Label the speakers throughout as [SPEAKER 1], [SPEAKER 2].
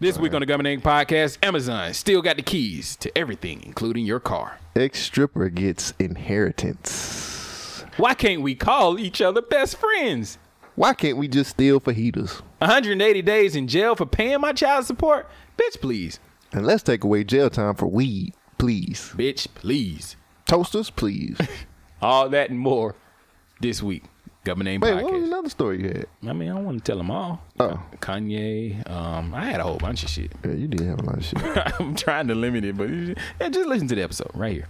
[SPEAKER 1] This week on the Gum and Egg Podcast, Amazon still got the keys to everything, including your car.
[SPEAKER 2] Ex stripper gets inheritance.
[SPEAKER 1] Why can't we call each other best friends?
[SPEAKER 2] Why can't we just steal fajitas?
[SPEAKER 1] 180 days in jail for paying my child support? Bitch, please.
[SPEAKER 2] And let's take away jail time for weed, please.
[SPEAKER 1] Bitch, please.
[SPEAKER 2] Toasters, please.
[SPEAKER 1] All that and more this week. Government name
[SPEAKER 2] Wait,
[SPEAKER 1] podcast.
[SPEAKER 2] what was another story you had?
[SPEAKER 1] I mean, I don't want to tell them all.
[SPEAKER 2] Oh.
[SPEAKER 1] Kanye. Um, I had a whole bunch of shit.
[SPEAKER 2] Yeah, you did have a lot of shit.
[SPEAKER 1] I'm trying to limit it, but you- yeah, just listen to the episode right here.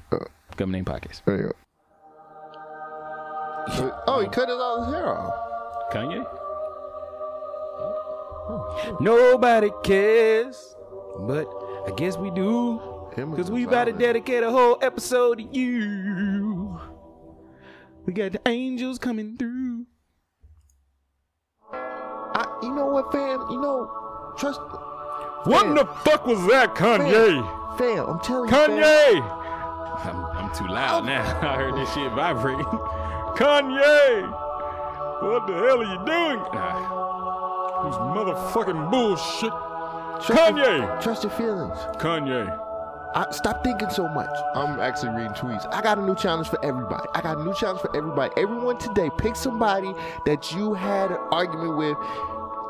[SPEAKER 1] Government name podcast.
[SPEAKER 2] Uh. There you go. Oh, he cut his all his hair off.
[SPEAKER 1] Kanye. Oh, Nobody cares, but I guess we do.
[SPEAKER 2] Him
[SPEAKER 1] Cause
[SPEAKER 2] and
[SPEAKER 1] we
[SPEAKER 2] the
[SPEAKER 1] about to
[SPEAKER 2] violin.
[SPEAKER 1] dedicate a whole episode to you. We got the angels coming through.
[SPEAKER 2] I, you know what, fam? You know, trust.
[SPEAKER 1] What in the fuck was that, Kanye?
[SPEAKER 2] Fam, fam I'm telling you. fam.
[SPEAKER 1] Kanye! I'm, I'm too loud now. I heard this shit vibrating. Kanye! What the hell are you doing? Ah, This motherfucking bullshit.
[SPEAKER 2] Trust your-
[SPEAKER 1] Kanye!
[SPEAKER 2] Trust your feelings.
[SPEAKER 1] Kanye.
[SPEAKER 2] I, stop thinking so much. I'm actually reading tweets. I got a new challenge for everybody. I got a new challenge for everybody. Everyone today, pick somebody that you had an argument with.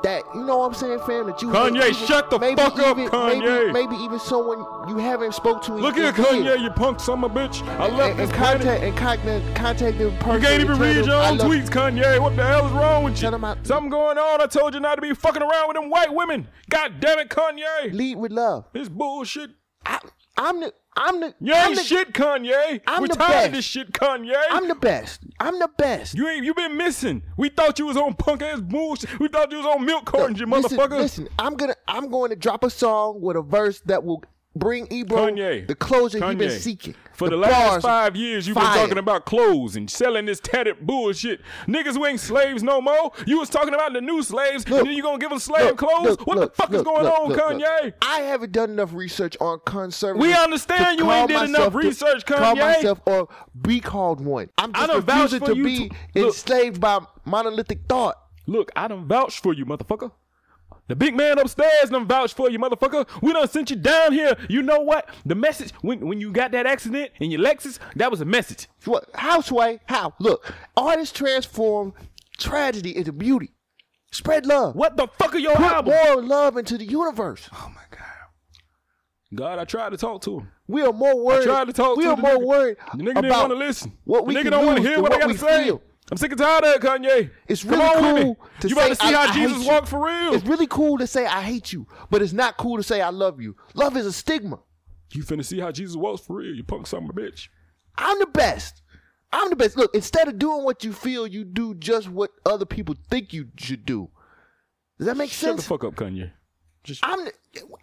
[SPEAKER 2] That you know what I'm saying, fam. That you hate
[SPEAKER 1] Kanye, shut the
[SPEAKER 2] maybe
[SPEAKER 1] fuck up,
[SPEAKER 2] even-
[SPEAKER 1] Kanye.
[SPEAKER 2] Maybe, maybe even someone you haven't spoke to. in-
[SPEAKER 1] Look
[SPEAKER 2] in
[SPEAKER 1] here,
[SPEAKER 2] years.
[SPEAKER 1] Kanye, you punk son of a bitch. I love
[SPEAKER 2] And,
[SPEAKER 1] this
[SPEAKER 2] and
[SPEAKER 1] planet.
[SPEAKER 2] contact and contact contact them
[SPEAKER 1] You
[SPEAKER 2] personally.
[SPEAKER 1] can't even
[SPEAKER 2] Tell
[SPEAKER 1] read
[SPEAKER 2] them,
[SPEAKER 1] your
[SPEAKER 2] I
[SPEAKER 1] own
[SPEAKER 2] love-
[SPEAKER 1] tweets, Kanye. What the hell is wrong with you?
[SPEAKER 2] Shut 'em out.
[SPEAKER 1] Something going on. I told you not to be fucking around with them white women. God damn it, Kanye.
[SPEAKER 2] Lead with love.
[SPEAKER 1] This bullshit.
[SPEAKER 2] I, I'm the I'm the
[SPEAKER 1] You
[SPEAKER 2] I'm
[SPEAKER 1] ain't
[SPEAKER 2] the,
[SPEAKER 1] shit, Kanye.
[SPEAKER 2] I'm
[SPEAKER 1] We're
[SPEAKER 2] the
[SPEAKER 1] tired of
[SPEAKER 2] best.
[SPEAKER 1] this shit, Kanye.
[SPEAKER 2] I'm the best. I'm the best.
[SPEAKER 1] you ain't you been missing. We thought you was on punk ass bullshit. We thought you was on milk cartons, you
[SPEAKER 2] listen,
[SPEAKER 1] motherfucker.
[SPEAKER 2] Listen, I'm gonna I'm going to drop a song with a verse that will bring Ebro
[SPEAKER 1] Kanye.
[SPEAKER 2] the closure he's been
[SPEAKER 1] Kanye.
[SPEAKER 2] seeking.
[SPEAKER 1] For the, last
[SPEAKER 2] bars
[SPEAKER 1] five years, you've
[SPEAKER 2] fire.
[SPEAKER 1] been talking about clothes and selling this tattered bullshit. Niggas who ain't slaves no more. You was talking about the new slaves,
[SPEAKER 2] Look,
[SPEAKER 1] and then you gonna give them slave
[SPEAKER 2] Look,
[SPEAKER 1] clothes?
[SPEAKER 2] look,
[SPEAKER 1] what
[SPEAKER 2] look,
[SPEAKER 1] the fuck is
[SPEAKER 2] look,
[SPEAKER 1] going
[SPEAKER 2] look,
[SPEAKER 1] on,
[SPEAKER 2] look, look.
[SPEAKER 1] Kanye?
[SPEAKER 2] I haven't done enough research on conservative.
[SPEAKER 1] We understand you ain't did enough research,
[SPEAKER 2] to call
[SPEAKER 1] Kanye.
[SPEAKER 2] myself or be called one. I'm just
[SPEAKER 1] done vouched
[SPEAKER 2] refusing
[SPEAKER 1] for
[SPEAKER 2] to
[SPEAKER 1] you
[SPEAKER 2] be
[SPEAKER 1] to- look.
[SPEAKER 2] enslaved by monolithic thought.
[SPEAKER 1] Look, I done vouched for you, motherfucker. The big man upstairs done vouched for you, motherfucker. We done sent you down here. You know what? The message when when you got that accident in your Lexus, that was a message.
[SPEAKER 2] What? How, Sway? How? Look, artists transform tragedy into beauty. Spread love.
[SPEAKER 1] What the fuck are your
[SPEAKER 2] Put
[SPEAKER 1] album?
[SPEAKER 2] more love into the universe.
[SPEAKER 1] Oh my god. God, I tried to talk to him.
[SPEAKER 2] We are more worried.
[SPEAKER 1] I tried to talk
[SPEAKER 2] we
[SPEAKER 1] to
[SPEAKER 2] are
[SPEAKER 1] the
[SPEAKER 2] more
[SPEAKER 1] nigga.
[SPEAKER 2] worried
[SPEAKER 1] The nigga
[SPEAKER 2] about
[SPEAKER 1] didn't want to listen.
[SPEAKER 2] What we
[SPEAKER 1] the nigga
[SPEAKER 2] can
[SPEAKER 1] don't wanna
[SPEAKER 2] lose
[SPEAKER 1] hear
[SPEAKER 2] and
[SPEAKER 1] what, I gotta
[SPEAKER 2] we
[SPEAKER 1] say.
[SPEAKER 2] feel.
[SPEAKER 1] I'm sick and tired of it, Kanye.
[SPEAKER 2] It's
[SPEAKER 1] Come
[SPEAKER 2] really
[SPEAKER 1] on with me.
[SPEAKER 2] cool to
[SPEAKER 1] You
[SPEAKER 2] say
[SPEAKER 1] about to see
[SPEAKER 2] I,
[SPEAKER 1] how
[SPEAKER 2] I hate
[SPEAKER 1] Jesus
[SPEAKER 2] you.
[SPEAKER 1] walked for real.
[SPEAKER 2] It's really cool to say I hate you, but it's not cool to say I love you. Love is a stigma.
[SPEAKER 1] you finna see how Jesus walks for real, you punk son of a bitch.
[SPEAKER 2] I'm the best. I'm the best. Look, instead of doing what you feel, you do just what other people think you should do. Does that make
[SPEAKER 1] Shut the
[SPEAKER 2] sense?
[SPEAKER 1] fuck up, Kanye. Just
[SPEAKER 2] I'm. the-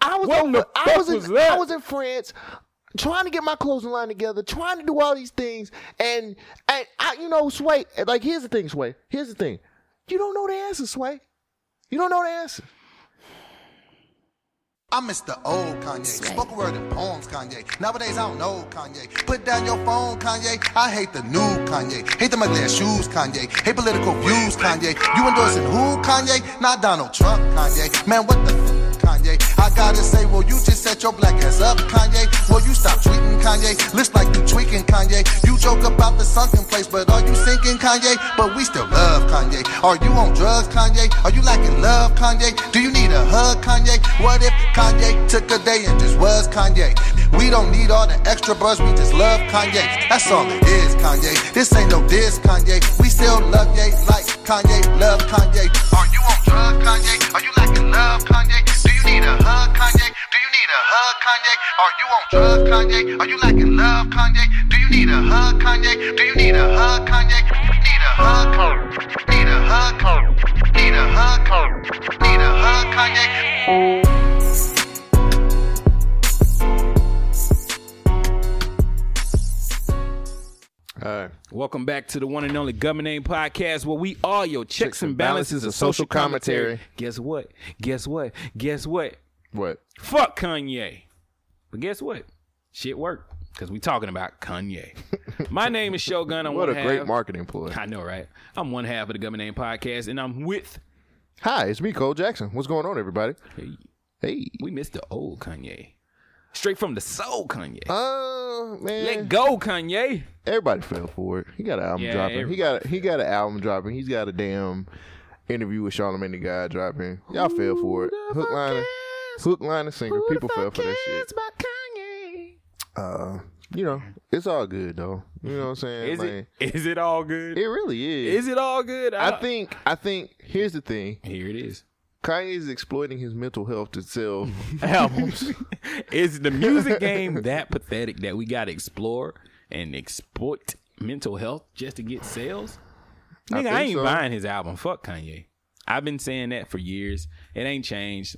[SPEAKER 2] I was.
[SPEAKER 1] What in
[SPEAKER 2] over-
[SPEAKER 1] the
[SPEAKER 2] I
[SPEAKER 1] fuck
[SPEAKER 2] was in.
[SPEAKER 1] was that?
[SPEAKER 2] I was in France, trying to get my clothing line together, trying to do all these things, and and I, you know, Sway. Like, here's the thing, Sway. Here's the thing. You don't know the answer, Sway. You don't know the answer.
[SPEAKER 3] I miss the old Kanye. Spoken word and poems, Kanye. Nowadays, I don't know Kanye. Put down your phone, Kanye. I hate the new Kanye. Hate them ugly ass shoes, Kanye. Hate political views, Kanye. You endorsing who, Kanye? Not Donald Trump, Kanye. Man, what the f- Kanye? I gotta say, well, you just set your black ass up, Kanye. Well, you stop tweeting, Kanye. Looks like you tweaking, Kanye. You joke about the sunken place, but are you sinking, Kanye? But we still love Kanye. Are you on drugs, Kanye? Are you lacking love, Kanye? Do you need a hug, Kanye? What if Kanye took a day and just was Kanye? We don't need all the extra buzz, we just love Kanye. That's all it is, Kanye. This ain't no diss, Kanye. We still love Ye like Kanye, love Kanye. Are you on drugs, Kanye? Are you lacking love, Kanye? Do you need a hug, Kanye? Do you need a hug, Kanye? Are you on drugs, Kanye? Are you lacking love, Kanye? Do you need a hug, Kanye? Do you need a hug, Kanye? Need a hug, need a hug, need a hug, need a hug, Kanye.
[SPEAKER 2] All right.
[SPEAKER 1] Welcome back to the one and only Gum and Name Podcast, where we are your checks, and balances, of social commentary. Guess what? Guess what? Guess what?
[SPEAKER 2] What?
[SPEAKER 1] Fuck Kanye. But guess what? Shit worked because we talking about Kanye. My name is Shogun. I'm
[SPEAKER 2] What
[SPEAKER 1] one
[SPEAKER 2] a great
[SPEAKER 1] half-
[SPEAKER 2] marketing ploy.
[SPEAKER 1] I know, right? I'm one half of the Gum and Name Podcast, and I'm with
[SPEAKER 2] Hi, it's me, Cole Jackson. What's going on, everybody?
[SPEAKER 1] Hey,
[SPEAKER 2] Hey.
[SPEAKER 1] We missed the old Kanye. Straight from the soul, Kanye.
[SPEAKER 2] Uh man.
[SPEAKER 1] Let go, Kanye.
[SPEAKER 2] Everybody fell for it. He got an album
[SPEAKER 1] Yeah,
[SPEAKER 2] dropping. He got a, he got an album dropping. He's got a damn interview with Charlamagne the guy dropping. Y'all fell for it. Hook line, hook line and sinker. People fell for that shit. Uh, you know, it's all good though. You know what I'm saying?
[SPEAKER 1] Is
[SPEAKER 2] like,
[SPEAKER 1] it? Is it all good?
[SPEAKER 2] it really is.
[SPEAKER 1] Is it all good?
[SPEAKER 2] I
[SPEAKER 1] don't-
[SPEAKER 2] think I think here's the thing.
[SPEAKER 1] here it is.
[SPEAKER 2] Kanye is exploiting his mental health to sell
[SPEAKER 1] Albums. is the music game that pathetic that we got to explore and exploit mental health just to get sales? Nigga, I,
[SPEAKER 2] think
[SPEAKER 1] ain't
[SPEAKER 2] so.
[SPEAKER 1] buying his album. Fuck Kanye. I've been saying that for years. It ain't changed.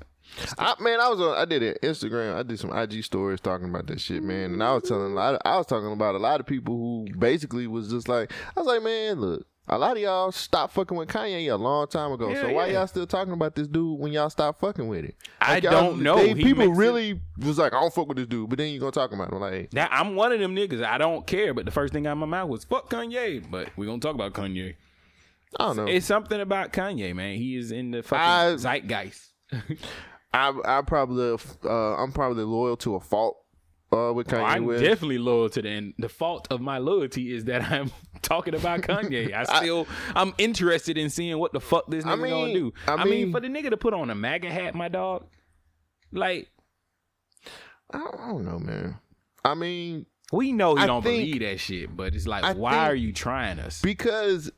[SPEAKER 2] I, man, I was on. I did it Instagram. I did some IG stories talking about that shit, man. And I was telling a lot. I was talking about a lot of people who basically was just like, I was like, man, look, a lot of y'all stopped fucking with Kanye a long time ago.
[SPEAKER 1] Yeah,
[SPEAKER 2] so why
[SPEAKER 1] yeah.
[SPEAKER 2] y'all still talking about this dude when y'all stopped fucking with it?
[SPEAKER 1] I
[SPEAKER 2] y'all-
[SPEAKER 1] don't know.
[SPEAKER 2] they-
[SPEAKER 1] He
[SPEAKER 2] people
[SPEAKER 1] makes it-
[SPEAKER 2] really was like, I don't fuck with this dude, but then you gonna talk about him like.
[SPEAKER 1] Now I'm one of them niggas. I don't care. But the first thing out of my mouth was fuck Kanye. But we're gonna talk about Kanye.
[SPEAKER 2] I don't know.
[SPEAKER 1] It's something about Kanye, man. He is in the fucking
[SPEAKER 2] I-
[SPEAKER 1] zeitgeist.
[SPEAKER 2] I I probably uh, I'm probably loyal to a fault uh, with Kanye
[SPEAKER 1] Oh, I'm
[SPEAKER 2] West.
[SPEAKER 1] definitely loyal to the end. The fault of my loyalty is that I'm talking about Kanye. I still, I, am interested in seeing what the fuck this nigga
[SPEAKER 2] I
[SPEAKER 1] gonna
[SPEAKER 2] mean-
[SPEAKER 1] do. I,
[SPEAKER 2] I
[SPEAKER 1] mean,
[SPEAKER 2] mean-
[SPEAKER 1] for the nigga to put on a MAGA hat, my dog, like
[SPEAKER 2] I don't- I don't know, man. I mean,
[SPEAKER 1] we know he
[SPEAKER 2] I
[SPEAKER 1] don't
[SPEAKER 2] think-
[SPEAKER 1] believe that shit, but it's like,
[SPEAKER 2] I
[SPEAKER 1] why
[SPEAKER 2] think-
[SPEAKER 1] are you trying us?
[SPEAKER 2] because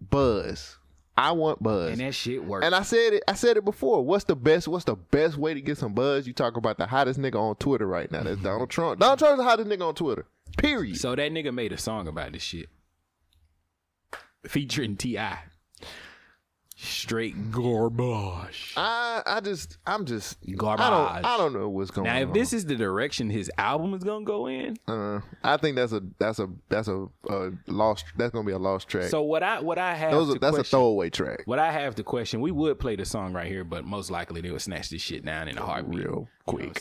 [SPEAKER 2] buzz. I want buzz.
[SPEAKER 1] and that shit works.
[SPEAKER 2] And I said it. I said it before. What's the best? What's the best way to get some buzz? You talk about the hottest nigga on Twitter right now.
[SPEAKER 1] Mm-hmm.
[SPEAKER 2] That's Donald Trump. Donald Trump's the hottest nigga on Twitter. Period.
[SPEAKER 1] so that nigga made a song about this shit, featuring Ti. Straight garbage.
[SPEAKER 2] I I just I'm just
[SPEAKER 1] Garbage.
[SPEAKER 2] I don't I don't know what's going
[SPEAKER 1] now,
[SPEAKER 2] on.
[SPEAKER 1] if this is the direction his album is gonna go in,
[SPEAKER 2] uh, I think that's a that's a that's a, uh lost that's gonna be a lost track.
[SPEAKER 1] So what I what I have
[SPEAKER 2] Those are-
[SPEAKER 1] to
[SPEAKER 2] that's a
[SPEAKER 1] question,
[SPEAKER 2] throwaway track.
[SPEAKER 1] what I have to question. We would play the song right here, but most likely they would snatch this shit down in a heartbeat.
[SPEAKER 2] Real
[SPEAKER 1] You know what I'm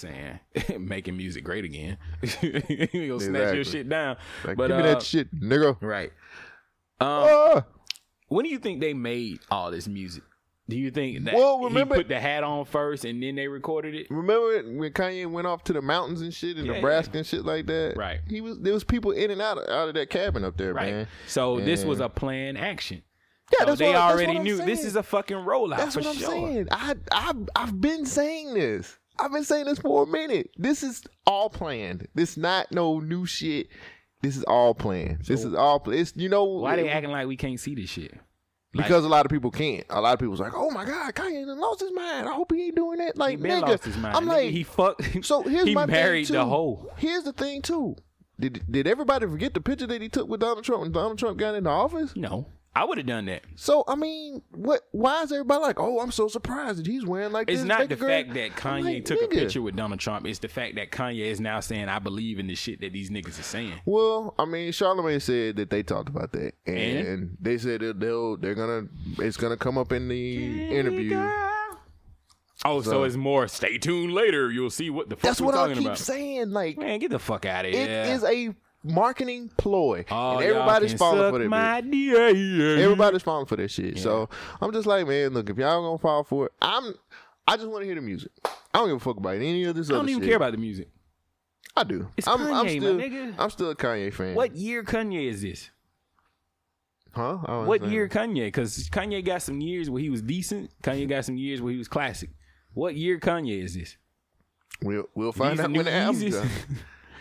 [SPEAKER 1] saying making music great again. you gonna snatch your
[SPEAKER 2] Exactly.
[SPEAKER 1] shit down.
[SPEAKER 2] Like,
[SPEAKER 1] but
[SPEAKER 2] give
[SPEAKER 1] uh,
[SPEAKER 2] me that shit, nigga.
[SPEAKER 1] right. Um,
[SPEAKER 2] Ah!
[SPEAKER 1] when do you think they made all this music? Do you think that
[SPEAKER 2] Well,
[SPEAKER 1] he
[SPEAKER 2] remember-
[SPEAKER 1] put the hat on first and then they recorded it?
[SPEAKER 2] Remember when Kanye went off to the mountains and shit in
[SPEAKER 1] Yeah,
[SPEAKER 2] Nebraska and shit like that?
[SPEAKER 1] Right.
[SPEAKER 2] He was there was people in and out of, out of that cabin up there,
[SPEAKER 1] Right.
[SPEAKER 2] man.
[SPEAKER 1] So this was
[SPEAKER 2] Yeah.
[SPEAKER 1] a planned action.
[SPEAKER 2] Yeah,
[SPEAKER 1] So
[SPEAKER 2] that's
[SPEAKER 1] they
[SPEAKER 2] what- that's
[SPEAKER 1] already
[SPEAKER 2] what I'm
[SPEAKER 1] knew this
[SPEAKER 2] saying.
[SPEAKER 1] is a fucking rollout
[SPEAKER 2] That's
[SPEAKER 1] for
[SPEAKER 2] what I'm
[SPEAKER 1] sure.
[SPEAKER 2] saying. I I I've been saying this. I've been saying this for a minute. This is all planned. This not no new shit. This is all planned. this is all. pl- It's you know
[SPEAKER 1] Why they acting like we can't see this shit?
[SPEAKER 2] because a lot of people can't. A lot of people's like, oh my god, Kanye done lost his mind. I hope he ain't doing that. Like
[SPEAKER 1] He been
[SPEAKER 2] nigga,
[SPEAKER 1] lost his mind.
[SPEAKER 2] I'm
[SPEAKER 1] Nigga,
[SPEAKER 2] like,
[SPEAKER 1] he fucked.
[SPEAKER 2] so here's
[SPEAKER 1] he
[SPEAKER 2] my
[SPEAKER 1] married
[SPEAKER 2] thing too.
[SPEAKER 1] the hoe.
[SPEAKER 2] Here's the thing too. Did did everybody forget the picture that he took with Donald Trump when Donald Trump got into office?
[SPEAKER 1] No, I would have done that.
[SPEAKER 2] So I mean, what? Why is everybody like, oh, I'm so surprised that he's wearing like
[SPEAKER 1] It's
[SPEAKER 2] this?
[SPEAKER 1] not
[SPEAKER 2] Make
[SPEAKER 1] the
[SPEAKER 2] a girl-"
[SPEAKER 1] fact that
[SPEAKER 2] I'm
[SPEAKER 1] Kanye
[SPEAKER 2] like,
[SPEAKER 1] took a
[SPEAKER 2] "Nigga."
[SPEAKER 1] picture with Donald Trump. It's the fact that Kanye is now saying, "I believe in the shit that these niggas are saying."
[SPEAKER 2] Well, I mean, Charlemagne said that they talked about that, and,
[SPEAKER 1] And?
[SPEAKER 2] they said that they'll they're gonna it's gonna come up in the interview.
[SPEAKER 1] Oh, so, it's more. Stay tuned later. You'll see what the fuck
[SPEAKER 2] That's
[SPEAKER 1] we're
[SPEAKER 2] what I
[SPEAKER 1] talking
[SPEAKER 2] keep
[SPEAKER 1] about.
[SPEAKER 2] saying. Like
[SPEAKER 1] Man, get the fuck out of here.
[SPEAKER 2] it is a marketing ploy,
[SPEAKER 1] Oh,
[SPEAKER 2] and
[SPEAKER 1] y'all
[SPEAKER 2] everybody's
[SPEAKER 1] can
[SPEAKER 2] falling
[SPEAKER 1] suck
[SPEAKER 2] for that. bitch.
[SPEAKER 1] my DA.
[SPEAKER 2] Everybody's falling for that shit. So I'm just like, man, look, if y'all gonna fall for it, I'm. I just want to hear the music. I don't give a fuck about any of this
[SPEAKER 1] I
[SPEAKER 2] other
[SPEAKER 1] don't even
[SPEAKER 2] shit.
[SPEAKER 1] care about the music.
[SPEAKER 2] I do.
[SPEAKER 1] It's
[SPEAKER 2] I'm, I'm
[SPEAKER 1] Kanye, my
[SPEAKER 2] still,
[SPEAKER 1] nigga.
[SPEAKER 2] I'm still a Kanye fan.
[SPEAKER 1] What year Kanye is this?
[SPEAKER 2] Huh? I don't
[SPEAKER 1] What
[SPEAKER 2] understand.
[SPEAKER 1] year Kanye? Because Kanye got some years where he was decent. Kanye got some years where he was classic. What year Kanye is this?
[SPEAKER 2] We'll we'll find
[SPEAKER 1] These
[SPEAKER 2] out
[SPEAKER 1] new
[SPEAKER 2] when the album's
[SPEAKER 1] Yeezys?
[SPEAKER 2] done.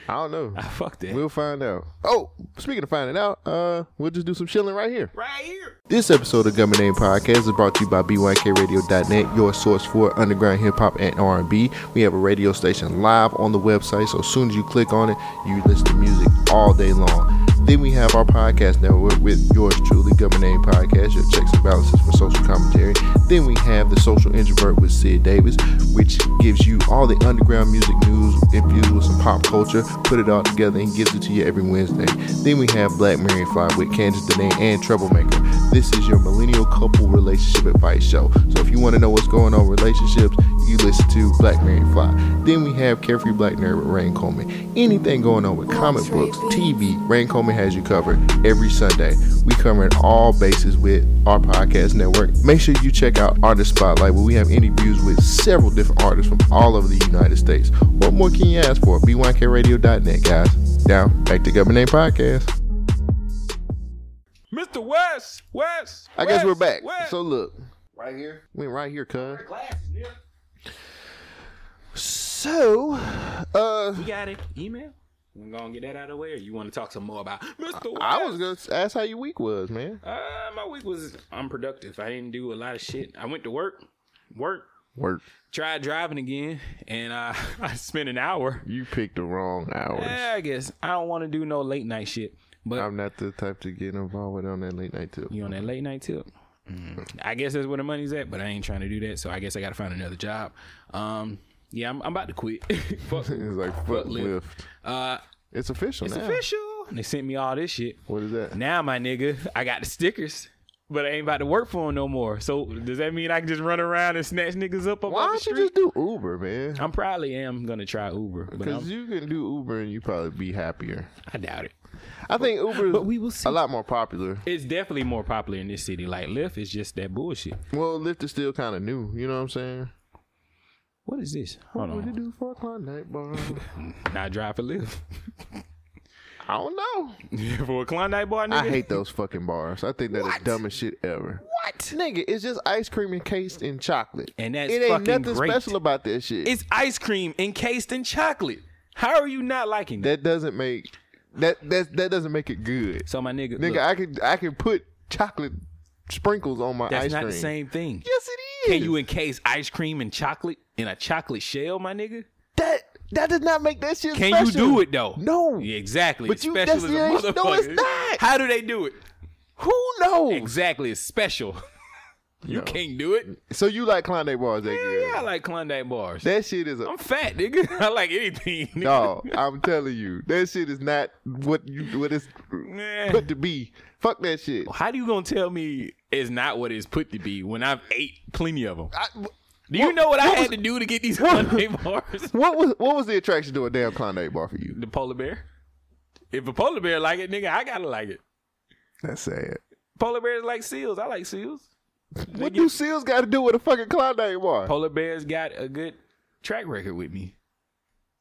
[SPEAKER 2] I don't know.
[SPEAKER 1] Ah, fuck that.
[SPEAKER 2] We'll find out. Oh, speaking of finding out, uh, we'll just do some chilling right here.
[SPEAKER 1] right here.
[SPEAKER 2] This episode of Gummy Name Podcast is brought to you by BYKRadio.net, your source for underground hip hop and R&B. We have a radio station live on the website, so as soon as you click on it, you listen to music all day long. Then we have our podcast network with yours truly, Gummy Name Podcast, your checks and balances for social commentary. Then we have the Social Introvert with Sid Davis, which gives you all the underground music news infused with some pop culture, put it all together and gives it to you every Wednesday. Then we have Black Mary Fly with Candace Danae and Troublemaker. This is your millennial couple relationship advice show. So if you want to know what's going on with relationships, you listen to Black Mary Fly. Then we have Carefree Black Nerd with Rain Coleman. Anything going on with comic books, TV, Rain Coleman has you covered every Sunday. We covering all bases with our podcast network. Make sure you check out Artist Spotlight where we have interviews with several different artists from all over the United States. What more can you ask for? BYKRadio.net, guys. Now, back to Government Name Podcast.
[SPEAKER 1] Mr. West, West.
[SPEAKER 2] I guess
[SPEAKER 1] West,
[SPEAKER 2] we're back.
[SPEAKER 1] West.
[SPEAKER 2] So look,
[SPEAKER 4] Right here.
[SPEAKER 2] went right here, cuz. So, uh,
[SPEAKER 1] we got an email. We're gonna get that out of the way. Or you want to talk some more about Mr. West?
[SPEAKER 2] I was gonna ask how your week was, man.
[SPEAKER 1] Uh, my week was unproductive. I didn't do a lot of shit. I went to work, work,
[SPEAKER 2] Work.
[SPEAKER 1] tried driving again, and uh, I spent an hour.
[SPEAKER 2] You picked the wrong hours.
[SPEAKER 1] Yeah, I guess I don't want to do no late night shit. But
[SPEAKER 2] I'm not the type to get involved with on that late night too.
[SPEAKER 1] you on that late night tip?
[SPEAKER 2] Mm-hmm.
[SPEAKER 1] Mm. I guess that's where the money's at, but I ain't trying to do that. So I guess I gotta find another job. Um, yeah, I'm, I'm about to quit. Fuck.
[SPEAKER 2] It's like foot
[SPEAKER 1] lift.
[SPEAKER 2] lift.
[SPEAKER 1] Uh,
[SPEAKER 2] It's official
[SPEAKER 1] it's
[SPEAKER 2] now.
[SPEAKER 1] official. They sent me all this shit.
[SPEAKER 2] What is that?
[SPEAKER 1] Now, my nigga, I got the stickers, but I ain't about to work for them no more. So does that mean I can just run around and snatch niggas up up
[SPEAKER 2] Why
[SPEAKER 1] on the
[SPEAKER 2] don't you just
[SPEAKER 1] street?
[SPEAKER 2] do Uber, man?
[SPEAKER 1] I'm probably am gonna try Uber, but
[SPEAKER 2] Because
[SPEAKER 1] I'm,
[SPEAKER 2] you can do Uber and you probably be happier.
[SPEAKER 1] I doubt it.
[SPEAKER 2] I think Uber
[SPEAKER 1] But we
[SPEAKER 2] is
[SPEAKER 1] will see.
[SPEAKER 2] a lot more popular.
[SPEAKER 1] It's definitely more popular in this city. Like Lyft is just that bullshit.
[SPEAKER 2] Well, Lyft is still kind of new. You know what I'm saying?
[SPEAKER 1] What is this? Hold
[SPEAKER 2] What do you
[SPEAKER 1] on.
[SPEAKER 2] do for a client night bar?
[SPEAKER 1] Now I drive for Lyft
[SPEAKER 2] I don't know.
[SPEAKER 1] for a Klondike bar, nigga.
[SPEAKER 2] I hate those fucking bars. I think they're the dumbest shit ever. What? Nigga, it's just ice cream encased in chocolate.
[SPEAKER 1] And that's
[SPEAKER 2] it ain't
[SPEAKER 1] fucking
[SPEAKER 2] nothing
[SPEAKER 1] great.
[SPEAKER 2] special about that shit.
[SPEAKER 1] It's ice cream encased in chocolate. How are you not liking that?
[SPEAKER 2] that doesn't make that that that doesn't make it good.
[SPEAKER 1] So my nigga,
[SPEAKER 2] Nigga,
[SPEAKER 1] look,
[SPEAKER 2] I could I could put chocolate sprinkles on my
[SPEAKER 1] that's
[SPEAKER 2] ice
[SPEAKER 1] not
[SPEAKER 2] cream.
[SPEAKER 1] the same thing.
[SPEAKER 2] Yes, it is.
[SPEAKER 1] Can you encase ice cream and chocolate in a chocolate shell, my nigga?
[SPEAKER 2] that that does not make that shit.
[SPEAKER 1] Can you
[SPEAKER 2] special.
[SPEAKER 1] do it though?
[SPEAKER 2] No.
[SPEAKER 1] Yeah, exactly.
[SPEAKER 2] But
[SPEAKER 1] it's
[SPEAKER 2] you-
[SPEAKER 1] special
[SPEAKER 2] that's
[SPEAKER 1] as a
[SPEAKER 2] the age-
[SPEAKER 1] motherfucker.
[SPEAKER 2] no, it's not.
[SPEAKER 1] How do they do it?
[SPEAKER 2] Who knows?
[SPEAKER 1] Exactly, it's special. you
[SPEAKER 2] No.
[SPEAKER 1] can't do it.
[SPEAKER 2] So you like Klondike bars? That
[SPEAKER 1] Yeah,
[SPEAKER 2] good?
[SPEAKER 1] I like Klondike bars.
[SPEAKER 2] that shit is a
[SPEAKER 1] I'm fat, nigga. I like anything. Nigga.
[SPEAKER 2] dog. I'm telling you, that shit is not what you what it's
[SPEAKER 1] Man.
[SPEAKER 2] put to be. Fuck that shit.
[SPEAKER 1] Eh. How do you gonna tell me it's not what it's put to be when I've ate plenty of them?
[SPEAKER 2] I,
[SPEAKER 1] Do you know what, I had to do to get these Klondike bars?
[SPEAKER 2] what was what was the attraction to a damn Klondike bar for you?
[SPEAKER 1] The polar bear. If a polar bear like it, nigga, I gotta like it.
[SPEAKER 2] That's sad.
[SPEAKER 1] Polar bears like seals. I like seals.
[SPEAKER 2] What do seals got to do with a fucking Klondike bar?
[SPEAKER 1] Polar bears got a good track record with me.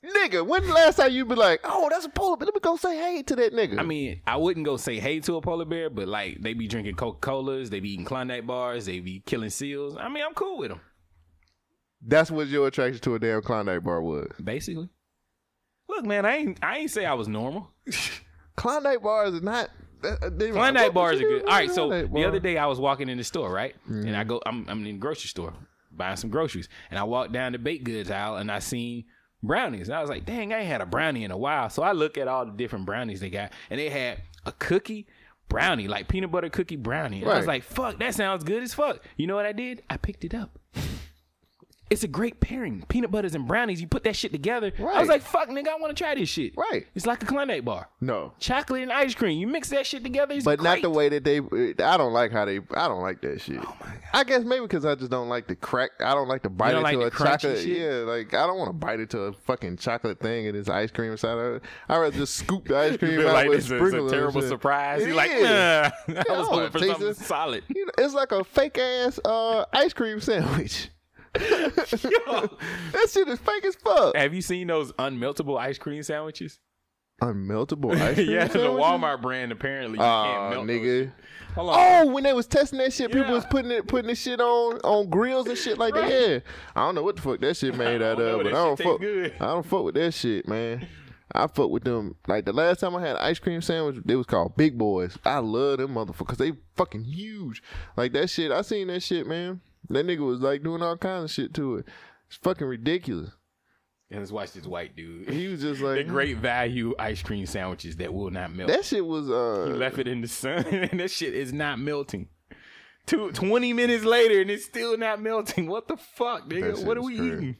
[SPEAKER 2] Nigga, when the last time you be like, oh, that's a polar bear. Let me go say hey to that nigga.
[SPEAKER 1] I mean, I wouldn't go say hey to a polar bear, but like they be drinking Coca Colas, they be eating Klondike bars, they be killing seals. I mean, I'm cool with them,
[SPEAKER 2] that's what your attraction to a damn Klondike bar was.
[SPEAKER 1] basically. Look, man, I ain't I ain't say I was normal.
[SPEAKER 2] Klondike bars are not. that- uh, they-
[SPEAKER 1] Klondike
[SPEAKER 2] what
[SPEAKER 1] bars are
[SPEAKER 2] you do
[SPEAKER 1] good.
[SPEAKER 2] with
[SPEAKER 1] All right, so
[SPEAKER 2] Klondike
[SPEAKER 1] the other
[SPEAKER 2] bar? Mm-hmm.
[SPEAKER 1] day I was walking in the store, right? And I go, I'm, I'm in the grocery store buying some groceries, and I walked down the baked goods aisle, and I seen brownies, and I was like, dang, I ain't had a brownie in a while. So I look at all the different brownies they got, and they had a cookie brownie, like peanut butter cookie brownie. And I was
[SPEAKER 2] Right.
[SPEAKER 1] like, fuck, that sounds good as fuck. You know what I did? I picked it up. It's a great pairing. Peanut butters and brownies. You put that shit together. I
[SPEAKER 2] Right.
[SPEAKER 1] was like, fuck, nigga, I want to try this shit.
[SPEAKER 2] Right.
[SPEAKER 1] It's like a Klondike bar.
[SPEAKER 2] No.
[SPEAKER 1] Chocolate and ice cream. You mix that shit together. It's
[SPEAKER 2] But not
[SPEAKER 1] great.
[SPEAKER 2] the way that they. I don't like how they. I don't like that shit. Oh my god. I guess maybe because I just don't like the crack. I don't like to bite
[SPEAKER 1] You don't
[SPEAKER 2] into
[SPEAKER 1] like
[SPEAKER 2] a
[SPEAKER 1] the crunchy
[SPEAKER 2] chocolate.
[SPEAKER 1] shit?
[SPEAKER 2] Yeah, like I don't want to bite into a fucking chocolate thing and there's ice cream inside of it. I'd rather just scoop the ice cream
[SPEAKER 1] feel
[SPEAKER 2] out
[SPEAKER 1] like
[SPEAKER 2] with
[SPEAKER 1] this is
[SPEAKER 2] sprinkles
[SPEAKER 1] a
[SPEAKER 2] and
[SPEAKER 1] terrible
[SPEAKER 2] shit.
[SPEAKER 1] surprise.
[SPEAKER 2] It
[SPEAKER 1] You're like,
[SPEAKER 2] is.
[SPEAKER 1] nah, I
[SPEAKER 2] Yeah,
[SPEAKER 1] was
[SPEAKER 2] I wanna
[SPEAKER 1] hoping for
[SPEAKER 2] taste
[SPEAKER 1] something
[SPEAKER 2] this.
[SPEAKER 1] solid.
[SPEAKER 2] You know, it's like a fake ass uh, ice cream sandwich. that shit is fake as fuck.
[SPEAKER 1] Have you seen those unmeltable ice cream sandwiches?
[SPEAKER 2] Unmeltable ice cream.
[SPEAKER 1] yeah, the
[SPEAKER 2] sandwiches?
[SPEAKER 1] Walmart brand apparently you can't
[SPEAKER 2] Oh,
[SPEAKER 1] melt. those.
[SPEAKER 2] nigga.
[SPEAKER 1] Hold on.
[SPEAKER 2] Oh, when they was testing that shit, people
[SPEAKER 1] Yeah.
[SPEAKER 2] was putting it putting this shit on on grills and shit like
[SPEAKER 1] Right.
[SPEAKER 2] that. Yeah, I don't know what the fuck that shit made out
[SPEAKER 1] don't know,
[SPEAKER 2] of, but
[SPEAKER 1] that
[SPEAKER 2] I don't
[SPEAKER 1] shit taste
[SPEAKER 2] fuck.
[SPEAKER 1] good.
[SPEAKER 2] I don't fuck with that shit, man. I fuck with them. Like the last time I had an ice cream sandwich, they was called Big Boys. I love them motherfuckers. They fucking huge. Like that shit. I seen that shit, man. That nigga was like doing all kinds of shit to it. It's fucking ridiculous.
[SPEAKER 1] And let's watch this white dude.
[SPEAKER 2] He was just
[SPEAKER 1] The
[SPEAKER 2] like
[SPEAKER 1] great value ice cream sandwiches that will not melt.
[SPEAKER 2] That shit was
[SPEAKER 1] You
[SPEAKER 2] uh.
[SPEAKER 1] left it in the sun, and that shit is not melting. Two, 20 minutes later, and it's still not melting. What the fuck,
[SPEAKER 2] That
[SPEAKER 1] nigga?
[SPEAKER 2] shit
[SPEAKER 1] What are
[SPEAKER 2] is
[SPEAKER 1] we
[SPEAKER 2] crazy.
[SPEAKER 1] eating?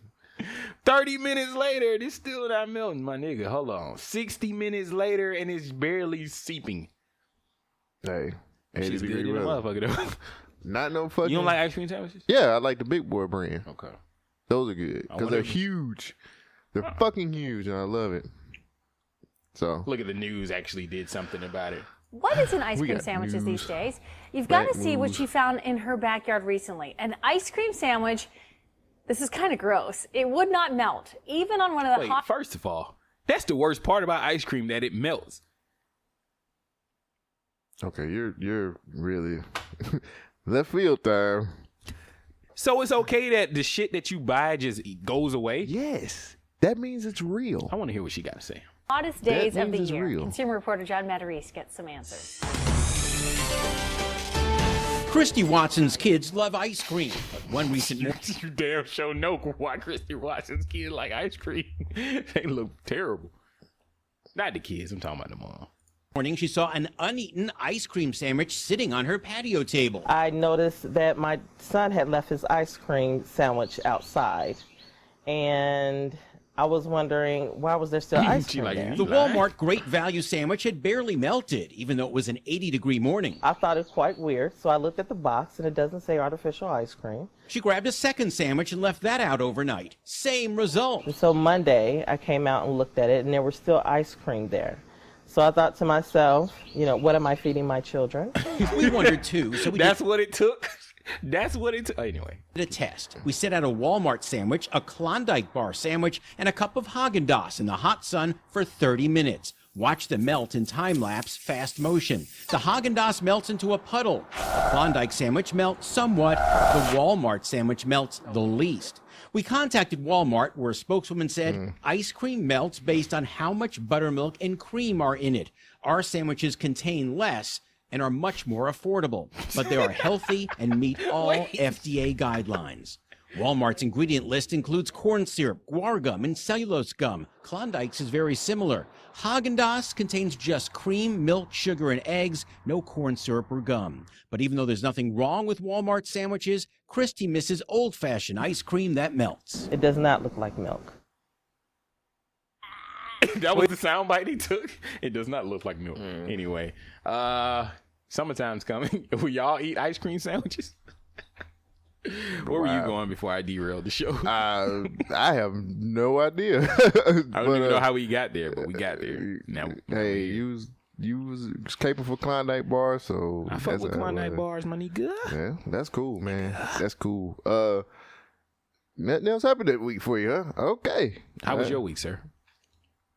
[SPEAKER 1] 30 minutes later, and it's still not melting, my nigga. Hold on. 60 minutes later, and it's barely seeping.
[SPEAKER 2] Hey, 80
[SPEAKER 1] She's
[SPEAKER 2] degree
[SPEAKER 1] good in the
[SPEAKER 2] weather.
[SPEAKER 1] motherfucker though.
[SPEAKER 2] Not no fucking.
[SPEAKER 1] you don't like ice cream sandwiches?
[SPEAKER 2] Yeah, I like the big boy brand.
[SPEAKER 1] Okay.
[SPEAKER 2] Those are good
[SPEAKER 1] I
[SPEAKER 2] because
[SPEAKER 1] wonder
[SPEAKER 2] they're
[SPEAKER 1] if-
[SPEAKER 2] huge. They're fucking huge, and I love it. So
[SPEAKER 1] Look at the news actually did something about it.
[SPEAKER 4] What is in ice
[SPEAKER 2] We
[SPEAKER 4] cream
[SPEAKER 2] got
[SPEAKER 4] sandwiches
[SPEAKER 2] news.
[SPEAKER 4] these days? You've got to
[SPEAKER 2] Fake
[SPEAKER 4] see what
[SPEAKER 2] news.
[SPEAKER 4] she found in her backyard recently. An ice cream sandwich. This is kind of gross. It would not melt, even on one of the
[SPEAKER 1] Wait,
[SPEAKER 4] hot.
[SPEAKER 1] first of all, that's the worst part about ice cream that it melts.
[SPEAKER 2] okay, you're you're really left field time.
[SPEAKER 1] So it's okay that the shit that you buy just goes away.
[SPEAKER 2] Yes, that means it's real.
[SPEAKER 1] I want to hear what she got to say.
[SPEAKER 4] hottest days of
[SPEAKER 2] news
[SPEAKER 4] the
[SPEAKER 2] is
[SPEAKER 4] year.
[SPEAKER 2] real.
[SPEAKER 4] Consumer reporter John Matarese gets some answers.
[SPEAKER 5] Christy Watson's kids love ice cream. But one recent mor-
[SPEAKER 1] you damn sure know why Christy Watson's kids like ice cream. they look terrible. Not the kids. I'm talking about the mom.
[SPEAKER 5] morning, she saw an uneaten ice cream sandwich sitting on her patio table.
[SPEAKER 6] I noticed that my son had left his ice cream sandwich outside, and I was wondering why was there still ice
[SPEAKER 1] She
[SPEAKER 6] cream
[SPEAKER 1] like,
[SPEAKER 6] there.
[SPEAKER 1] "You
[SPEAKER 5] The
[SPEAKER 1] lying?"
[SPEAKER 5] Walmart Great Value sandwich had barely melted, even though it was an 80 degree morning.
[SPEAKER 6] I thought it quite weird, so I looked at the box and it doesn't say artificial ice cream.
[SPEAKER 5] She grabbed a second sandwich and left that out overnight. Same result.
[SPEAKER 6] So Monday, I came out and looked at it, and there was still ice cream there. So I thought to myself, you know, what am I feeding my children?
[SPEAKER 5] We wondered too, so we
[SPEAKER 1] That's
[SPEAKER 5] did
[SPEAKER 1] what it took. That's what it took. Anyway,
[SPEAKER 5] a test. We set out a Walmart sandwich, a Klondike bar sandwich, and a cup of Haagen Dazs in the hot sun for 30 minutes. Watch them melt in time lapse, fast motion. The Haagen Dazs melts into a puddle. The Klondike sandwich melts somewhat. The Walmart sandwich melts the least. We contacted Walmart, where a spokeswoman said
[SPEAKER 1] Hmm.
[SPEAKER 5] ice cream melts based on how much buttermilk and cream are in it. Our sandwiches contain less and are much more affordable, but they are healthy and meet all FDA guidelines. Walmart's ingredient list includes corn syrup, guar gum, and cellulose gum. Klondike's is very similar. Haagen-Dazs contains just cream, milk, sugar, and eggs, no corn syrup or gum. But even though there's nothing wrong with Walmart sandwiches, Christy misses old-fashioned ice cream that melts.
[SPEAKER 6] It does not look like milk.
[SPEAKER 1] that was the soundbite he took. It does not look like milk. Anyway, uh, summertime's coming. Will y'all eat ice cream sandwiches? Where were you
[SPEAKER 2] Wow.
[SPEAKER 1] going before I derailed the show? I
[SPEAKER 2] Uh, I have no idea. uh,
[SPEAKER 1] don't even know how we got there, but we got there. Now,
[SPEAKER 2] Hey, you was you was escaping for Klondike bar, so
[SPEAKER 1] I fuck
[SPEAKER 2] that's
[SPEAKER 1] with
[SPEAKER 2] how it
[SPEAKER 1] Klondike
[SPEAKER 2] was.
[SPEAKER 1] bars, my nigga.
[SPEAKER 2] Yeah, that's cool, man. That's cool. Uh, nothing else happened that week for you, huh? Okay.
[SPEAKER 1] How was
[SPEAKER 2] Uh,
[SPEAKER 1] your week, sir?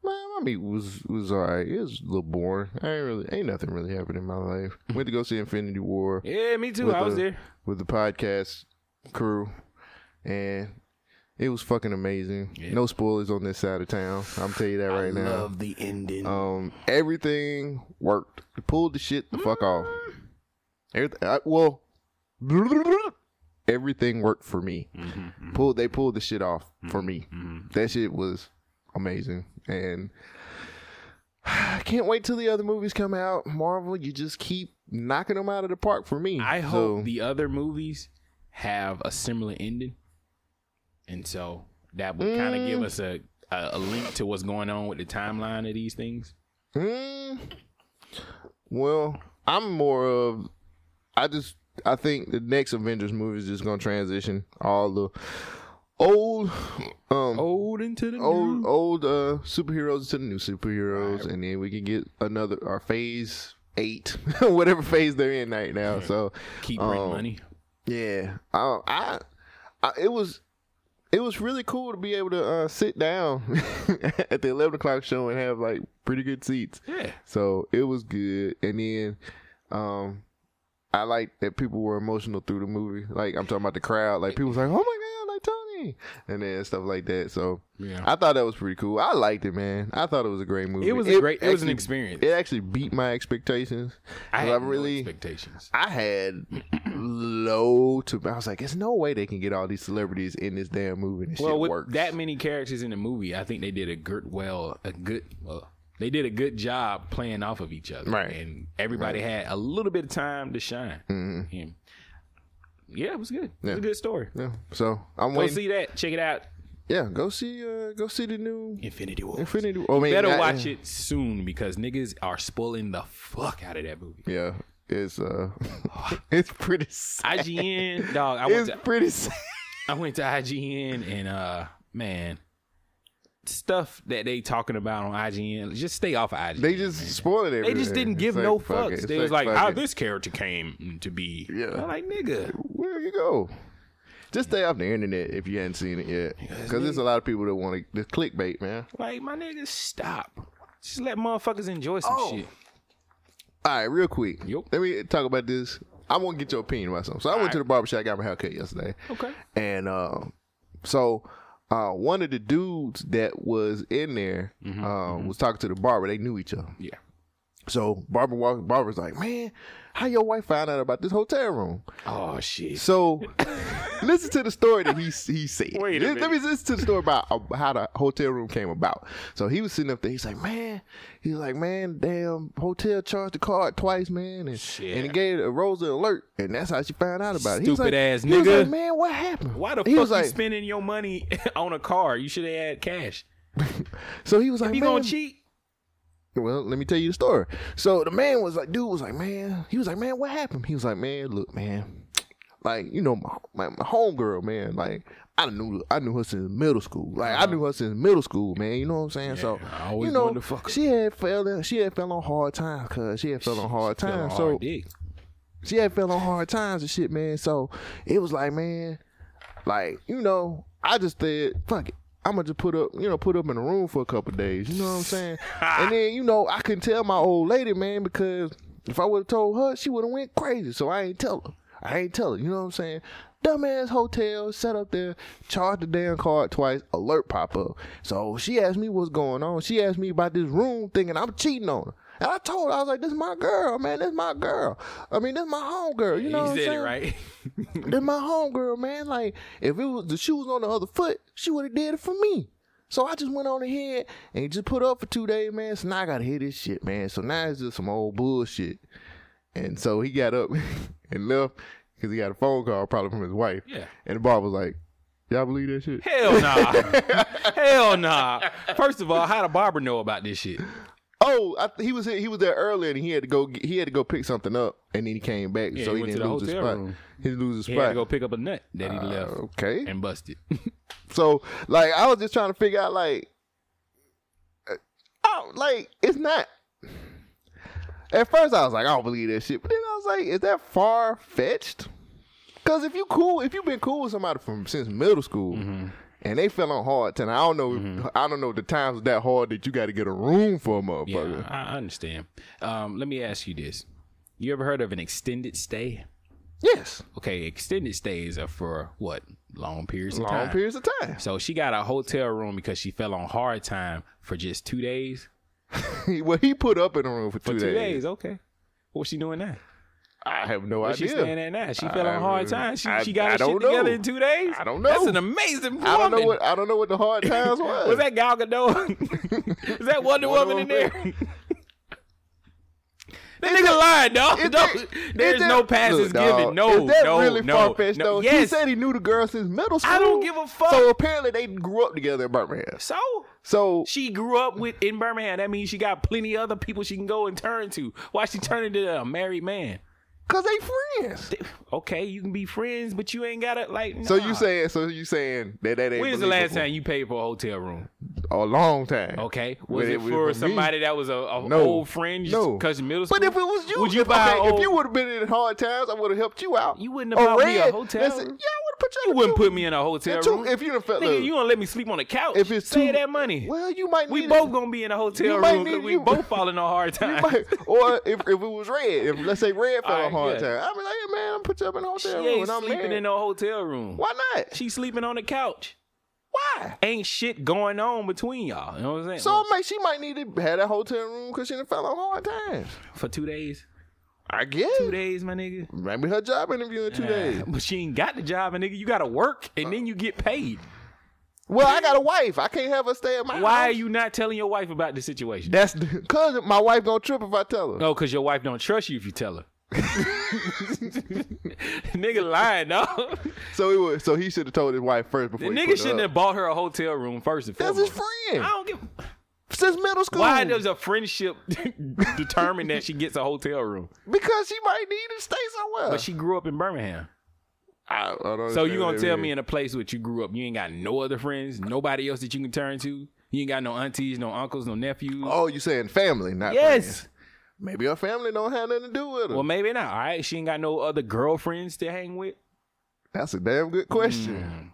[SPEAKER 2] Man, my meet was was alright. It was a little boring. I ain't really ain't nothing really happened in my life. Went to go see Infinity War
[SPEAKER 1] Yeah, me too.
[SPEAKER 2] with
[SPEAKER 1] I was
[SPEAKER 2] the-
[SPEAKER 1] there.
[SPEAKER 2] with the podcast crew, and it was fucking amazing. No spoilers on this side of town. I'm tell you that right now.
[SPEAKER 1] the ending.
[SPEAKER 2] Um, everything worked. It pulled the shit the fuck off. Everything. I, well, everything worked for me.
[SPEAKER 1] Mm-hmm,
[SPEAKER 2] Pulled. They pulled the shit off for me. That shit was amazing, and I can't wait till the other movies come out. Marvel, you just keep knocking them out of the park for me.
[SPEAKER 1] I
[SPEAKER 2] So,
[SPEAKER 1] hope the other movies have a similar ending, and so that would kind
[SPEAKER 2] Mm.
[SPEAKER 1] of give us a, a a link to what's going on with the timeline of these things.
[SPEAKER 2] Mm, well, I'm more of. I just. I think the next Avengers movie is just gonna transition all the old, um, old,
[SPEAKER 1] Old into the
[SPEAKER 2] old, uh, superheroes to the new superheroes, and then we can get another our phase eight, whatever phase they're in right now. So
[SPEAKER 1] keep bringing
[SPEAKER 2] um,
[SPEAKER 1] money.
[SPEAKER 2] yeah, I, I, I, it was, it was really cool to be able to uh, sit down at the eleven o'clock show and have like pretty good seats.
[SPEAKER 1] Yeah,
[SPEAKER 2] So it was good. And then um I like that people were emotional through the movie. Like I'm talking about the crowd. Like people was like, Oh my god, like Tony and then stuff like that. So
[SPEAKER 1] Yeah.
[SPEAKER 2] I thought that was pretty cool. I liked it, man. I thought it was a great movie.
[SPEAKER 1] It was a great- it was an experience.
[SPEAKER 2] It actually beat my expectations.
[SPEAKER 1] I
[SPEAKER 2] 'Cause
[SPEAKER 1] had
[SPEAKER 2] I
[SPEAKER 1] really no
[SPEAKER 2] really
[SPEAKER 1] expectations.
[SPEAKER 2] I had low to I was like, there's no way they can get all these celebrities in this damn movie and this
[SPEAKER 1] well,
[SPEAKER 2] shit
[SPEAKER 1] with
[SPEAKER 2] works.
[SPEAKER 1] that many characters in the movie, I think they did a good well, a good well, they did a good job playing off of each other,
[SPEAKER 2] Right.
[SPEAKER 1] And everybody had a little bit of time to shine. And yeah, it was good. It was
[SPEAKER 2] Mm-hmm. Yeah.
[SPEAKER 1] a good story.
[SPEAKER 2] yeah. So I'm
[SPEAKER 1] Go
[SPEAKER 2] waiting.
[SPEAKER 1] see that. Check it out.
[SPEAKER 2] yeah, go see uh go see the new
[SPEAKER 1] Infinity War.
[SPEAKER 2] Infinity. Oh, I mean,
[SPEAKER 1] Better
[SPEAKER 2] not-
[SPEAKER 1] watch it soon because niggas are spoiling the fuck out of that movie.
[SPEAKER 2] Yeah, is uh, it's pretty. Sad.
[SPEAKER 1] IGN, dog. I went
[SPEAKER 2] It's
[SPEAKER 1] to
[SPEAKER 2] pretty. Sad.
[SPEAKER 1] I went to IGN and uh man, stuff that they talking about on IGN, just stay off of IGN.
[SPEAKER 2] They just spoiled it.
[SPEAKER 1] They just didn't give no fucks. They was like, how this character came to be.
[SPEAKER 2] Yeah.
[SPEAKER 1] I'm like, nigga.
[SPEAKER 2] Where you go? Just stay off the internet if you hadn't seen it yet, because there's a lot of people that want to clickbait, man.
[SPEAKER 1] Like, my nigga, stop. Just let motherfuckers enjoy some
[SPEAKER 2] Oh,
[SPEAKER 1] shit.
[SPEAKER 2] All right, real quick.
[SPEAKER 1] Yup.
[SPEAKER 2] Let me talk about this. I want to get your opinion about something. So I went to the barbershop, got my hair cut yesterday.
[SPEAKER 1] Okay.
[SPEAKER 2] And uh, so uh, one of the dudes that was in there uh, was talking to the barber. They knew each other.
[SPEAKER 1] Mm-hmm, Yeah.
[SPEAKER 2] So barber walk, barber's like, man, how your wife found out about this hotel room?
[SPEAKER 1] Oh shit.
[SPEAKER 2] So listen to the story that he he said.
[SPEAKER 1] Wait a
[SPEAKER 2] let, let me listen to the story about uh, how the hotel room came about. So he was sitting up there. He's like, man, he's like, man, damn, hotel charged the card twice, man, and
[SPEAKER 1] Shit.
[SPEAKER 2] and it gave a Rosa alert, and that's how she found out about it. He was like-
[SPEAKER 1] Stupid ass
[SPEAKER 2] He was
[SPEAKER 1] nigga.
[SPEAKER 2] like, man, what happened?
[SPEAKER 1] Why the
[SPEAKER 2] he
[SPEAKER 1] fuck
[SPEAKER 2] was like,
[SPEAKER 1] you spending your money on a car? You should have had cash.
[SPEAKER 2] so he was like,
[SPEAKER 1] You
[SPEAKER 2] man,
[SPEAKER 1] gonna cheat?
[SPEAKER 2] Well, let me tell you the story. So the man was like, dude was like, man, he was like, man, what happened? He was like, man, look, man, like you know, my my, my homegirl, man, like I knew I knew her since middle school. Like I knew her since middle school, man. You know what I'm saying? so
[SPEAKER 1] Uh-huh. I always
[SPEAKER 2] you know,
[SPEAKER 1] wanted to fuck her.
[SPEAKER 2] she had fell in, she had fell on hard times, cause she had fell on hard
[SPEAKER 1] Fell on
[SPEAKER 2] times.
[SPEAKER 1] hard
[SPEAKER 2] So
[SPEAKER 1] dick.
[SPEAKER 2] she had fell on hard times and shit, man. So it was like, man, like you know, I just said, fuck it. I'm gonna just put up, you know, put up in a room for a couple of days. You know what I'm saying? and then you know, I couldn't tell my old lady, man, because if I would have told her, she would have went crazy. So I ain't tell her. I ain't tell her. You know what I'm saying? Dumbass hotel set up there, charge the damn card twice, alert pop up. So she asked me what's going on. She asked me about this room, thinking I'm cheating on her. And I told her, I was like, this is my girl, man. This is my girl. I mean, this is my homegirl. You know what I'm
[SPEAKER 1] he said
[SPEAKER 2] saying?
[SPEAKER 1] it right.
[SPEAKER 2] That's my homegirl, man. Like, if it was the shoe was on the other foot, she would have did it for me. So I just went on ahead and just put up for two days, man. So now I gotta hear this shit, man. So now it's just some old bullshit. And so he got up and left because he got a phone call probably from his wife.
[SPEAKER 1] Yeah.
[SPEAKER 2] And the bar was like, Y'all believe that shit?
[SPEAKER 1] Hell nah. Hell nah. First of all, how the barber know about this shit?
[SPEAKER 2] Oh, I, he was he was there earlier and he had to go get- he had to go pick something up and then he came back
[SPEAKER 1] Yeah,
[SPEAKER 2] so
[SPEAKER 1] he
[SPEAKER 2] he,
[SPEAKER 1] went to
[SPEAKER 2] didn't
[SPEAKER 1] the
[SPEAKER 2] lose his
[SPEAKER 1] hotel
[SPEAKER 2] spot.
[SPEAKER 1] room.
[SPEAKER 2] He didn't lose his
[SPEAKER 1] He
[SPEAKER 2] spot.
[SPEAKER 1] had to go pick up a nut that he left
[SPEAKER 2] okay.
[SPEAKER 1] and busted.
[SPEAKER 2] So like I was just trying to figure out like uh, oh like it's not at first I was like, I don't believe that shit. But then I was like, is that far fetched? Cause if you cool, if you've been cool with somebody from since middle school
[SPEAKER 1] Mm-hmm.
[SPEAKER 2] and they fell on hard time, I don't know I don't know if the times was that hard that you gotta get a room for a motherfucker.
[SPEAKER 1] yeah, I I understand. Um, let me ask you this: You ever heard of an extended stay?
[SPEAKER 2] Yes.
[SPEAKER 1] Okay, extended stays are for what long periods of
[SPEAKER 2] Long
[SPEAKER 1] time.
[SPEAKER 2] periods of time.
[SPEAKER 1] So she got a hotel room because she fell on hard time for just two days.
[SPEAKER 2] well, he put up in a room for two,
[SPEAKER 1] For
[SPEAKER 2] days.
[SPEAKER 1] two days, okay. What's she doing now?
[SPEAKER 2] I have no
[SPEAKER 1] Where she
[SPEAKER 2] idea.
[SPEAKER 1] staying at now? She fell
[SPEAKER 2] I-
[SPEAKER 1] on hard time. She,
[SPEAKER 2] I-
[SPEAKER 1] she got
[SPEAKER 2] I
[SPEAKER 1] her shit
[SPEAKER 2] don't know.
[SPEAKER 1] together in two days.
[SPEAKER 2] I don't
[SPEAKER 1] That's
[SPEAKER 2] know.
[SPEAKER 1] an amazing woman.
[SPEAKER 2] I don't know what I don't know what the hard times was.
[SPEAKER 1] Was that Gal Gadot? Is that Wonder, Woman in there? That nigga lying, dog.
[SPEAKER 2] Is
[SPEAKER 1] Don't-
[SPEAKER 2] that-
[SPEAKER 1] there's
[SPEAKER 2] is that-
[SPEAKER 1] no passes
[SPEAKER 2] Look, dawg,
[SPEAKER 1] given. No,
[SPEAKER 2] is that
[SPEAKER 1] no,
[SPEAKER 2] really
[SPEAKER 1] no,
[SPEAKER 2] far-fetched,
[SPEAKER 1] no.
[SPEAKER 2] Though he
[SPEAKER 1] Yes.
[SPEAKER 2] said he knew the girl since middle school.
[SPEAKER 1] I don't give a fuck.
[SPEAKER 2] So apparently they grew up together in Birmingham.
[SPEAKER 1] so
[SPEAKER 2] So
[SPEAKER 1] she grew up with in Birmingham. That means she got plenty other people she can go and turn to. Why she turning to a married man?
[SPEAKER 2] cause they friends.
[SPEAKER 1] Okay, you can be friends, but you ain't gotta like.
[SPEAKER 2] So
[SPEAKER 1] nah.
[SPEAKER 2] you saying so you saying that that ain't
[SPEAKER 1] When's the last
[SPEAKER 2] believable?
[SPEAKER 1] time you paid for a hotel room?
[SPEAKER 2] A long time.
[SPEAKER 1] Okay, was
[SPEAKER 2] When
[SPEAKER 1] it,
[SPEAKER 2] it was
[SPEAKER 1] for
[SPEAKER 2] for me?
[SPEAKER 1] somebody that was a, a
[SPEAKER 2] No.
[SPEAKER 1] old friend? Just
[SPEAKER 2] No.
[SPEAKER 1] cause middle school.
[SPEAKER 2] But if it was you,
[SPEAKER 1] would you
[SPEAKER 2] if,
[SPEAKER 1] buy?
[SPEAKER 2] okay,
[SPEAKER 1] old,
[SPEAKER 2] if you would have been in hard times, I would have helped you out.
[SPEAKER 1] You wouldn't have
[SPEAKER 2] Or
[SPEAKER 1] bought me a
[SPEAKER 2] Red,
[SPEAKER 1] hotel
[SPEAKER 2] listen,
[SPEAKER 1] room.
[SPEAKER 2] Yeah, I would have put you.
[SPEAKER 1] You wouldn't put me in a hotel
[SPEAKER 2] two-
[SPEAKER 1] room.
[SPEAKER 2] if you done felt-
[SPEAKER 1] nigga,
[SPEAKER 2] look.
[SPEAKER 1] you don't let me sleep on the couch.
[SPEAKER 2] If it's
[SPEAKER 1] Save
[SPEAKER 2] two-
[SPEAKER 1] that money.
[SPEAKER 2] Well, you might.
[SPEAKER 1] we
[SPEAKER 2] need
[SPEAKER 1] both
[SPEAKER 2] it.
[SPEAKER 1] gonna be in a hotel
[SPEAKER 2] You
[SPEAKER 1] room
[SPEAKER 2] might
[SPEAKER 1] 'cause
[SPEAKER 2] need-
[SPEAKER 1] we
[SPEAKER 2] you-
[SPEAKER 1] both falling on hard
[SPEAKER 2] You
[SPEAKER 1] times.
[SPEAKER 2] might- or if, if it was red, if let's say red fell
[SPEAKER 1] All
[SPEAKER 2] on
[SPEAKER 1] right,
[SPEAKER 2] hard
[SPEAKER 1] yeah.
[SPEAKER 2] time, I'd be like, hey, man, I'm put you up in a
[SPEAKER 1] She
[SPEAKER 2] hotel room
[SPEAKER 1] ain't
[SPEAKER 2] and I'm
[SPEAKER 1] sleeping
[SPEAKER 2] married.
[SPEAKER 1] in no hotel room.
[SPEAKER 2] Why not?
[SPEAKER 1] She sleeping on the couch.
[SPEAKER 2] Why?
[SPEAKER 1] Ain't shit going on between y'all. You know what I'm saying?
[SPEAKER 2] So it might- she might need to have that hotel room because she done fell on hard times.
[SPEAKER 1] for two days,
[SPEAKER 2] I guess.
[SPEAKER 1] two days, my nigga.
[SPEAKER 2] Maybe her job interview in two days.
[SPEAKER 1] But she ain't got the job, and nigga, you gotta work and then you get paid.
[SPEAKER 2] Well, I got a wife. I can't have her stay at my
[SPEAKER 1] Why are
[SPEAKER 2] house.
[SPEAKER 1] you not telling your wife about the situation?
[SPEAKER 2] That's because my wife gonna trip if I tell her.
[SPEAKER 1] No, because your wife don't trust you if you tell her. nigga lying, dog.
[SPEAKER 2] So it was. So he should have told his wife first
[SPEAKER 1] The
[SPEAKER 2] before. he
[SPEAKER 1] nigga
[SPEAKER 2] put her
[SPEAKER 1] shouldn't
[SPEAKER 2] up.
[SPEAKER 1] have bought her a hotel room first and
[SPEAKER 2] That's
[SPEAKER 1] foremost.
[SPEAKER 2] his
[SPEAKER 1] I
[SPEAKER 2] friend.
[SPEAKER 1] don't give.
[SPEAKER 2] since middle school.
[SPEAKER 1] Why does a friendship determine that she gets a hotel room?
[SPEAKER 2] Because she might need to stay somewhere.
[SPEAKER 1] But she grew up in Birmingham.
[SPEAKER 2] I, I don't
[SPEAKER 1] So
[SPEAKER 2] understand
[SPEAKER 1] you gonna
[SPEAKER 2] that,
[SPEAKER 1] tell
[SPEAKER 2] man.
[SPEAKER 1] me in a place where you grew up, you ain't got no other friends, nobody else that you can turn to. You ain't got no aunties, no uncles, no nephews.
[SPEAKER 2] Oh, you saying family, not
[SPEAKER 6] Yes.
[SPEAKER 2] friends. Maybe her family don't have nothing to do with her.
[SPEAKER 1] Well, maybe not. All right, she ain't got no other girlfriends to hang with. Hmm.
[SPEAKER 2] That's a damn good question.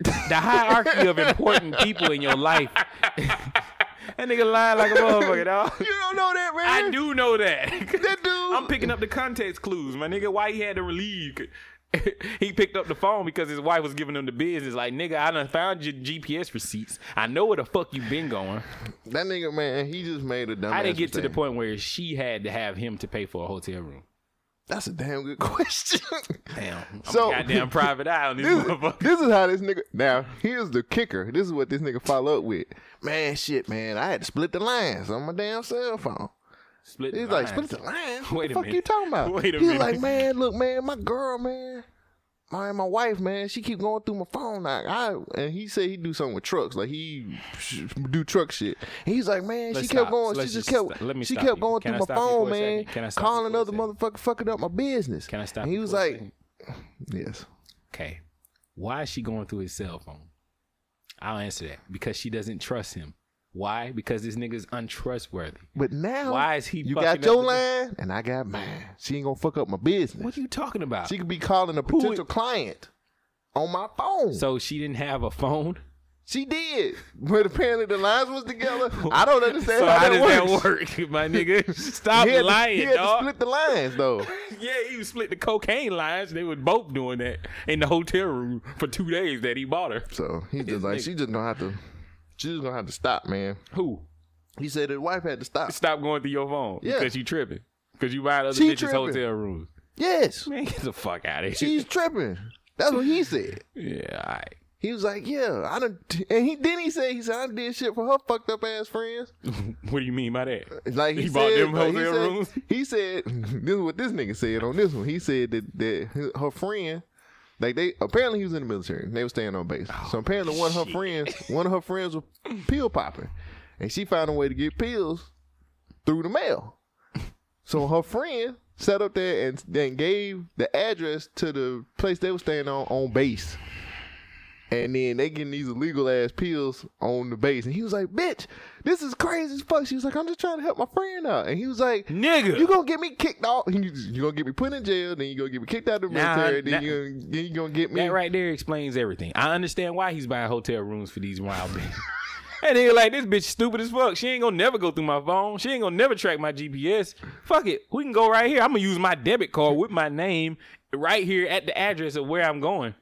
[SPEAKER 1] The hierarchy of important people in your life. that nigga lying like a motherfucker, dog.
[SPEAKER 2] You don't know that, man.
[SPEAKER 1] I do know that.
[SPEAKER 2] That dude.
[SPEAKER 1] I'm picking up the context clues, my nigga. Why he had to leave? he picked up the phone because his wife was giving him the business. Like, nigga, I done found your GPS receipts. I know where the fuck you been going.
[SPEAKER 2] That nigga, man, he just made a dumb.
[SPEAKER 1] I didn't get to the point where she had to have him to pay for a hotel room.
[SPEAKER 2] That's a damn good question.
[SPEAKER 1] Damn. I'm
[SPEAKER 2] So-
[SPEAKER 1] a goddamn private eye on this
[SPEAKER 2] this,
[SPEAKER 1] motherfucker.
[SPEAKER 2] this is how this nigga. Now here's the kicker. This is what this nigga follow up with. Man, shit, man, I had to split the lines on my damn cell phone.
[SPEAKER 1] Split
[SPEAKER 2] He's
[SPEAKER 1] the
[SPEAKER 2] like,
[SPEAKER 1] lines.
[SPEAKER 2] split the line. What
[SPEAKER 1] Wait
[SPEAKER 2] the
[SPEAKER 1] a
[SPEAKER 2] fuck
[SPEAKER 1] minute.
[SPEAKER 2] you talking about?
[SPEAKER 1] Wait a
[SPEAKER 2] He's
[SPEAKER 1] minute.
[SPEAKER 2] like, man, look, man, my girl, man, my my wife, man, she keep going through my phone. Like, I and he said he do something with trucks, like he do truck shit. He's like, man,
[SPEAKER 1] Let's
[SPEAKER 2] she kept
[SPEAKER 1] stop.
[SPEAKER 2] going,
[SPEAKER 1] Let's
[SPEAKER 2] she just
[SPEAKER 1] just
[SPEAKER 2] kept,
[SPEAKER 1] st- let me
[SPEAKER 2] she
[SPEAKER 1] stop
[SPEAKER 2] kept
[SPEAKER 1] you.
[SPEAKER 2] going
[SPEAKER 1] Can I
[SPEAKER 2] through my
[SPEAKER 1] stop you for
[SPEAKER 2] phone,
[SPEAKER 1] a second?
[SPEAKER 2] man,
[SPEAKER 1] Can I stop you
[SPEAKER 2] calling
[SPEAKER 1] for a
[SPEAKER 2] other
[SPEAKER 1] second?
[SPEAKER 2] motherfucker fucking up my business.
[SPEAKER 1] Can I stop
[SPEAKER 2] And he
[SPEAKER 1] you
[SPEAKER 2] was
[SPEAKER 1] for a
[SPEAKER 2] like,
[SPEAKER 1] second?
[SPEAKER 2] yes,
[SPEAKER 1] okay, why is she going through his cell phone? I'll answer that because she doesn't trust him. Why? Because this nigga's untrustworthy.
[SPEAKER 2] but now
[SPEAKER 1] Why is he
[SPEAKER 2] You
[SPEAKER 1] fucking
[SPEAKER 2] got
[SPEAKER 1] up
[SPEAKER 2] your
[SPEAKER 1] with
[SPEAKER 2] line, and I got mine. She ain't gonna fuck up my business.
[SPEAKER 1] What are you talking about?
[SPEAKER 2] She could be calling a
[SPEAKER 1] Who-
[SPEAKER 2] potential client on my phone.
[SPEAKER 1] so she didn't have a phone.
[SPEAKER 2] She did, but apparently the lines was together. I don't understand
[SPEAKER 1] so
[SPEAKER 2] how,
[SPEAKER 1] how
[SPEAKER 2] that
[SPEAKER 1] does
[SPEAKER 2] works.
[SPEAKER 1] that work, my nigga? Stop
[SPEAKER 2] He had, to,
[SPEAKER 1] lying,
[SPEAKER 2] he had to
[SPEAKER 1] dog.
[SPEAKER 2] split the lines though.
[SPEAKER 1] yeah, he was split the cocaine lines. They were both doing that in the hotel room for two days that he bought her.
[SPEAKER 2] So he's just like,
[SPEAKER 1] nigga-
[SPEAKER 2] she just gonna have to, she just gonna have to stop, man.
[SPEAKER 1] Who?
[SPEAKER 2] He said his wife had to stop.
[SPEAKER 1] Stop going through your phone
[SPEAKER 2] Yeah.
[SPEAKER 1] because you tripping. Because you buying other
[SPEAKER 2] She
[SPEAKER 1] bitches
[SPEAKER 2] tripping.
[SPEAKER 1] hotel rooms.
[SPEAKER 2] Yes,
[SPEAKER 1] Man, get the fuck out of here.
[SPEAKER 2] she's tripping. That's what he said.
[SPEAKER 1] yeah, all right.
[SPEAKER 2] He was like, yeah, I done, and he then he said, he said, I did shit for her fucked up ass friends.
[SPEAKER 1] What do you mean by that?
[SPEAKER 2] Like he,
[SPEAKER 1] He bought
[SPEAKER 2] said,
[SPEAKER 1] them
[SPEAKER 2] like,
[SPEAKER 1] hotel
[SPEAKER 2] he
[SPEAKER 1] rooms?
[SPEAKER 2] said, he said, this is what this nigga said on this one. He said that, that her friend, like they apparently he was in the military. And they were staying on base.
[SPEAKER 1] Oh,
[SPEAKER 2] so apparently one of her friends, one of her friends was pill popping, and she found a way to get pills through the mail. So her friend sat up there and then gave the address to the place they were staying on on base. And then they getting these illegal ass pills on the base. And he was like, bitch, this is crazy as fuck. She was like, I'm just trying to help my friend out. And he was like,
[SPEAKER 1] Nigga.
[SPEAKER 2] You gonna get me kicked off. You, you gonna get me put in jail. Then you gonna get me kicked out of the
[SPEAKER 1] Nah,
[SPEAKER 2] military. Then
[SPEAKER 1] nah.
[SPEAKER 2] you gonna, then you gonna get me.
[SPEAKER 1] That right there explains everything. I understand why he's buying hotel rooms for these wild bitches. And they like, this bitch stupid as fuck. She ain't gonna never go through my phone. She ain't gonna never track my GPS. Fuck it. We can go right here. I'm gonna use my debit card with my name right here at the address of where I'm going.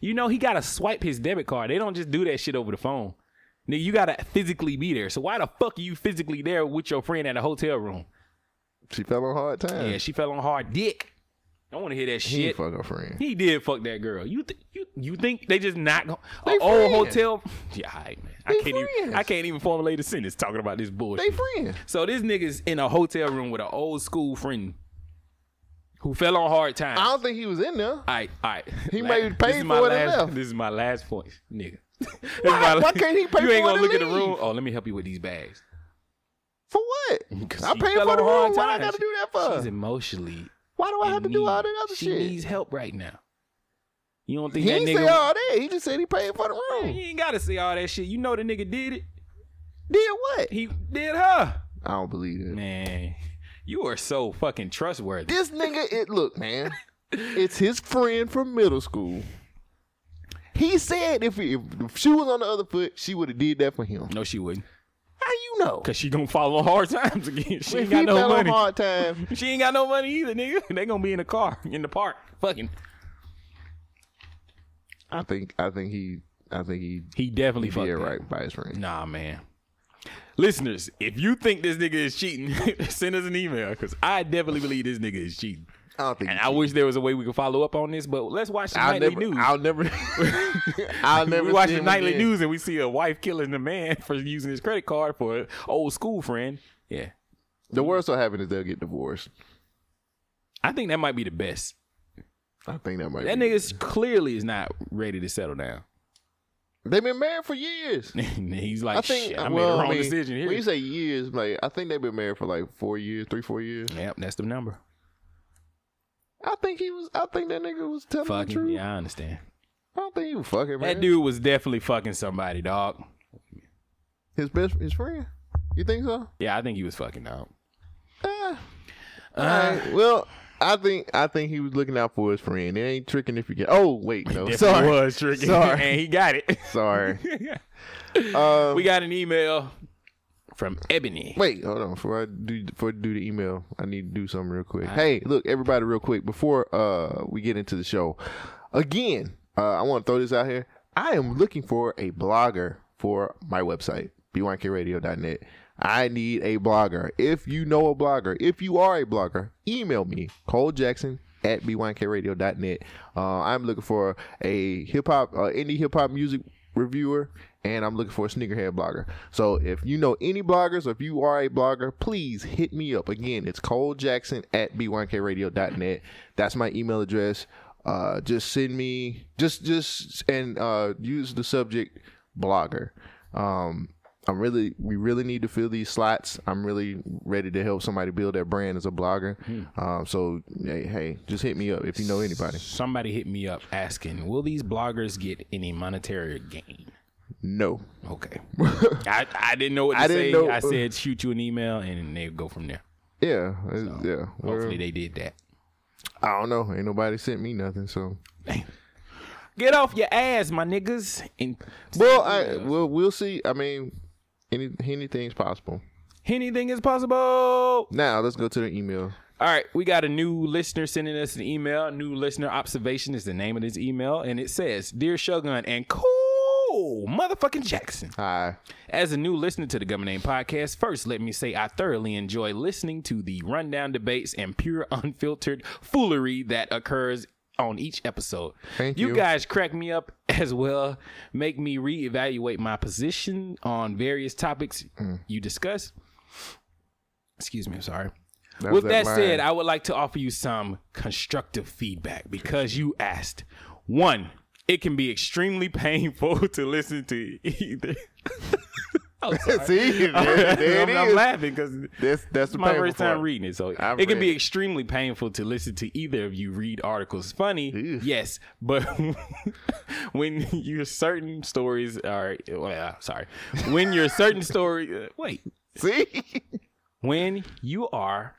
[SPEAKER 1] You know, he gotta swipe his debit card. They don't just do that shit over the phone. Nigga, you gotta physically be there. So why the fuck are you physically there with your friend at a hotel room?
[SPEAKER 2] She fell on hard times.
[SPEAKER 1] Yeah, she fell on hard dick. Don't wanna hear that
[SPEAKER 2] she
[SPEAKER 1] shit.
[SPEAKER 2] fuck her friend.
[SPEAKER 1] He did fuck that girl. You th- you you think they just not going
[SPEAKER 2] They
[SPEAKER 1] an old
[SPEAKER 2] friends.
[SPEAKER 1] hotel? Yeah, all right, man. I
[SPEAKER 2] They
[SPEAKER 1] can't even I
[SPEAKER 2] friends.
[SPEAKER 1] can't even formulate a sentence talking about this
[SPEAKER 2] They
[SPEAKER 1] bullshit.
[SPEAKER 2] friend.
[SPEAKER 1] so this nigga's in a hotel room with an old school friend who fell on hard times.
[SPEAKER 2] I
[SPEAKER 1] All
[SPEAKER 2] don't think he was in there.
[SPEAKER 1] right, all right.
[SPEAKER 2] He
[SPEAKER 1] La-
[SPEAKER 2] made- paid
[SPEAKER 1] this is my
[SPEAKER 2] for it and
[SPEAKER 1] last-
[SPEAKER 2] left.
[SPEAKER 1] This is my last point, nigga. This is
[SPEAKER 2] Why-
[SPEAKER 1] my-
[SPEAKER 2] why can't he pay for
[SPEAKER 1] You ain't
[SPEAKER 2] it
[SPEAKER 1] gonna
[SPEAKER 2] and
[SPEAKER 1] look in the
[SPEAKER 2] leave?
[SPEAKER 1] room. Oh, let me help you with these bags.
[SPEAKER 2] For what?
[SPEAKER 1] 'Cause
[SPEAKER 2] I
[SPEAKER 1] she
[SPEAKER 2] paid
[SPEAKER 1] fell
[SPEAKER 2] for
[SPEAKER 1] on
[SPEAKER 2] the room.
[SPEAKER 1] hard
[SPEAKER 2] Why I
[SPEAKER 1] times.
[SPEAKER 2] gotta do that
[SPEAKER 1] She's
[SPEAKER 2] for?
[SPEAKER 1] emotionally.
[SPEAKER 2] Why do I have to
[SPEAKER 1] in
[SPEAKER 2] do
[SPEAKER 1] need.
[SPEAKER 2] all that other
[SPEAKER 1] she
[SPEAKER 2] shit?
[SPEAKER 1] She needs help right now. You don't think
[SPEAKER 2] He
[SPEAKER 1] that
[SPEAKER 2] didn't
[SPEAKER 1] nigga?
[SPEAKER 2] say all that. He just said he paid for the
[SPEAKER 1] You
[SPEAKER 2] room.
[SPEAKER 1] ain't gotta say all that shit. You know the nigga did it.
[SPEAKER 2] Did what?
[SPEAKER 1] He did her.
[SPEAKER 2] I don't believe it.
[SPEAKER 1] Man, you are so fucking trustworthy.
[SPEAKER 2] This nigga, it look, man. It's his friend from middle school. He said if, he, if she was on the other foot, she would have did that for him.
[SPEAKER 1] No, she wouldn't.
[SPEAKER 2] How you know?
[SPEAKER 1] Cause she gonna fall on hard times again.
[SPEAKER 2] If
[SPEAKER 1] She ain't
[SPEAKER 2] he
[SPEAKER 1] got no
[SPEAKER 2] fell on
[SPEAKER 1] money.
[SPEAKER 2] hard time,
[SPEAKER 1] She ain't got no money either, nigga. They gonna be in the car, in the park, fucking.
[SPEAKER 2] I think I think he I think he
[SPEAKER 1] He definitely
[SPEAKER 2] did
[SPEAKER 1] fucked that.
[SPEAKER 2] right by his friend.
[SPEAKER 1] Nah, man. Listeners, if you think this nigga is cheating, send us an email. Cause I definitely believe this nigga is cheating.
[SPEAKER 2] I don't think.
[SPEAKER 1] And I wish there was a way we could follow up on this, but let's watch the
[SPEAKER 2] I'll
[SPEAKER 1] nightly
[SPEAKER 2] never,
[SPEAKER 1] news.
[SPEAKER 2] I'll never. I'll never.
[SPEAKER 1] we watch
[SPEAKER 2] see
[SPEAKER 1] the
[SPEAKER 2] him
[SPEAKER 1] nightly
[SPEAKER 2] again.
[SPEAKER 1] news and we see a wife killing the man for using his credit card for an old school friend. Yeah.
[SPEAKER 2] The worst will happen is they'll get divorced.
[SPEAKER 1] I think that might be the best.
[SPEAKER 2] I think that might.
[SPEAKER 1] That
[SPEAKER 2] be.
[SPEAKER 1] nigga's clearly is not ready to settle down.
[SPEAKER 2] They've been married for years.
[SPEAKER 1] And he's
[SPEAKER 2] I
[SPEAKER 1] like,
[SPEAKER 2] think.
[SPEAKER 1] shit, I made
[SPEAKER 2] well,
[SPEAKER 1] the wrong
[SPEAKER 2] I mean,
[SPEAKER 1] decision here.
[SPEAKER 2] When you say years, like I think they've been married for like four years, three, four years.
[SPEAKER 1] yep, that's the number.
[SPEAKER 2] I think he was. I think that nigga was telling the
[SPEAKER 1] Fucking,
[SPEAKER 2] truth.
[SPEAKER 1] yeah, I understand.
[SPEAKER 2] I don't think he was fucking man.
[SPEAKER 1] That dude was definitely fucking somebody, dog.
[SPEAKER 2] his best, his friend. You think so?
[SPEAKER 1] Yeah, I think he was fucking dog.
[SPEAKER 2] Eh.
[SPEAKER 1] Uh,
[SPEAKER 2] Alright, Well, I think I think he was looking out for his friend. It ain't tricking if you get. Oh wait, no,
[SPEAKER 1] Definitely
[SPEAKER 2] sorry,
[SPEAKER 1] was tricking,
[SPEAKER 2] Sorry,
[SPEAKER 1] and he got it.
[SPEAKER 2] sorry. Um,
[SPEAKER 1] we got an email from Ebony.
[SPEAKER 2] Wait, hold on. Before I do before I do the email, I need to do something real quick. Hey, look, everybody, real quick before uh we get into the show. Again, uh, I want to throw this out here. I am looking for a blogger for my website, bynkradio.net. I need a blogger. If you know a blogger, if you are a blogger, email me, Cole Jackson at bynkradio.net. Uh, I'm looking for a hip hop, uh, indie hip hop music reviewer, and I'm looking for a sneakerhead blogger. So if you know any bloggers, or if you are a blogger, please hit me up. Again, it's Cole Jackson at b1kradio.net. That's my email address. Uh, just send me just just and uh, use the subject blogger. Um, I'm really we really need to fill these slots. I'm really ready to help somebody build their brand as a blogger. Um, so hey, hey, just hit me up if you know anybody.
[SPEAKER 1] Somebody hit me up asking, "Will these bloggers get any monetary gain?"
[SPEAKER 2] No.
[SPEAKER 1] Okay, I, I didn't know what to
[SPEAKER 2] I
[SPEAKER 1] say.
[SPEAKER 2] didn't know-
[SPEAKER 1] I said, "Shoot you an email," and they go from there.
[SPEAKER 2] Yeah, uh, yeah. We're-
[SPEAKER 1] Hopefully, they did that.
[SPEAKER 2] I don't know. Ain't nobody sent me nothing. So
[SPEAKER 1] Get off your ass, my niggas. And
[SPEAKER 2] well, I we'll we'll see. I mean, any anything's possible.
[SPEAKER 1] anything is possible.
[SPEAKER 2] Now let's go to the email.
[SPEAKER 1] All right, we got a new listener sending us an email. New listener observation is the name of this email, and it says, "Dear Shogun and cool motherfucking Jackson."
[SPEAKER 2] Hi.
[SPEAKER 1] As a new listener to the Government Name podcast, first let me say I thoroughly enjoy listening to the rundown debates and pure unfiltered foolery that occurs on each episode.
[SPEAKER 2] Thank you.
[SPEAKER 1] guys crack me up as well, make me reevaluate my position on various topics
[SPEAKER 2] Mm.
[SPEAKER 1] you discuss. Excuse me, I'm sorry.
[SPEAKER 2] was
[SPEAKER 1] With
[SPEAKER 2] that
[SPEAKER 1] that,
[SPEAKER 2] line.
[SPEAKER 1] said, I would like to offer you some constructive feedback because you asked. One, it can be extremely painful to listen to either. I'm Oh, sorry.
[SPEAKER 2] see, there, there it
[SPEAKER 1] I'm, I'm
[SPEAKER 2] is.
[SPEAKER 1] laughing because
[SPEAKER 2] That's that's the
[SPEAKER 1] it's my
[SPEAKER 2] painful
[SPEAKER 1] first time
[SPEAKER 2] part.
[SPEAKER 1] reading it, so
[SPEAKER 2] I've
[SPEAKER 1] it can be
[SPEAKER 2] read it.
[SPEAKER 1] extremely painful to listen to either of you read articles. Funny,
[SPEAKER 2] Ew.
[SPEAKER 1] yes, but when your certain stories are, well, uh, sorry, when your certain story, uh, wait,
[SPEAKER 2] See,
[SPEAKER 1] when you are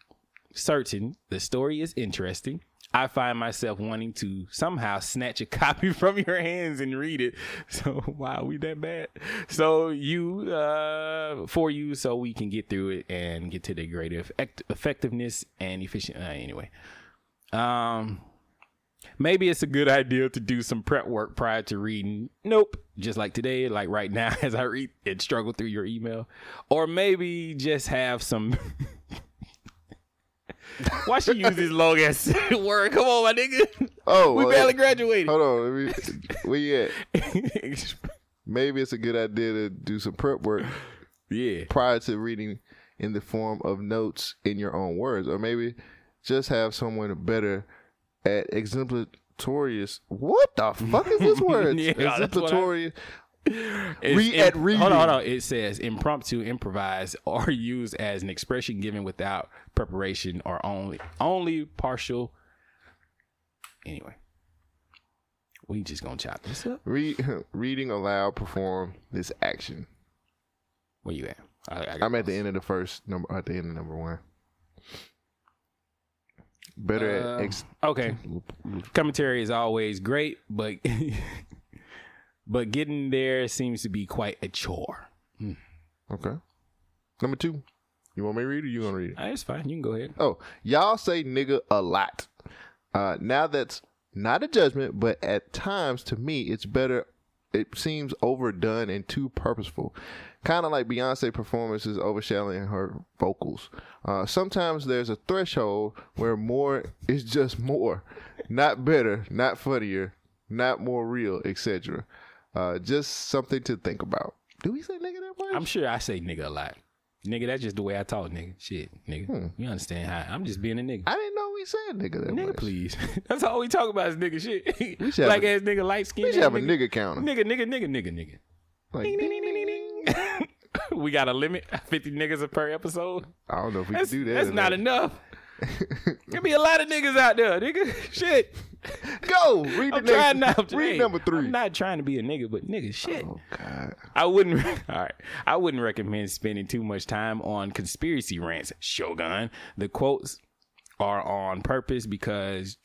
[SPEAKER 1] certain the story is interesting, I find myself wanting to somehow snatch a copy from your hands and read it. So wow, we that bad. So you uh for you so we can get through it and get to the greater effect- effectiveness and efficient uh, anyway. Um Maybe it's a good idea to do some prep work prior to reading. Nope. Just like today, like right now, as I read and struggle through your email. Or maybe just have some. Why she use this long ass word? Come on, my nigga.
[SPEAKER 2] oh,
[SPEAKER 1] We
[SPEAKER 2] well,
[SPEAKER 1] barely graduated.
[SPEAKER 2] Hold on, let me, where you at? Maybe it's a good idea to do some prep work
[SPEAKER 1] yeah.
[SPEAKER 2] prior to reading in the form of notes in your own words, or maybe just have someone better at exemplatorious. What the fuck is this word?
[SPEAKER 1] Yeah, that's what I-
[SPEAKER 2] exemplatorious.
[SPEAKER 1] It's
[SPEAKER 2] Re-
[SPEAKER 1] in-
[SPEAKER 2] at reading.
[SPEAKER 1] Hold on, hold on. It says impromptu, improvise, or used as an expression given without preparation or only only partial. Anyway, we just gonna chop this up.
[SPEAKER 2] Re- reading aloud, perform this action.
[SPEAKER 1] Where you at? I, I got-
[SPEAKER 2] I'm at the end of the first number. At the end of number one. Better
[SPEAKER 1] Uh,
[SPEAKER 2] at ex-
[SPEAKER 1] okay. Commentary is always great, but but getting there seems to be quite a chore.
[SPEAKER 2] okay. Number two. You want me to read it? Or you gonna read it?
[SPEAKER 1] Ah, it's fine. You can go ahead.
[SPEAKER 2] Oh, y'all say nigga a lot. Uh, now that's not a judgment, but at times to me, it's better. It seems overdone and too purposeful. Kind of like Beyonce performances overshadowing her vocals. Uh, sometimes there's a threshold where more is just more. Not better, not funnier, not more real, etc. Uh, just something to think about. Do we say nigga that much?
[SPEAKER 1] I'm sure I say nigga a lot. Nigga, that's just the way I talk, nigga. Shit, nigga. You understand how I'm just being a nigga.
[SPEAKER 2] Hmm. I didn't know we said nigga that
[SPEAKER 1] nigga,
[SPEAKER 2] much.
[SPEAKER 1] please. that's all we talk about is nigga shit.
[SPEAKER 2] We should have
[SPEAKER 1] Black
[SPEAKER 2] a-
[SPEAKER 1] ass nigga, light skin.
[SPEAKER 2] We should have a nigga counter.
[SPEAKER 1] Nigga, nigga, nigga, nigga, nigga.
[SPEAKER 2] Like,
[SPEAKER 1] Ding, ding, ding, ding, ding, ding. we got a limit, fifty niggas per episode.
[SPEAKER 2] I don't know if we
[SPEAKER 1] That's,
[SPEAKER 2] can do that.
[SPEAKER 1] that's
[SPEAKER 2] or
[SPEAKER 1] not enough. There be a lot of niggas out there, nigga. Shit.
[SPEAKER 2] Go read the
[SPEAKER 1] I'm
[SPEAKER 2] next-
[SPEAKER 1] trying not to.
[SPEAKER 2] Read
[SPEAKER 1] hey,
[SPEAKER 2] number three.
[SPEAKER 1] I'm not trying to be a nigga, but nigga, shit.
[SPEAKER 2] Oh God.
[SPEAKER 1] I wouldn't. All right, I wouldn't recommend spending too much time on conspiracy rants, Shogun. The quotes are on purpose because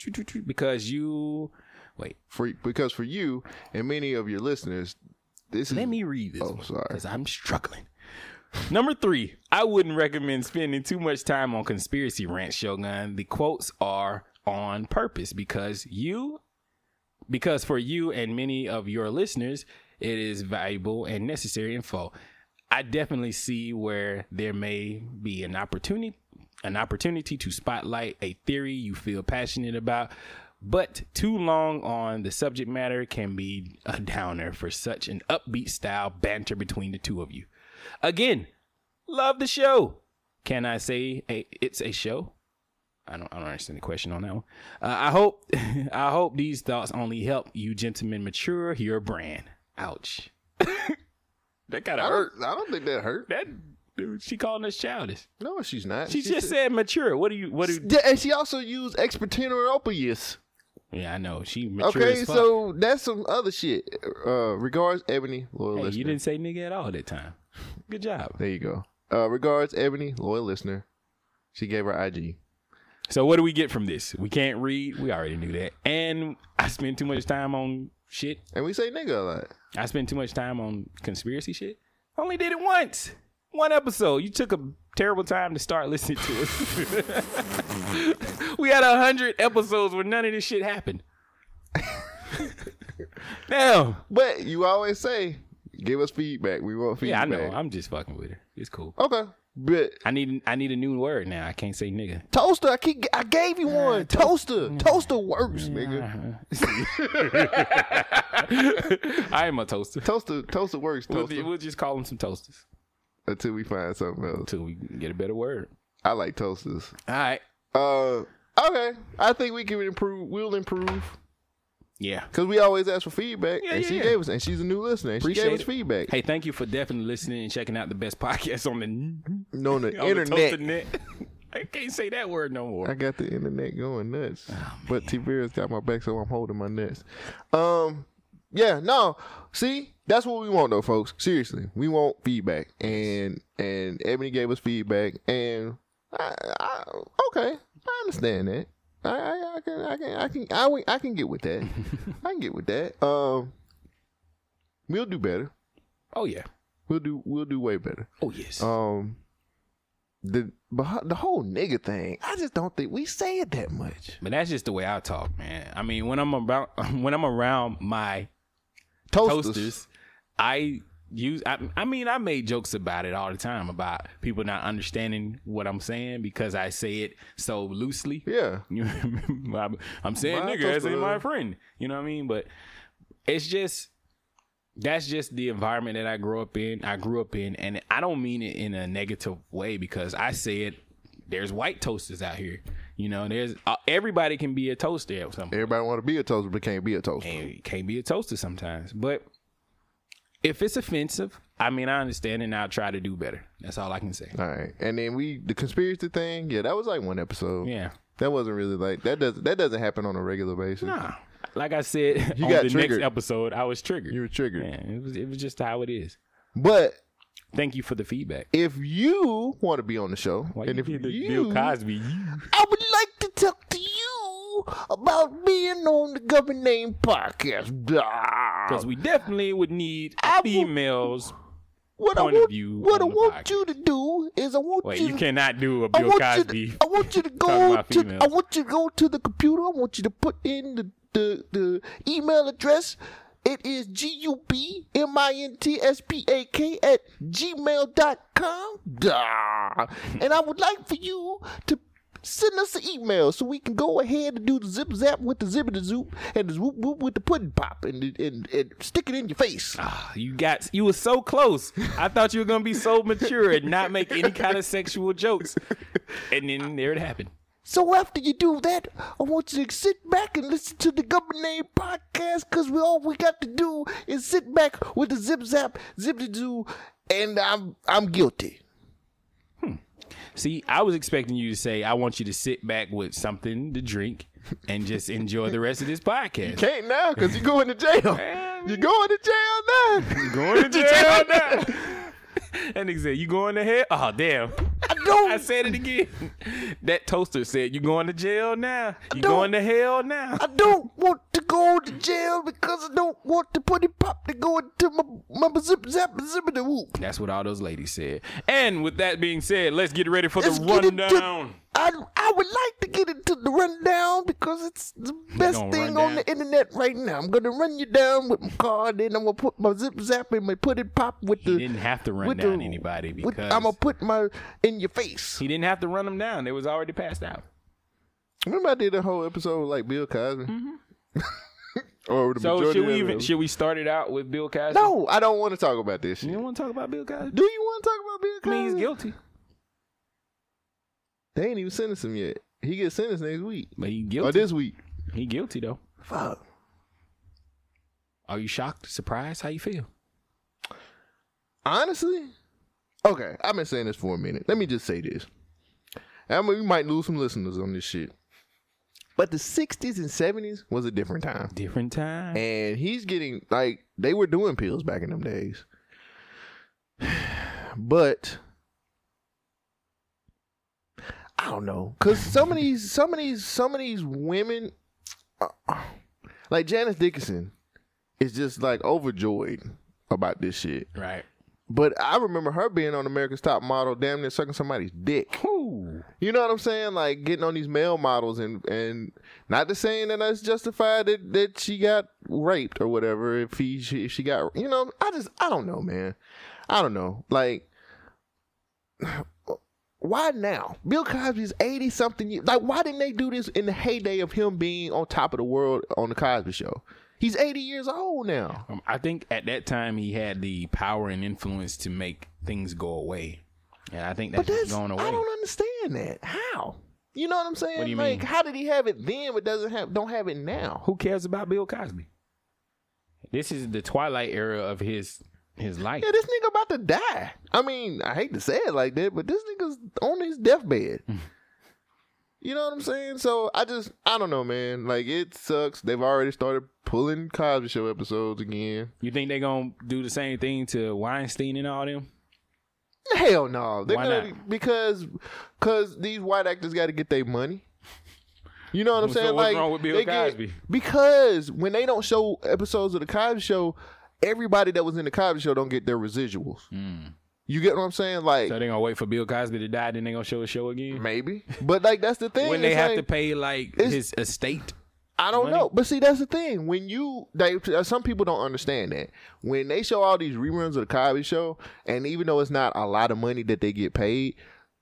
[SPEAKER 1] because you wait.
[SPEAKER 2] For because for you and many of your listeners, this is
[SPEAKER 1] Let me read this.
[SPEAKER 2] Oh, sorry.
[SPEAKER 1] Because I'm struggling. Number three, I wouldn't recommend spending too much time on conspiracy rants, Shogun. The quotes are on purpose because you, because for you and many of your listeners, it is valuable and necessary info. I definitely see where there may be an opportunity, an opportunity to spotlight a theory you feel passionate about, but too long on the subject matter can be a downer for such an upbeat style banter between the two of you. Again, love the show. Can I say a, it's a show? I don't, I don't understand the question on that one. Uh, I hope, I hope these thoughts only help you gentlemen mature your brand. Ouch. that kind of
[SPEAKER 2] I
[SPEAKER 1] hurt
[SPEAKER 2] don't, I don't think that hurt.
[SPEAKER 1] that dude, she calling us childish.
[SPEAKER 2] No, she's not.
[SPEAKER 1] She, just said mature. What do you? What do?
[SPEAKER 2] Yeah, and she also used expertinopius.
[SPEAKER 1] Yeah, I know she mature.
[SPEAKER 2] Okay,
[SPEAKER 1] as fuck.
[SPEAKER 2] so that's some other shit. Uh, regards, Ebony, loyal
[SPEAKER 1] Hey,
[SPEAKER 2] listener.
[SPEAKER 1] you didn't say nigga at all that time. Oh. Good job.
[SPEAKER 2] There you go. Uh, regards, Ebony, loyal listener. She gave her IG.
[SPEAKER 1] So what do we get from this? We can't read. We already knew that. And I spend too much time on shit.
[SPEAKER 2] And we say nigga a lot.
[SPEAKER 1] I spend too much time on conspiracy shit. Only did it once. One episode. You took a terrible time to start listening to us. we had a hundred episodes where none of this shit happened. Now.
[SPEAKER 2] But you always say, give us feedback. We want
[SPEAKER 1] Yeah, I
[SPEAKER 2] feedback.
[SPEAKER 1] know. I'm just fucking with her. It's cool.
[SPEAKER 2] okay. But
[SPEAKER 1] I need I need a new word now. I can't say nigga.
[SPEAKER 2] toaster, I keep I gave you one. Toaster. Toaster works, nigga.
[SPEAKER 1] I am a toaster.
[SPEAKER 2] Toaster toaster works,
[SPEAKER 1] We'll,
[SPEAKER 2] toaster.
[SPEAKER 1] we'll just call them some toasters
[SPEAKER 2] Until we find something else.
[SPEAKER 1] until we get a better word.
[SPEAKER 2] I like toasters.
[SPEAKER 1] All right.
[SPEAKER 2] Uh okay. I think we can improve we'll improve.
[SPEAKER 1] Yeah.
[SPEAKER 2] Cause we always ask for feedback,
[SPEAKER 1] Yeah,
[SPEAKER 2] and
[SPEAKER 1] yeah,
[SPEAKER 2] she
[SPEAKER 1] yeah.
[SPEAKER 2] gave us, and she's a new listener, and she
[SPEAKER 1] Appreciate
[SPEAKER 2] gave us
[SPEAKER 1] it.
[SPEAKER 2] feedback.
[SPEAKER 1] Hey, thank you for definitely listening and checking out the best podcast on the, on
[SPEAKER 2] No, on the
[SPEAKER 1] the
[SPEAKER 2] internet,
[SPEAKER 1] toaster net. I can't say that word no
[SPEAKER 2] I
[SPEAKER 1] more.
[SPEAKER 2] got the internet going nuts. but Tiberius got my back, so I'm holding my nuts. Um, yeah, no. See, that's what we want though, folks. Seriously, we want feedback, and and Ebony gave us feedback, and I, I okay, I understand that. I, I, I can I can I can I, wi- I can get with that. I can get with that. Um, we'll do better.
[SPEAKER 1] Oh yeah.
[SPEAKER 2] We'll do we'll do way better.
[SPEAKER 1] Oh yes.
[SPEAKER 2] Um, the but the whole nigga thing, I just don't think we say it that much.
[SPEAKER 1] but that's just the way I talk, man. I mean, when I'm about when I'm around my
[SPEAKER 2] Toasters.
[SPEAKER 1] toasters. I use. I, I mean, I made jokes about it all the time about people not understanding what I'm saying because I say it so loosely.
[SPEAKER 2] Yeah,
[SPEAKER 1] You know what I mean? I'm- I'm saying
[SPEAKER 2] My
[SPEAKER 1] nigga as in
[SPEAKER 2] toaster.
[SPEAKER 1] my friend. You know what I mean? But it's just that's just the environment that I grew up in. I grew up in, and I don't mean it in a negative way because I say it. There's white toasters out here. You know, there's uh, everybody can be a toaster or something
[SPEAKER 2] everybody want to be a toaster, but can't be a toaster.
[SPEAKER 1] and you can't be a toaster sometimes. But if it's offensive, I mean, I understand and I'll try to do better. That's all I can say.
[SPEAKER 2] All right, and then we the conspiracy thing. Yeah, that was like one episode.
[SPEAKER 1] Yeah.
[SPEAKER 2] that wasn't really like that. Does that doesn't happen on a regular basis?
[SPEAKER 1] Nah. Like I said,
[SPEAKER 2] You
[SPEAKER 1] on
[SPEAKER 2] got
[SPEAKER 1] the
[SPEAKER 2] triggered.
[SPEAKER 1] next episode, I was triggered.
[SPEAKER 2] You were triggered,
[SPEAKER 1] yeah, it was it was just how it is.
[SPEAKER 2] but
[SPEAKER 1] Thank you for the feedback.
[SPEAKER 2] if you want to be on the show,
[SPEAKER 1] Why
[SPEAKER 2] and
[SPEAKER 1] you
[SPEAKER 2] if you,
[SPEAKER 1] did the Bill Cosby? You-
[SPEAKER 2] I would like to talk to you about being on the Government Name Podcast.
[SPEAKER 1] Because we definitely would need
[SPEAKER 2] I will-
[SPEAKER 1] females.
[SPEAKER 2] what I
[SPEAKER 1] point of
[SPEAKER 2] want,
[SPEAKER 1] view
[SPEAKER 2] what I
[SPEAKER 1] on the
[SPEAKER 2] want
[SPEAKER 1] podcast.
[SPEAKER 2] you to do is I want
[SPEAKER 1] Wait,
[SPEAKER 2] you,
[SPEAKER 1] you
[SPEAKER 2] to
[SPEAKER 1] cannot do a
[SPEAKER 2] I
[SPEAKER 1] Bill
[SPEAKER 2] want
[SPEAKER 1] Cosby.
[SPEAKER 2] you to, I want you to
[SPEAKER 1] talking
[SPEAKER 2] go
[SPEAKER 1] about
[SPEAKER 2] to
[SPEAKER 1] females.
[SPEAKER 2] I want you to go to the computer. I want you to put in the the, the email address. It is G U B M I N T S P A K at
[SPEAKER 1] Hmm.
[SPEAKER 2] gmail.com. Duh. And I would like for you to Send us an email so we can go ahead and do the zip zap with the zippity zoop and the whoop whoop with the pudding pop and, and, and stick it in your face.
[SPEAKER 1] Ah, You got you were so close. I thought you were gonna be so mature and not make any kind of sexual jokes. And then there it happened.
[SPEAKER 2] So after you do that, I want you to sit back and listen to the Government Name podcast because we all we got to do is sit back with the zip zap, zippity zoo, and I'm I'm guilty.
[SPEAKER 1] See, I was expecting you to say, I want you to sit back with something to drink and just enjoy the rest of this podcast.
[SPEAKER 2] Can't now because you're going to jail. You're going to jail now. You're
[SPEAKER 1] Going to jail now. And he said, You going to hell? Oh damn. I
[SPEAKER 2] don't-
[SPEAKER 1] said it again. That toaster said, You going to jail now. You
[SPEAKER 2] don't-
[SPEAKER 1] going to hell now.
[SPEAKER 2] I don't want to go to jail because I don't want the putty pop to go into my, my zip zap zippity whoop.
[SPEAKER 1] That's what all those ladies said. And with that being said, let's get ready for
[SPEAKER 2] Let's
[SPEAKER 1] the
[SPEAKER 2] get into-
[SPEAKER 1] rundown.
[SPEAKER 2] I I would like to get into the rundown because it's the best
[SPEAKER 1] gonna
[SPEAKER 2] thing
[SPEAKER 1] run
[SPEAKER 2] on the internet right now. I'm gonna run you down with my car, then I'm gonna put my zip zap and my put it pop with
[SPEAKER 1] He
[SPEAKER 2] the.
[SPEAKER 1] didn't have to run
[SPEAKER 2] with
[SPEAKER 1] down anybody
[SPEAKER 2] with-
[SPEAKER 1] because-
[SPEAKER 2] I'm gonna put my in your face.
[SPEAKER 1] He didn't have to run them down. They was already passed out.
[SPEAKER 2] Remember I did a whole episode like Bill Cosby. or the
[SPEAKER 1] So should we even should we start it out with Bill Cosby?
[SPEAKER 2] no, I don't want to talk about this
[SPEAKER 1] You
[SPEAKER 2] shit.
[SPEAKER 1] don't want to talk about Bill Cosby?
[SPEAKER 2] Do you want to talk about Bill
[SPEAKER 1] I
[SPEAKER 2] Cosby?
[SPEAKER 1] mean, he's guilty.
[SPEAKER 2] They ain't even sentenced him yet. He gets sentenced next week
[SPEAKER 1] But he
[SPEAKER 2] or
[SPEAKER 1] guilty.
[SPEAKER 2] this week.
[SPEAKER 1] He guilty though.
[SPEAKER 2] Fuck.
[SPEAKER 1] Are you shocked? Surprised? How you feel?
[SPEAKER 2] honestly, okay, I've been saying this for a minute. Let me just say this. I mean, we might lose some listeners on this shit. But the 60s and 70s was a different time.
[SPEAKER 1] Different time.
[SPEAKER 2] And he's getting, like, they were doing pills back in them days. But. I don't know, cause some of these, some of these, some of these women, uh, like Janice Dickinson, is just like overjoyed about this shit.
[SPEAKER 1] right.
[SPEAKER 2] But I remember her being on America's Top Model, damn near sucking somebody's dick.
[SPEAKER 1] Ooh.
[SPEAKER 2] You know what I'm saying? Like getting on these male models and and not to saying that that's justified that, that she got raped or whatever. If he she, if she got you know, I just I don't know, man. I don't know. Like why now? Bill Cosby's 80 something years. Like why didn't they do this in the heyday of him being on top of the world on the Cosby Show? He's 80 years old now.
[SPEAKER 1] Um, I think at that time he had the power and influence to make things go away, and I think that's,
[SPEAKER 2] But that's
[SPEAKER 1] going away.
[SPEAKER 2] I don't understand that. How? You know what I'm saying?
[SPEAKER 1] What do you
[SPEAKER 2] like,
[SPEAKER 1] mean?
[SPEAKER 2] how did he have it then, but doesn't have don't have it now?
[SPEAKER 1] Who cares about Bill Cosby? This is the twilight era of his his life.
[SPEAKER 2] Yeah, this nigga about to die. I mean, I hate to say it like that, but this nigga's on his deathbed.
[SPEAKER 1] Hmm.
[SPEAKER 2] you know what I'm saying? So I just I don't know, man. Like it sucks. They've already started pulling Cosby Show episodes again.
[SPEAKER 1] You think they're gonna do the same thing to Weinstein and all them?
[SPEAKER 2] Hell no. They're
[SPEAKER 1] Why
[SPEAKER 2] gonna,
[SPEAKER 1] not?
[SPEAKER 2] because because these white actors got to get their money. You know what I'm
[SPEAKER 1] So
[SPEAKER 2] saying?
[SPEAKER 1] what's
[SPEAKER 2] like
[SPEAKER 1] wrong with Bill
[SPEAKER 2] they get-
[SPEAKER 1] Cosby?
[SPEAKER 2] because when they don't show episodes of the Cosby Show, everybody that was in the Cosby Show don't get their residuals. You get what I'm saying? Like
[SPEAKER 1] Hmm. So they're gonna wait for Bill Cosby to die, then they're gonna show a show again.
[SPEAKER 2] maybe, but like that's the thing.
[SPEAKER 1] When they
[SPEAKER 2] It's
[SPEAKER 1] have
[SPEAKER 2] like-
[SPEAKER 1] to pay like
[SPEAKER 2] it's-
[SPEAKER 1] his estate.
[SPEAKER 2] I don't
[SPEAKER 1] money.
[SPEAKER 2] know, but see, that's the thing. When you, they, uh, some people don't understand that when they show all these reruns of the Cosby Show, and even though it's not a lot of money that they get paid,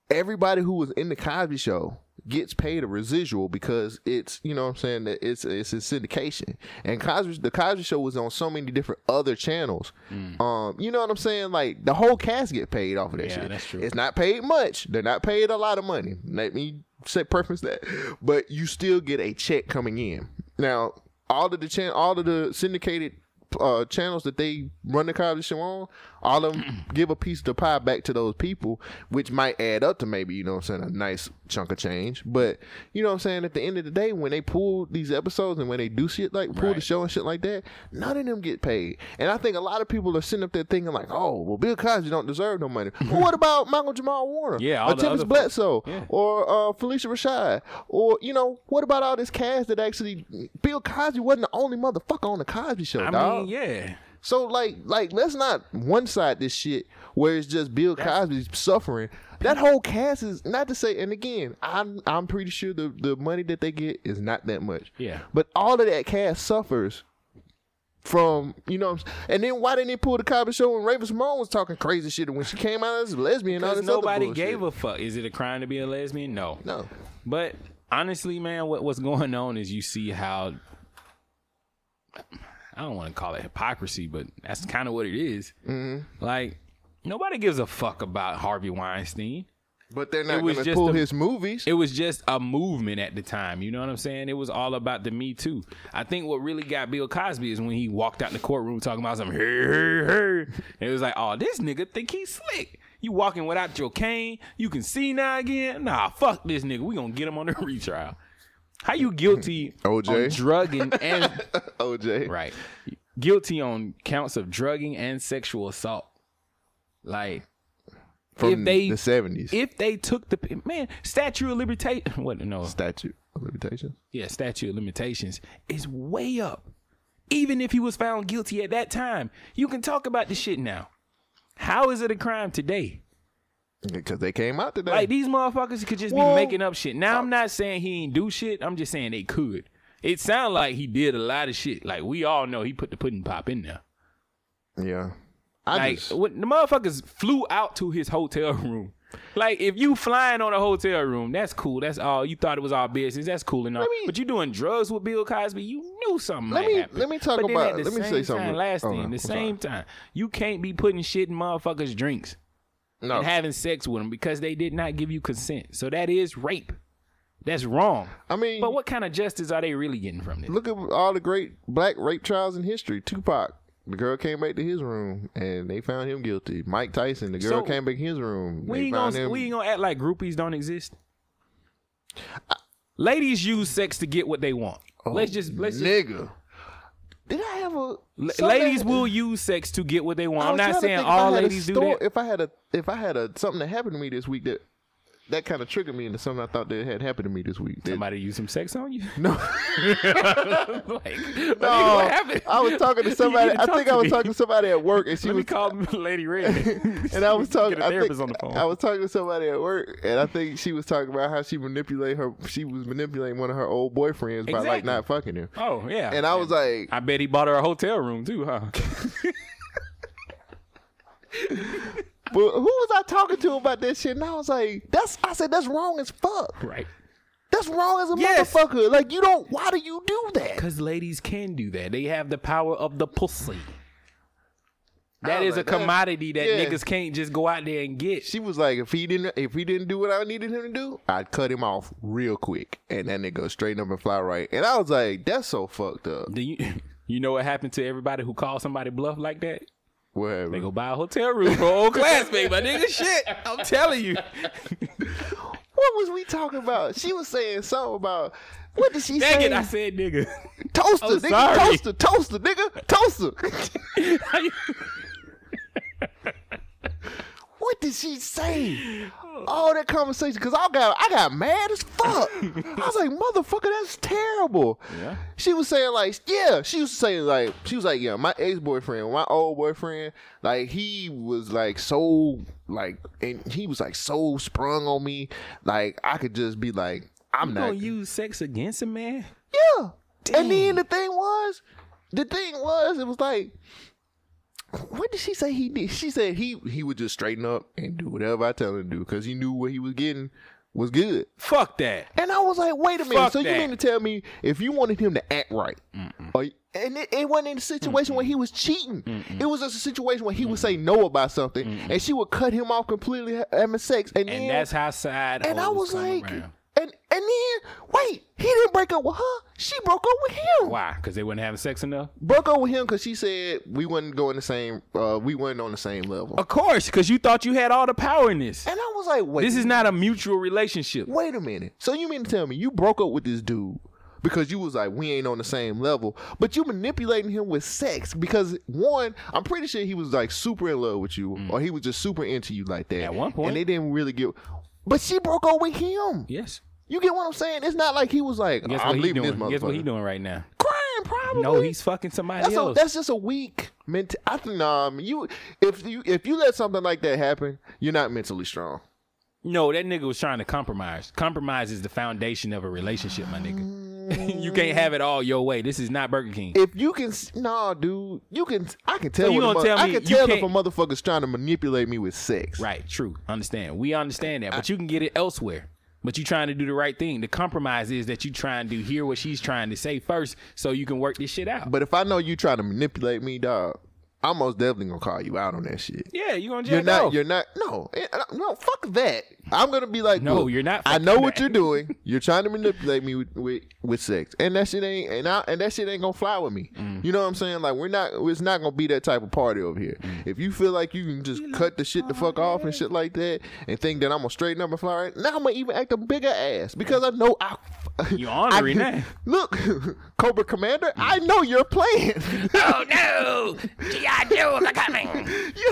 [SPEAKER 2] everybody who was in the Cosby Show gets paid a residual because it's, you know, what I'm saying that it's it's in syndication, and Cosby, the Cosby Show was on so many different other channels. Um, you know what I'm saying? Like the whole cast get paid off of that
[SPEAKER 1] Mm. Yeah,
[SPEAKER 2] shit.
[SPEAKER 1] that's true.
[SPEAKER 2] It's not paid much. They're not paid a lot of money. Let me say preference that, but you still get a check coming in. Now, all of the chan- all of the syndicated uh, channels that they run the Cosby Show on, all of them give a piece of the pie back to those people, which might add up to maybe you know what I'm saying a nice chunk of change. But you know what I'm saying at the end of the day, when they pull these episodes and when they do shit like pull the
[SPEAKER 1] Right.
[SPEAKER 2] show and shit like that, none of them get paid. And I think a lot of people are sitting up there thinking like, oh, well, Bill Cosby don't deserve no money. well, what about Michael Jamal Warner?
[SPEAKER 1] Yeah, all
[SPEAKER 2] or
[SPEAKER 1] the
[SPEAKER 2] Tempest
[SPEAKER 1] other
[SPEAKER 2] Bledsoe,
[SPEAKER 1] Yeah.
[SPEAKER 2] or uh, Felicia Rashad, or you know, what about all this cast that actually Bill Cosby wasn't the only motherfucker on the Cosby Show,
[SPEAKER 1] I
[SPEAKER 2] dog.
[SPEAKER 1] mean, yeah.
[SPEAKER 2] So like, like let's not one side this shit where it's just Bill Cosby suffering. That whole cast is not to say. And again, I'm I'm pretty sure the the money that they get is not that much.
[SPEAKER 1] Yeah.
[SPEAKER 2] But all of that cast suffers from you know. What I'm s- and then why didn't they pull the Cosby Show when Raven Simone was talking crazy shit and when she came out as a lesbian? and all
[SPEAKER 1] Because
[SPEAKER 2] this other
[SPEAKER 1] nobody
[SPEAKER 2] bullshit?
[SPEAKER 1] gave a fuck. Is it a crime to be a lesbian? No.
[SPEAKER 2] no.
[SPEAKER 1] But honestly, man, what, what's going on is you see how I don't want to call it hypocrisy, but that's kind of what it is.
[SPEAKER 2] Mm-hmm.
[SPEAKER 1] Like nobody gives a fuck about Harvey Weinstein.
[SPEAKER 2] But they're
[SPEAKER 1] It
[SPEAKER 2] not
[SPEAKER 1] was
[SPEAKER 2] going to
[SPEAKER 1] just
[SPEAKER 2] pull
[SPEAKER 1] a-
[SPEAKER 2] his movies.
[SPEAKER 1] It was just a movement at the time. You know what I'm saying? It was all about the Me Too. I think what really got Bill Cosby is when he walked out the courtroom talking about some hey hey hey. And it was like, oh, this nigga think he's slick. You walking without your cane? You can see now again? Nah, fuck this nigga. We gonna get him on the retrial. How you guilty
[SPEAKER 2] OJ?
[SPEAKER 1] on drugging and
[SPEAKER 2] OJ,
[SPEAKER 1] right guilty on counts of drugging and sexual assault? Like
[SPEAKER 2] From
[SPEAKER 1] if they-
[SPEAKER 2] the seventies
[SPEAKER 1] if they took the man statue of libertation, what no
[SPEAKER 2] statute of limitations.
[SPEAKER 1] yeah, statute of limitations is way up. Even if he was found guilty at that time, you can talk about this shit now. How is it a crime today?
[SPEAKER 2] Because they came out today.
[SPEAKER 1] Like these motherfuckers could just
[SPEAKER 2] Well- uh,
[SPEAKER 1] be making up shit. Now I'm not saying he ain't do shit. I'm just saying they could. It sound like he did a lot of shit. Like we all know he put the pudding pop in there.
[SPEAKER 2] yeah, I
[SPEAKER 1] like
[SPEAKER 2] just
[SPEAKER 1] when the motherfuckers flew out to his hotel room. Like if you flying on a hotel room, that's cool. That's all. You thought it was all business. That's cool and all.
[SPEAKER 2] me-
[SPEAKER 1] but you doing drugs with Bill Cosby. You knew something.
[SPEAKER 2] Let
[SPEAKER 1] might
[SPEAKER 2] me-
[SPEAKER 1] happen.
[SPEAKER 2] let me talk
[SPEAKER 1] But then
[SPEAKER 2] about-
[SPEAKER 1] at the
[SPEAKER 2] let me
[SPEAKER 1] same
[SPEAKER 2] say something
[SPEAKER 1] Time,
[SPEAKER 2] real-
[SPEAKER 1] last
[SPEAKER 2] hold
[SPEAKER 1] thing,
[SPEAKER 2] on,
[SPEAKER 1] the
[SPEAKER 2] I'm
[SPEAKER 1] same time, you can't be putting shit in motherfuckers' drinks
[SPEAKER 2] no.
[SPEAKER 1] and having sex with them because they did not give you consent. So that is rape. That's wrong.
[SPEAKER 2] I mean,
[SPEAKER 1] But what kind of justice are they really getting from this?
[SPEAKER 2] look at all the great black rape trials in history. Tupac, the girl came back to his room and they found him guilty. Mike Tyson, the girl
[SPEAKER 1] So,
[SPEAKER 2] came back to his room.
[SPEAKER 1] We
[SPEAKER 2] they
[SPEAKER 1] ain't
[SPEAKER 2] found
[SPEAKER 1] gonna
[SPEAKER 2] him-
[SPEAKER 1] we ain't gonna act like groupies don't exist. Ladies use sex to get what they want. let's just let's just,
[SPEAKER 2] Oh, nigga. Did I have a
[SPEAKER 1] la-
[SPEAKER 2] so
[SPEAKER 1] ladies
[SPEAKER 2] that-
[SPEAKER 1] will use sex to get what they want.
[SPEAKER 2] I
[SPEAKER 1] I'm
[SPEAKER 2] was trying to
[SPEAKER 1] not saying
[SPEAKER 2] think if I
[SPEAKER 1] all
[SPEAKER 2] had a
[SPEAKER 1] ladies do
[SPEAKER 2] sto-
[SPEAKER 1] that.
[SPEAKER 2] If I had a if I had a something that happened to me this week that that kind of triggered me into something I thought that had happened to me this week. that-
[SPEAKER 1] Somebody use some sex on you?
[SPEAKER 2] no,
[SPEAKER 1] like, what
[SPEAKER 2] no,
[SPEAKER 1] happened?
[SPEAKER 2] I was talking to
[SPEAKER 1] You
[SPEAKER 2] somebody.
[SPEAKER 1] need to
[SPEAKER 2] I
[SPEAKER 1] talk
[SPEAKER 2] think
[SPEAKER 1] to
[SPEAKER 2] I was
[SPEAKER 1] me.
[SPEAKER 2] talking to somebody at work, and she
[SPEAKER 1] Let me
[SPEAKER 2] was
[SPEAKER 1] call Lady Red.
[SPEAKER 2] and I was talking.
[SPEAKER 1] Get a
[SPEAKER 2] I, think,
[SPEAKER 1] therapist on the phone.
[SPEAKER 2] I was talking to somebody at work, and I think she was talking about how she manipulate her. She was manipulating one of her old boyfriends by like
[SPEAKER 1] Exactly.
[SPEAKER 2] not fucking him.
[SPEAKER 1] oh yeah.
[SPEAKER 2] And I was like,
[SPEAKER 1] I bet he bought her a hotel room too, huh?
[SPEAKER 2] but who was I talking to about that shit? And I was like, that's. I said that's wrong as fuck.
[SPEAKER 1] right.
[SPEAKER 2] That's wrong as a
[SPEAKER 1] Yes.
[SPEAKER 2] motherfucker. Like you don't. Why do you do that?
[SPEAKER 1] Because ladies can do that. They have the power of the pussy.
[SPEAKER 2] I
[SPEAKER 1] That
[SPEAKER 2] was
[SPEAKER 1] is
[SPEAKER 2] like,
[SPEAKER 1] a
[SPEAKER 2] that-
[SPEAKER 1] commodity that
[SPEAKER 2] yeah.
[SPEAKER 1] niggas can't just go out there and get.
[SPEAKER 2] She was like, if he didn't, if he didn't do what I needed him to do, I'd cut him off real quick, and that nigga straighten up and fly right. And I was like, that's so fucked up.
[SPEAKER 1] Do you, you know what happened to everybody who calls somebody bluff like that?
[SPEAKER 2] Whatever.
[SPEAKER 1] They go buy a hotel room for an old classmate, my nigga. Shit, I'm telling you.
[SPEAKER 2] What was we talking about? She was saying something about what did she
[SPEAKER 1] Dang
[SPEAKER 2] say?
[SPEAKER 1] it, I said nigga.
[SPEAKER 2] toaster,
[SPEAKER 1] I'm
[SPEAKER 2] nigga,
[SPEAKER 1] Oh, sorry.
[SPEAKER 2] toaster, toaster, nigga, toaster. what did she say? All that conversation because I got I got mad as fuck. I was like, motherfucker, that's terrible.
[SPEAKER 1] Yeah.
[SPEAKER 2] She was saying like, yeah. She was saying like, she was like, yeah, my ex boyfriend, my old boyfriend, like he was like so like, and he was like so sprung on me, like I could just be like, I'm
[SPEAKER 1] you
[SPEAKER 2] not
[SPEAKER 1] gonna use sex against a man?
[SPEAKER 2] yeah. And then the thing was, the thing was, it was like, what did she say he did? She said he he would just straighten up and do whatever I tell him to do because he knew what he was getting was good.
[SPEAKER 1] Fuck that.
[SPEAKER 2] And I was like, wait a minute.
[SPEAKER 1] Fuck
[SPEAKER 2] so you
[SPEAKER 1] that.
[SPEAKER 2] mean to tell me if you wanted him to act right, or, and it, it wasn't in a situation where he was cheating. It was just a situation where he would say no about something, and she would cut him off completely ha- having sex, and,
[SPEAKER 1] And
[SPEAKER 2] then
[SPEAKER 1] that's how side.
[SPEAKER 2] and I
[SPEAKER 1] hoes
[SPEAKER 2] was
[SPEAKER 1] come
[SPEAKER 2] like,
[SPEAKER 1] around.
[SPEAKER 2] and and then wait, he didn't break up with her. She broke up with him.
[SPEAKER 1] why? Because they wouldn't having sex enough.
[SPEAKER 2] Broke up with him because she said we wasn't going the same. Uh, we wasn't on the same level.
[SPEAKER 1] Of course, because you thought you had all the power in this.
[SPEAKER 2] And I was like, wait,
[SPEAKER 1] This is not a mutual relationship.
[SPEAKER 2] wait a minute. So you mean to tell me you broke up with this dude? Because you was like we ain't on the same level, but you manipulating him with sex. Because one, I'm pretty sure he was like super in love with you, or he was just super into you like that
[SPEAKER 1] Mm. At one point.
[SPEAKER 2] And they didn't really get. But she broke up with him.
[SPEAKER 1] Yes.
[SPEAKER 2] You get what I'm saying? It's not like he was like
[SPEAKER 1] Guess
[SPEAKER 2] I'm
[SPEAKER 1] what he
[SPEAKER 2] leaving this
[SPEAKER 1] doing?
[SPEAKER 2] motherfucker.
[SPEAKER 1] Guess what he doing right now?
[SPEAKER 2] Crying probably.
[SPEAKER 1] No, he's fucking somebody
[SPEAKER 2] that's a,
[SPEAKER 1] else.
[SPEAKER 2] that's just a weak ment. I think um you if you if you let something like that happen, you're not mentally strong.
[SPEAKER 1] no, that nigga was trying to compromise. Compromise is the foundation of a relationship, my nigga. you can't have it all your way. This is not Burger King.
[SPEAKER 2] If you can, s- nah, dude, you can. I can tell.
[SPEAKER 1] Oh, you
[SPEAKER 2] when a
[SPEAKER 1] gonna
[SPEAKER 2] mother-
[SPEAKER 1] tell
[SPEAKER 2] I
[SPEAKER 1] me
[SPEAKER 2] can
[SPEAKER 1] you
[SPEAKER 2] tell if a
[SPEAKER 1] can't-
[SPEAKER 2] motherfucker's trying to manipulate me with sex.
[SPEAKER 1] Right, true. Understand. We understand that, but you can get it elsewhere. But you trying to do the right thing. The compromise is that you trying to hear what she's trying to say first, so you can work this shit out.
[SPEAKER 2] But if I know you trying to manipulate me, dog, I'm most definitely gonna call you out on that shit.
[SPEAKER 1] yeah, you gonna jack
[SPEAKER 2] You're not.
[SPEAKER 1] off.
[SPEAKER 2] You're not. No. eh, uh, No. Fuck that. I'm gonna be like,
[SPEAKER 1] No,
[SPEAKER 2] look,
[SPEAKER 1] you're not
[SPEAKER 2] I
[SPEAKER 1] fucking
[SPEAKER 2] know what
[SPEAKER 1] that.
[SPEAKER 2] you're doing. You're trying to manipulate me with, with, with sex, and that shit ain't. And I, and that shit ain't gonna fly with me.
[SPEAKER 1] Mm.
[SPEAKER 2] You know what I'm saying? Like we're not. It's not gonna be that type of party over here.
[SPEAKER 1] Mm.
[SPEAKER 2] If you feel like you can just cut the shit the fuck off and shit like that, and think that I'm gonna straighten up and fly, right, now I'm gonna even act a bigger ass because I know I.
[SPEAKER 1] You ornery
[SPEAKER 2] I-
[SPEAKER 1] now.
[SPEAKER 2] Look, Cobra
[SPEAKER 1] Mm.
[SPEAKER 2] Commander, I know you're playing.
[SPEAKER 1] oh no, GI Joe's are coming.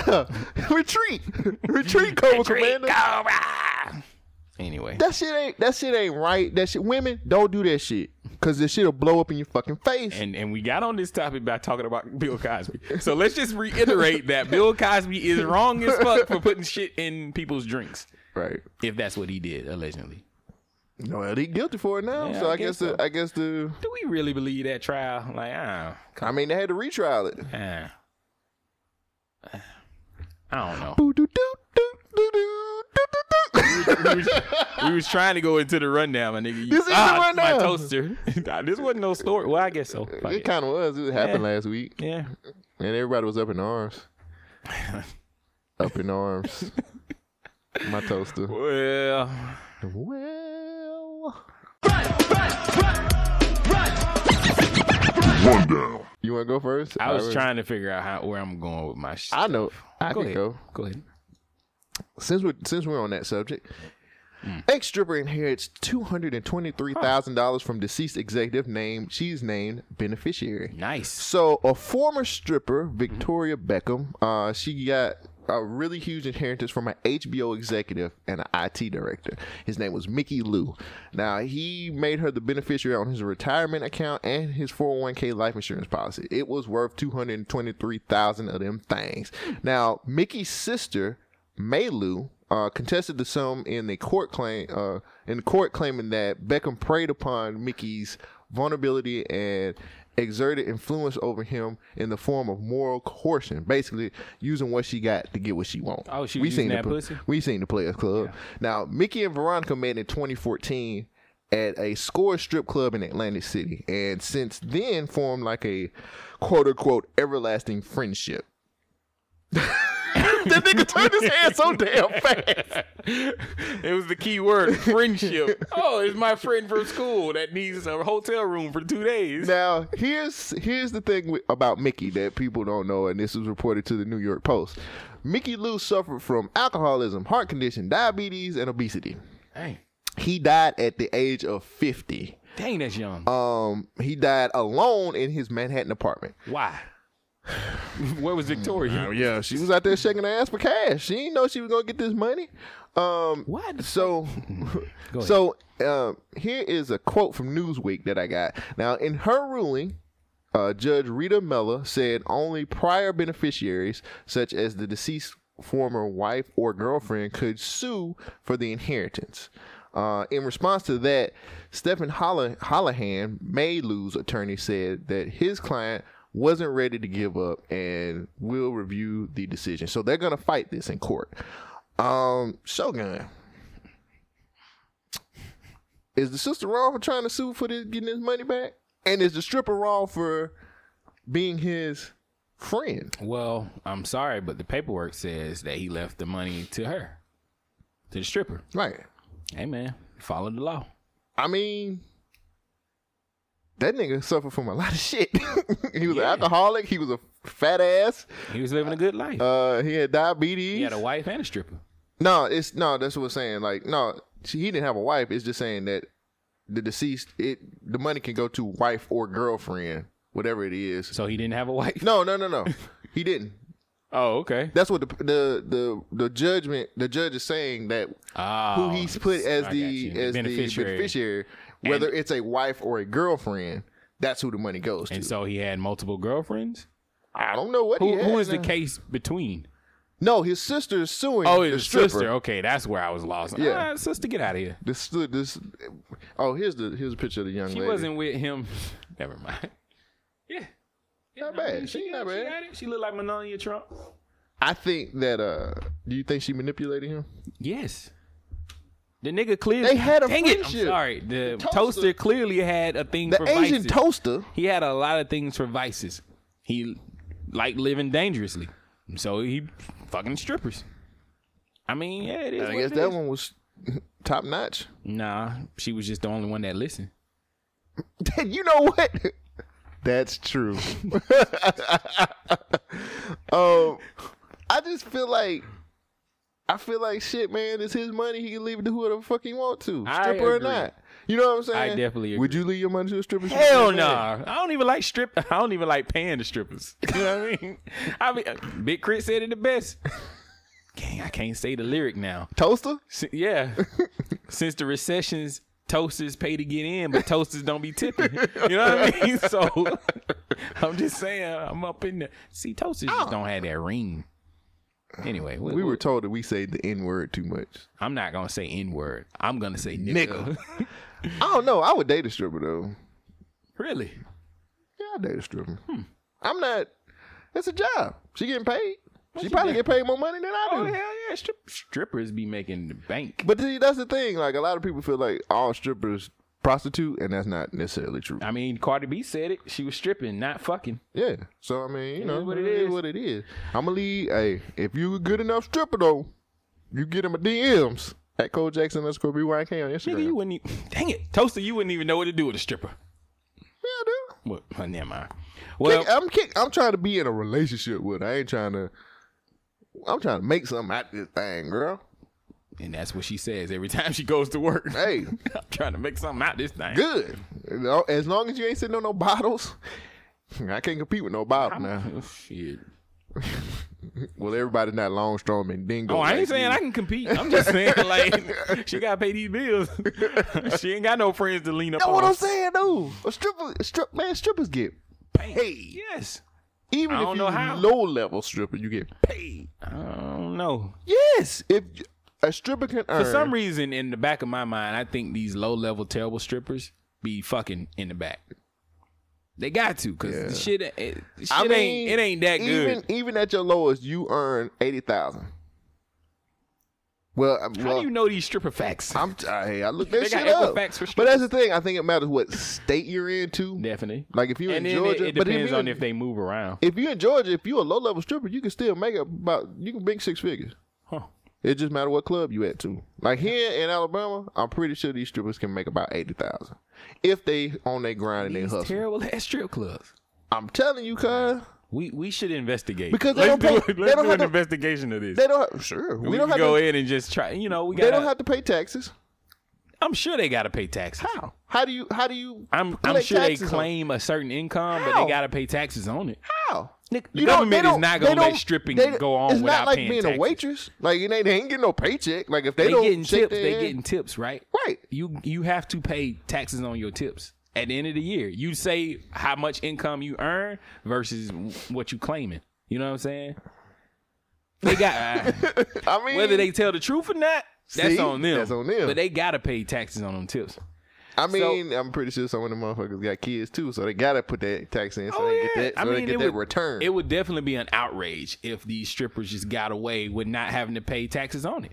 [SPEAKER 2] yeah, retreat, retreat, Cobra Commander.
[SPEAKER 1] Cobra. Anyway,
[SPEAKER 2] That shit ain't that shit ain't right. That shit women don't do that shit. Cause this shit'll blow up in your fucking face.
[SPEAKER 1] and and we got on this topic by talking about Bill Cosby. So let's just reiterate that Bill Cosby is wrong as fuck for putting shit in people's drinks,
[SPEAKER 2] right.
[SPEAKER 1] if that's what he did allegedly.
[SPEAKER 2] No, well, he guilty for it now.
[SPEAKER 1] Yeah,
[SPEAKER 2] so I,
[SPEAKER 1] I
[SPEAKER 2] guess,
[SPEAKER 1] guess
[SPEAKER 2] the
[SPEAKER 1] so.
[SPEAKER 2] I guess the
[SPEAKER 1] Do we really believe that trial? Like, ah,
[SPEAKER 2] I mean they had to retrial it.
[SPEAKER 1] ah. I don't know.
[SPEAKER 2] Boo-doo-doo-doo-doo-doo-doo-doo-doo.
[SPEAKER 1] we was trying to go into the rundown, my nigga. You-
[SPEAKER 2] This is the
[SPEAKER 1] Ah,
[SPEAKER 2] rundown.
[SPEAKER 1] My toaster. Nah, this wasn't no story. Well, I guess so. Fuck
[SPEAKER 2] it
[SPEAKER 1] it.
[SPEAKER 2] kinda was. It happened last week.
[SPEAKER 1] Yeah.
[SPEAKER 2] And everybody was up in arms. up in arms. My toaster.
[SPEAKER 1] Well,
[SPEAKER 2] Well. You wanna go first?
[SPEAKER 1] I was
[SPEAKER 2] Or-
[SPEAKER 1] trying to figure out how where I'm going with my shit.
[SPEAKER 2] I know. I can
[SPEAKER 1] go ahead.
[SPEAKER 2] go.
[SPEAKER 1] Go ahead.
[SPEAKER 2] since we're since we're on that subject, ex stripper inherits two hundred and twenty three thousand dollars from deceased executive named she's named beneficiary.
[SPEAKER 1] Nice.
[SPEAKER 2] So a former stripper, Victoria Beckham, uh, she got a really huge inheritance from an HBO executive and an IT director. His name was Mickey Lou. Now he made her the beneficiary on his retirement account and his 401k life insurance policy. It was worth 223,000 of them things. Now Mickey's sister, Maylou uh, contested the sum in the court claim uh, in court claiming that Beckham preyed upon Mickey's vulnerability and exerted influence over him in the form of moral coercion, basically using what she got to get what she wants.
[SPEAKER 1] Oh, she was using
[SPEAKER 2] the,
[SPEAKER 1] that
[SPEAKER 2] pl-
[SPEAKER 1] pussy?
[SPEAKER 2] We seen the Players Club. Now, Mickey and Veronica met in 2014 at a score strip club in Atlantic City, and since then formed like a quote unquote everlasting friendship. that nigga turned his hand so damn fast.
[SPEAKER 1] It was the key word, friendship. oh, it's my friend from school that needs a hotel room for two days.
[SPEAKER 2] Now here's here's the thing with, about Mickey that people don't know, and this was reported to the New York Post. Mickey Lou suffered from alcoholism, heart condition, diabetes, and obesity.
[SPEAKER 1] Dang.
[SPEAKER 2] He died at the age of fifty.
[SPEAKER 1] Dang, that's young.
[SPEAKER 2] Um, he died alone in his Manhattan apartment.
[SPEAKER 1] Why? Where was Victoria?
[SPEAKER 2] yeah, she was out there shaking her ass for cash. She didn't know she was gonna get this money. Um,
[SPEAKER 1] What?
[SPEAKER 2] So,
[SPEAKER 1] Go ahead.
[SPEAKER 2] so um, here is a quote from Newsweek that I got. Now, in her ruling, uh, Judge Rita Mella said only prior beneficiaries, such as the deceased former wife or girlfriend, could sue for the inheritance. Uh, in response to that, Stephen Holla- Hollahan, Maylew's attorney, said that his client wasn't ready to give up and will review the decision. So they're going to fight this in court. Um, Shogun, is the sister wrong for trying to sue for this, getting his money back? And is the stripper wrong for being his friend?
[SPEAKER 1] Well, I'm sorry, but the paperwork says that he left the money to her, to the stripper.
[SPEAKER 2] Right.
[SPEAKER 1] Hey, man, follow the law.
[SPEAKER 2] I mean, that nigga suffered from a lot of shit. he was an
[SPEAKER 1] Yeah.
[SPEAKER 2] alcoholic. He was a fat ass.
[SPEAKER 1] He was living a good life.
[SPEAKER 2] Uh, he had diabetes.
[SPEAKER 1] he had a wife and a stripper.
[SPEAKER 2] no, it's no. That's what I'm saying. Like, no, she, he didn't have a wife. It's just saying that the deceased, it the money can go to wife or girlfriend, whatever it is.
[SPEAKER 1] So he didn't have a wife.
[SPEAKER 2] No, no, no, no. he didn't.
[SPEAKER 1] Oh, okay.
[SPEAKER 2] That's what the the the the judgment the judge is saying that
[SPEAKER 1] Oh,
[SPEAKER 2] who he's put as
[SPEAKER 1] I
[SPEAKER 2] the
[SPEAKER 1] got you.
[SPEAKER 2] as the beneficiary, whether it's a wife or a girlfriend, that's who the money goes to.
[SPEAKER 1] And so he had multiple girlfriends.
[SPEAKER 2] I don't know what he
[SPEAKER 1] Who,
[SPEAKER 2] had
[SPEAKER 1] who is the
[SPEAKER 2] now.
[SPEAKER 1] case between?
[SPEAKER 2] No, his sister is suing.
[SPEAKER 1] Oh,
[SPEAKER 2] the
[SPEAKER 1] his
[SPEAKER 2] stripper.
[SPEAKER 1] sister. Okay, that's where I was lost.
[SPEAKER 2] Yeah.
[SPEAKER 1] Yeah, sister, get out of here.
[SPEAKER 2] This, this. Oh, here's the here's a picture of the young
[SPEAKER 1] Ah, She
[SPEAKER 2] lady.
[SPEAKER 1] wasn't with him. Never mind. Yeah. Yeah,
[SPEAKER 2] Not
[SPEAKER 1] I
[SPEAKER 2] bad.
[SPEAKER 1] mean,
[SPEAKER 2] She not
[SPEAKER 1] got-
[SPEAKER 2] bad.
[SPEAKER 1] She, got it. She looked like Melania Trump.
[SPEAKER 2] I think that. uh Do you think she manipulated him?
[SPEAKER 1] Yes. The nigga clearly
[SPEAKER 2] They had a
[SPEAKER 1] Dang It,
[SPEAKER 2] friendship.
[SPEAKER 1] I'm sorry. The
[SPEAKER 2] Toaster-
[SPEAKER 1] toaster, clearly had a thing
[SPEAKER 2] The
[SPEAKER 1] for
[SPEAKER 2] Asian
[SPEAKER 1] vices.
[SPEAKER 2] toaster.
[SPEAKER 1] he had a lot of things for vices. He liked living dangerously. So he fucking strippers. I mean, yeah, it is.
[SPEAKER 2] I
[SPEAKER 1] what
[SPEAKER 2] guess
[SPEAKER 1] it
[SPEAKER 2] that
[SPEAKER 1] is.
[SPEAKER 2] one was top notch.
[SPEAKER 1] Nah, she was just the only one that listened.
[SPEAKER 2] you know what? That's true. um, I just feel like I feel like shit, man. It's his money. He can leave it to whoever the fuck he want to,
[SPEAKER 1] I
[SPEAKER 2] stripper or
[SPEAKER 1] agree.
[SPEAKER 2] not. You know what I'm saying?
[SPEAKER 1] definitely
[SPEAKER 2] Would you leave your money to a stripper?
[SPEAKER 1] Hell no! I don't even like strip. I don't even like paying the strippers. You know what I mean? I mean, Big Crit said it the best. Dang, I can't say the lyric now.
[SPEAKER 2] Toaster?
[SPEAKER 1] Si- yeah, since the recessions, toasters pay to get in, but toasters don't be tipping. You know what I mean? So I'm just saying, I'm up in the see toasters just don't have that ring. Anyway, we,
[SPEAKER 2] Ah. We were told that we say the n word too much.
[SPEAKER 1] I'm not gonna say n word. I'm gonna say nigga.
[SPEAKER 2] Nigga. I don't know. I would date a stripper though.
[SPEAKER 1] really? Hmm.
[SPEAKER 2] Yeah, I date a stripper. I'm not. It's a job. She getting paid. She probably get paid more money than I do.
[SPEAKER 1] Oh hell yeah! Strip- strippers be making the bank.
[SPEAKER 2] But see, that's the thing. Like a lot of people feel like all strippers prostitute, and that's not necessarily true.
[SPEAKER 1] I mean, Cardi B said it. She was stripping, not fucking.
[SPEAKER 2] Yeah. So I mean, you know,
[SPEAKER 1] is what it is.
[SPEAKER 2] What it is. I'm gonna leave. Hey, if you a good enough stripper though, you get him a DMs at Cole Jackson underscore BYK on Instagram.
[SPEAKER 1] Nigga, you wouldn't. e- Even, dang it, Toaster, you wouldn't even know what to do with a stripper.
[SPEAKER 2] yeah, dude.
[SPEAKER 1] What? Oh, never mind. Well,
[SPEAKER 2] Kick- I'm kick, I'm trying to be in a relationship with. her. I ain't trying to. I'm trying to make something out this thing, girl.
[SPEAKER 1] and that's what she says every time she goes to work.
[SPEAKER 2] Hey,
[SPEAKER 1] I'm trying to make something out of this thing.
[SPEAKER 2] good. You know, As long as you ain't sitting on no bottles, I can't compete with no bottle now.
[SPEAKER 1] Oh, shit.
[SPEAKER 2] Well, everybody not Longstrom and Dingo.
[SPEAKER 1] Oh, I ain't
[SPEAKER 2] like
[SPEAKER 1] saying
[SPEAKER 2] you.
[SPEAKER 1] I can compete. I'm just saying, like, she gotta pay these bills. she ain't got no friends to lean up
[SPEAKER 2] That's
[SPEAKER 1] on.
[SPEAKER 2] what I'm saying, though. A stripper, a strip man, strippers get paid.
[SPEAKER 1] Yes.
[SPEAKER 2] Even
[SPEAKER 1] I
[SPEAKER 2] if
[SPEAKER 1] don't
[SPEAKER 2] you
[SPEAKER 1] know how.
[SPEAKER 2] low level stripper, you get paid.
[SPEAKER 1] I don't know.
[SPEAKER 2] Yes, if you- a stripper can earn
[SPEAKER 1] For some reason, in the back of my mind, I think these low level terrible strippers be fucking in the back. They got to because
[SPEAKER 2] Yeah.
[SPEAKER 1] the shit, it, it- shit
[SPEAKER 2] I mean,
[SPEAKER 1] ain't it ain't that
[SPEAKER 2] even,
[SPEAKER 1] good.
[SPEAKER 2] Even at your lowest, you earn eighty thousand. Well, I-
[SPEAKER 1] How
[SPEAKER 2] well,
[SPEAKER 1] do you know these stripper facts?
[SPEAKER 2] I'm. I, hey, I looked that
[SPEAKER 1] They got
[SPEAKER 2] shit up.
[SPEAKER 1] Equifax for
[SPEAKER 2] But that's the thing. I think it matters what state you're in too.
[SPEAKER 1] Definitely.
[SPEAKER 2] Like if you're
[SPEAKER 1] and
[SPEAKER 2] in
[SPEAKER 1] then
[SPEAKER 2] Georgia,
[SPEAKER 1] it, it
[SPEAKER 2] but if
[SPEAKER 1] depends
[SPEAKER 2] you're
[SPEAKER 1] on
[SPEAKER 2] in-
[SPEAKER 1] if they move around.
[SPEAKER 2] if you in Georgia, if you a low level stripper, you can still make up about you can make six figures.
[SPEAKER 1] Huh.
[SPEAKER 2] It just matter what club you at too. Like here in Alabama, I'm pretty sure these strippers can make about eighty thousand if they on their grind and they
[SPEAKER 1] These
[SPEAKER 2] hustle.
[SPEAKER 1] terrible ass strip clubs.
[SPEAKER 2] I'm telling you, cuz
[SPEAKER 1] We we should investigate
[SPEAKER 2] Because they
[SPEAKER 1] let's
[SPEAKER 2] don't
[SPEAKER 1] do,
[SPEAKER 2] pay-
[SPEAKER 1] it-
[SPEAKER 2] they
[SPEAKER 1] let's
[SPEAKER 2] don't
[SPEAKER 1] do
[SPEAKER 2] have
[SPEAKER 1] an
[SPEAKER 2] to-
[SPEAKER 1] investigation of this.
[SPEAKER 2] they don't. Have, sure, we,
[SPEAKER 1] we,
[SPEAKER 2] don't
[SPEAKER 1] can
[SPEAKER 2] have
[SPEAKER 1] go
[SPEAKER 2] to.
[SPEAKER 1] in and just try. You know, we
[SPEAKER 2] They
[SPEAKER 1] got.
[SPEAKER 2] don't have to pay taxes.
[SPEAKER 1] I'm sure they got to pay taxes.
[SPEAKER 2] How? How do you? How do you?
[SPEAKER 1] I'm I'm
[SPEAKER 2] collect
[SPEAKER 1] sure they
[SPEAKER 2] taxes on-
[SPEAKER 1] claim a certain income, but
[SPEAKER 2] How?
[SPEAKER 1] they got to pay taxes on it.
[SPEAKER 2] How?
[SPEAKER 1] Nick, the
[SPEAKER 2] You don't-
[SPEAKER 1] government
[SPEAKER 2] they
[SPEAKER 1] is
[SPEAKER 2] don't-
[SPEAKER 1] not
[SPEAKER 2] they
[SPEAKER 1] gonna let
[SPEAKER 2] don't-
[SPEAKER 1] stripping
[SPEAKER 2] they-
[SPEAKER 1] go on
[SPEAKER 2] It's
[SPEAKER 1] without
[SPEAKER 2] not like
[SPEAKER 1] paying
[SPEAKER 2] being a
[SPEAKER 1] taxes.
[SPEAKER 2] waitress. Like it ain't, they ain't getting no paycheck. Like if they,
[SPEAKER 1] They,
[SPEAKER 2] don't
[SPEAKER 1] getting
[SPEAKER 2] shake
[SPEAKER 1] tips.
[SPEAKER 2] their
[SPEAKER 1] They
[SPEAKER 2] head-
[SPEAKER 1] getting tips, right?
[SPEAKER 2] Right.
[SPEAKER 1] You you have to pay taxes on your tips at the end of the year. You say how much income you earn versus what you claiming. You know what I'm saying? They got
[SPEAKER 2] I mean,
[SPEAKER 1] whether they tell the truth or not. That's
[SPEAKER 2] See?
[SPEAKER 1] on them.
[SPEAKER 2] That's on them.
[SPEAKER 1] But they gotta pay taxes on them tips.
[SPEAKER 2] I mean, I'm pretty sure some of them motherfuckers got kids too, so they gotta put that tax in so
[SPEAKER 1] Oh,
[SPEAKER 2] they get that, so they get
[SPEAKER 1] it
[SPEAKER 2] that
[SPEAKER 1] would-
[SPEAKER 2] return.
[SPEAKER 1] It would definitely be an outrage if these strippers just got away with not having to pay taxes on it.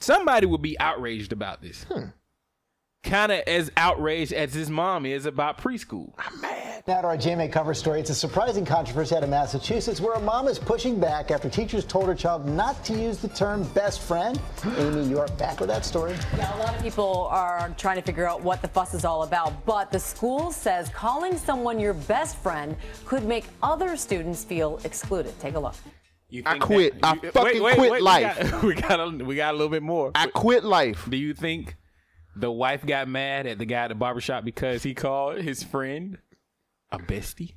[SPEAKER 1] Somebody would be outraged about this.
[SPEAKER 2] Hmm.
[SPEAKER 1] Kind of as outraged as his mom is about preschool.
[SPEAKER 7] Now to our JMA cover story. It's a surprising controversy out of Massachusetts where a mom is pushing back after teachers told her child not to use the term best friend. Amy, you are back with that story.
[SPEAKER 8] Yeah, a lot of people are trying to figure out what the fuss is all about, but the school says calling someone your best friend could make other students feel excluded. Take a look.
[SPEAKER 1] You
[SPEAKER 2] I
[SPEAKER 1] think
[SPEAKER 2] quit. I fucking quit
[SPEAKER 1] we
[SPEAKER 2] life.
[SPEAKER 1] got- We got, a, we got a little bit more.
[SPEAKER 2] I quit life.
[SPEAKER 1] Do you think the wife got mad at the guy at the barbershop because he called his friend a bestie?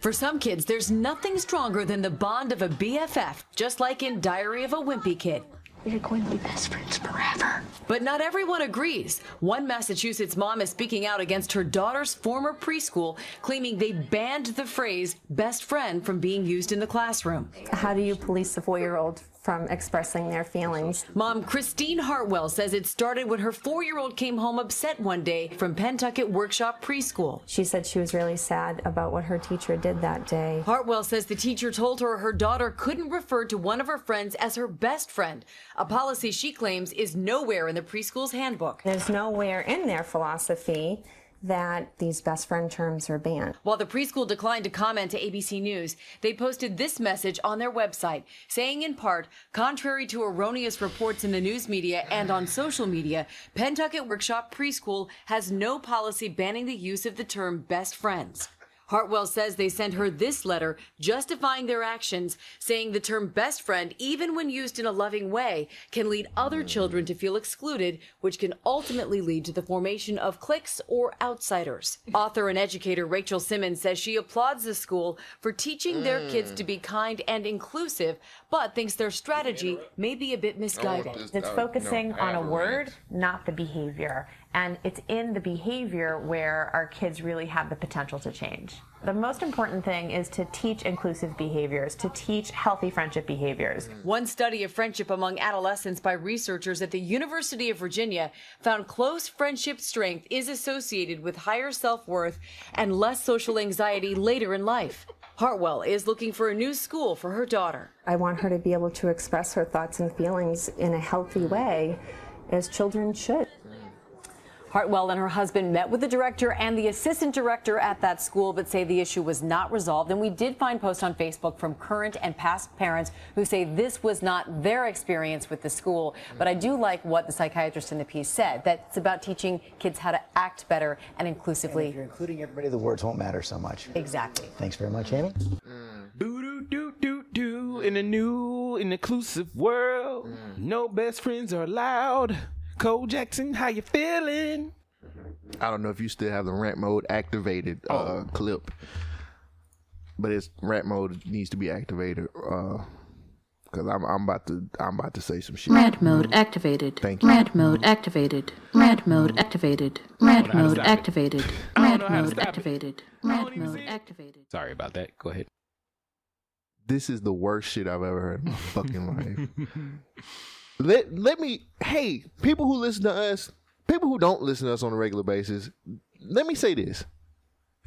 [SPEAKER 8] For some kids, there's nothing stronger than the bond of a BFF, just like in Diary of a Wimpy Kid.
[SPEAKER 9] We're going to be best friends forever.
[SPEAKER 8] But not everyone agrees. One Massachusetts mom is speaking out against her daughter's former preschool, claiming they banned the phrase best friend from being used in the classroom.
[SPEAKER 9] How do you police a four year old from expressing their feelings?
[SPEAKER 8] Mom Christine Hartwell says it started when her four year old came home upset one day from Pentucket Workshop Preschool.
[SPEAKER 9] She said she was really sad about what her teacher did that day.
[SPEAKER 8] Hartwell says the teacher told her her daughter couldn't refer to one of her friends as her best friend, a policy she claims is nowhere in the preschool's handbook.
[SPEAKER 9] There's nowhere in their philosophy that these best friend terms are banned.
[SPEAKER 8] While the preschool declined to comment to ABC News, they posted this message on their website, saying in part, contrary to erroneous reports in the news media and on social media, Pentucket Workshop Preschool has no policy banning the use of the term best friends. Hartwell says they sent her this letter justifying their actions, saying the term best friend, even when used in a loving way, can lead other children to feel excluded, which can ultimately lead to the formation of cliques or outsiders. Author and educator Rachel Simmons says she applauds the school for teaching their kids to be kind and inclusive, but thinks their strategy may be a bit misguided.
[SPEAKER 9] It's focusing on a word, not the behavior. And it's in the behavior where our kids really have the potential to change. The most important thing is to teach inclusive behaviors, to teach healthy friendship behaviors.
[SPEAKER 8] One study of friendship among adolescents by researchers at the University of Virginia found close friendship strength is associated with higher self worth and less social anxiety later in life. Hartwell is looking for a new school for her daughter.
[SPEAKER 9] I want her to be able to express her thoughts and feelings in a healthy way, as children should.
[SPEAKER 8] Hartwell and her husband met with the director and the assistant director at that school, but say the issue was not resolved. And we did find posts on Facebook from current and past parents who say this was not their experience with the school. But I do like what the psychiatrist in the piece said that it's about teaching kids how to act better and
[SPEAKER 7] If
[SPEAKER 8] inclusively.
[SPEAKER 7] you're including everybody, the words won't matter so much.
[SPEAKER 8] Exactly.
[SPEAKER 7] Thanks very much, Amy.
[SPEAKER 1] Boo doo doo doo doo in a new and inclusive world. No best friends are allowed. Cole Jackson, how you feeling?
[SPEAKER 2] I don't know if you still have the rant mode activated uh, clip, but it's rant mode needs to be activated uhbecause because I'm I'm about to I'm about to say some shit.
[SPEAKER 10] Rant mode activated.
[SPEAKER 2] Thank you.
[SPEAKER 10] Rant mode activated. Rant mode activated. Rant
[SPEAKER 1] know how to
[SPEAKER 10] mode
[SPEAKER 1] stop it.
[SPEAKER 10] activated.
[SPEAKER 1] I don't
[SPEAKER 10] Rant
[SPEAKER 1] know how to
[SPEAKER 10] mode
[SPEAKER 1] stop it.
[SPEAKER 10] activated.
[SPEAKER 1] I don't
[SPEAKER 10] Rant
[SPEAKER 1] even
[SPEAKER 10] mode
[SPEAKER 1] see it.
[SPEAKER 10] activated.
[SPEAKER 1] Sorry about that. Go ahead.
[SPEAKER 2] This is the worst shit I've ever heard in my fucking life. Let let me hey people who listen to us, people who don't listen to us on a regular basis, let me say this.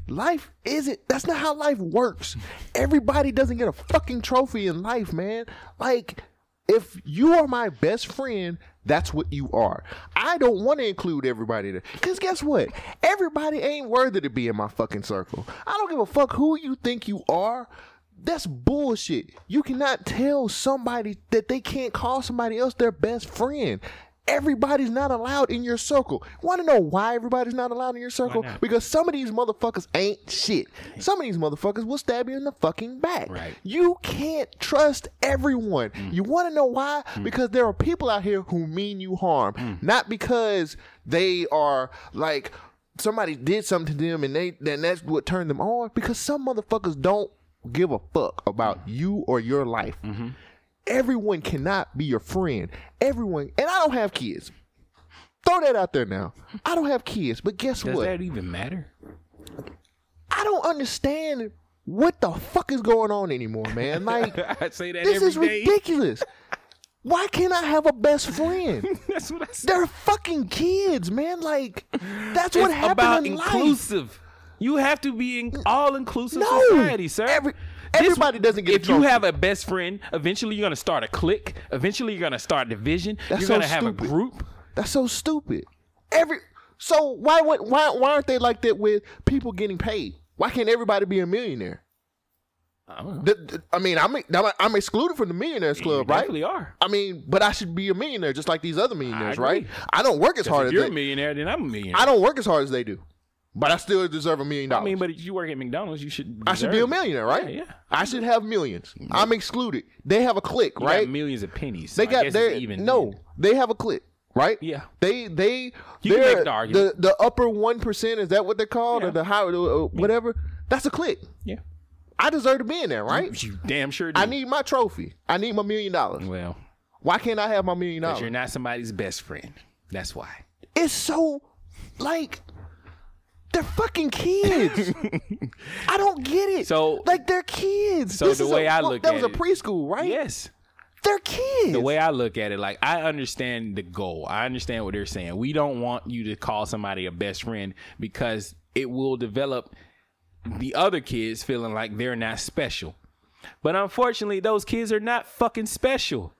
[SPEAKER 2] Life isn't that's not how life works. Everybody doesn't get a fucking trophy in life, man. Like if you are my best friend, that's what you are. I don't want to include everybody there. Cause guess what? Everybody ain't worthy to be in my fucking circle. I don't give a fuck who you think you are. That's bullshit. You cannot tell somebody that they can't call somebody else their best friend. Everybody's not allowed in your circle. Want to know why everybody's not allowed in your circle? Because some of these motherfuckers ain't shit. Some of these motherfuckers will stab you in the fucking back.
[SPEAKER 1] Right.
[SPEAKER 2] You can't trust everyone.
[SPEAKER 1] Mm.
[SPEAKER 2] You want to know why? Because there are people out here who mean you harm,
[SPEAKER 1] Mm.
[SPEAKER 2] not because they are like somebody did something to them and they then that's what turned them on. Because some motherfuckers don't give a fuck about you or your life.
[SPEAKER 1] Mm-hmm.
[SPEAKER 2] Everyone cannot be your friend. Everyone, and I don't have kids. Throw that out there now. I don't have kids, but guess
[SPEAKER 1] Does
[SPEAKER 2] what?
[SPEAKER 1] that even matter?
[SPEAKER 2] I don't understand what the fuck is going on anymore, man. Like
[SPEAKER 1] I say that
[SPEAKER 2] this
[SPEAKER 1] every
[SPEAKER 2] is
[SPEAKER 1] day.
[SPEAKER 2] ridiculous. Why can't I have a best friend?
[SPEAKER 1] That's what I say.
[SPEAKER 2] They're fucking kids, man. Like that's what
[SPEAKER 1] It's
[SPEAKER 2] happened
[SPEAKER 1] about
[SPEAKER 2] in life.
[SPEAKER 1] inclusive. You have to be in all inclusive
[SPEAKER 2] No.
[SPEAKER 1] society, sir.
[SPEAKER 2] Every-
[SPEAKER 1] This-
[SPEAKER 2] everybody doesn't get a
[SPEAKER 1] If you
[SPEAKER 2] trophy.
[SPEAKER 1] have a best friend, eventually you're gonna start a clique. Eventually you're gonna start a division.
[SPEAKER 2] That's
[SPEAKER 1] you're
[SPEAKER 2] so
[SPEAKER 1] gonna have a
[SPEAKER 2] stupid.
[SPEAKER 1] group.
[SPEAKER 2] That's so stupid. Every so why would why why aren't they like that with people getting paid? Why can't everybody be a millionaire?
[SPEAKER 1] I don't know.
[SPEAKER 2] The- the- I mean, I'm I'm excluded from the millionaires club,
[SPEAKER 1] You
[SPEAKER 2] right?
[SPEAKER 1] definitely are.
[SPEAKER 2] I mean, but I should be a millionaire just like these other millionaires,
[SPEAKER 1] agree.
[SPEAKER 2] right? I don't work as
[SPEAKER 1] 'Cause
[SPEAKER 2] hard
[SPEAKER 1] if
[SPEAKER 2] as
[SPEAKER 1] you're a
[SPEAKER 2] they.
[SPEAKER 1] millionaire, then I'm a millionaire.
[SPEAKER 2] I don't work as hard as they do, but I still deserve a million
[SPEAKER 1] I
[SPEAKER 2] dollars.
[SPEAKER 1] mean, but if you work at McDonald's, you should.
[SPEAKER 2] I should be a
[SPEAKER 1] deserve it.
[SPEAKER 2] millionaire, right?
[SPEAKER 1] Yeah, yeah.
[SPEAKER 2] I should have millions. I'm excluded. They have a click,
[SPEAKER 1] You
[SPEAKER 2] right?
[SPEAKER 1] got millions of pennies. so
[SPEAKER 2] they
[SPEAKER 1] I
[SPEAKER 2] got
[SPEAKER 1] guess
[SPEAKER 2] their
[SPEAKER 1] it's even
[SPEAKER 2] no.
[SPEAKER 1] then.
[SPEAKER 2] They have a click, right?
[SPEAKER 1] Yeah.
[SPEAKER 2] They they
[SPEAKER 1] You can
[SPEAKER 2] they're-
[SPEAKER 1] make the argument.
[SPEAKER 2] the the upper one percent is that what they're called
[SPEAKER 1] Yeah.
[SPEAKER 2] or the higher uh, whatever? That's a click.
[SPEAKER 1] Yeah,
[SPEAKER 2] I deserve to be in there, right?
[SPEAKER 1] you damn sure. Do.
[SPEAKER 2] I need my trophy. I need my million dollars.
[SPEAKER 1] Well,
[SPEAKER 2] Why can't I have my million
[SPEAKER 1] because you're
[SPEAKER 2] dollars?
[SPEAKER 1] not somebody's best friend. That's why.
[SPEAKER 2] It's so like they're fucking kids. I don't get it.
[SPEAKER 1] So-
[SPEAKER 2] like they're kids.
[SPEAKER 1] So
[SPEAKER 2] This
[SPEAKER 1] the
[SPEAKER 2] is
[SPEAKER 1] way
[SPEAKER 2] a,
[SPEAKER 1] I
[SPEAKER 2] well,
[SPEAKER 1] look
[SPEAKER 2] that
[SPEAKER 1] at
[SPEAKER 2] was a
[SPEAKER 1] it-
[SPEAKER 2] preschool, right?
[SPEAKER 1] Yes.
[SPEAKER 2] they're kids.
[SPEAKER 1] The way I look at it, like I understand the goal. I understand what they're saying. We don't want you to call somebody a best friend because it will develop the other kids feeling like they're not special. But unfortunately, those kids are not fucking special.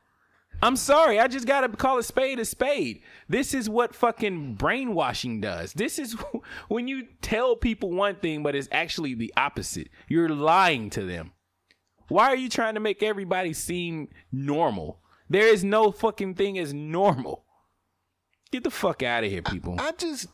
[SPEAKER 1] I'm sorry. I just gotta call a spade a spade. This is what fucking brainwashing does. This is when you tell people one thing, but it's actually the opposite. You're lying to them. Why are you trying to make everybody seem normal? There is no fucking thing as normal. Get the fuck out of here, people. I,
[SPEAKER 2] I just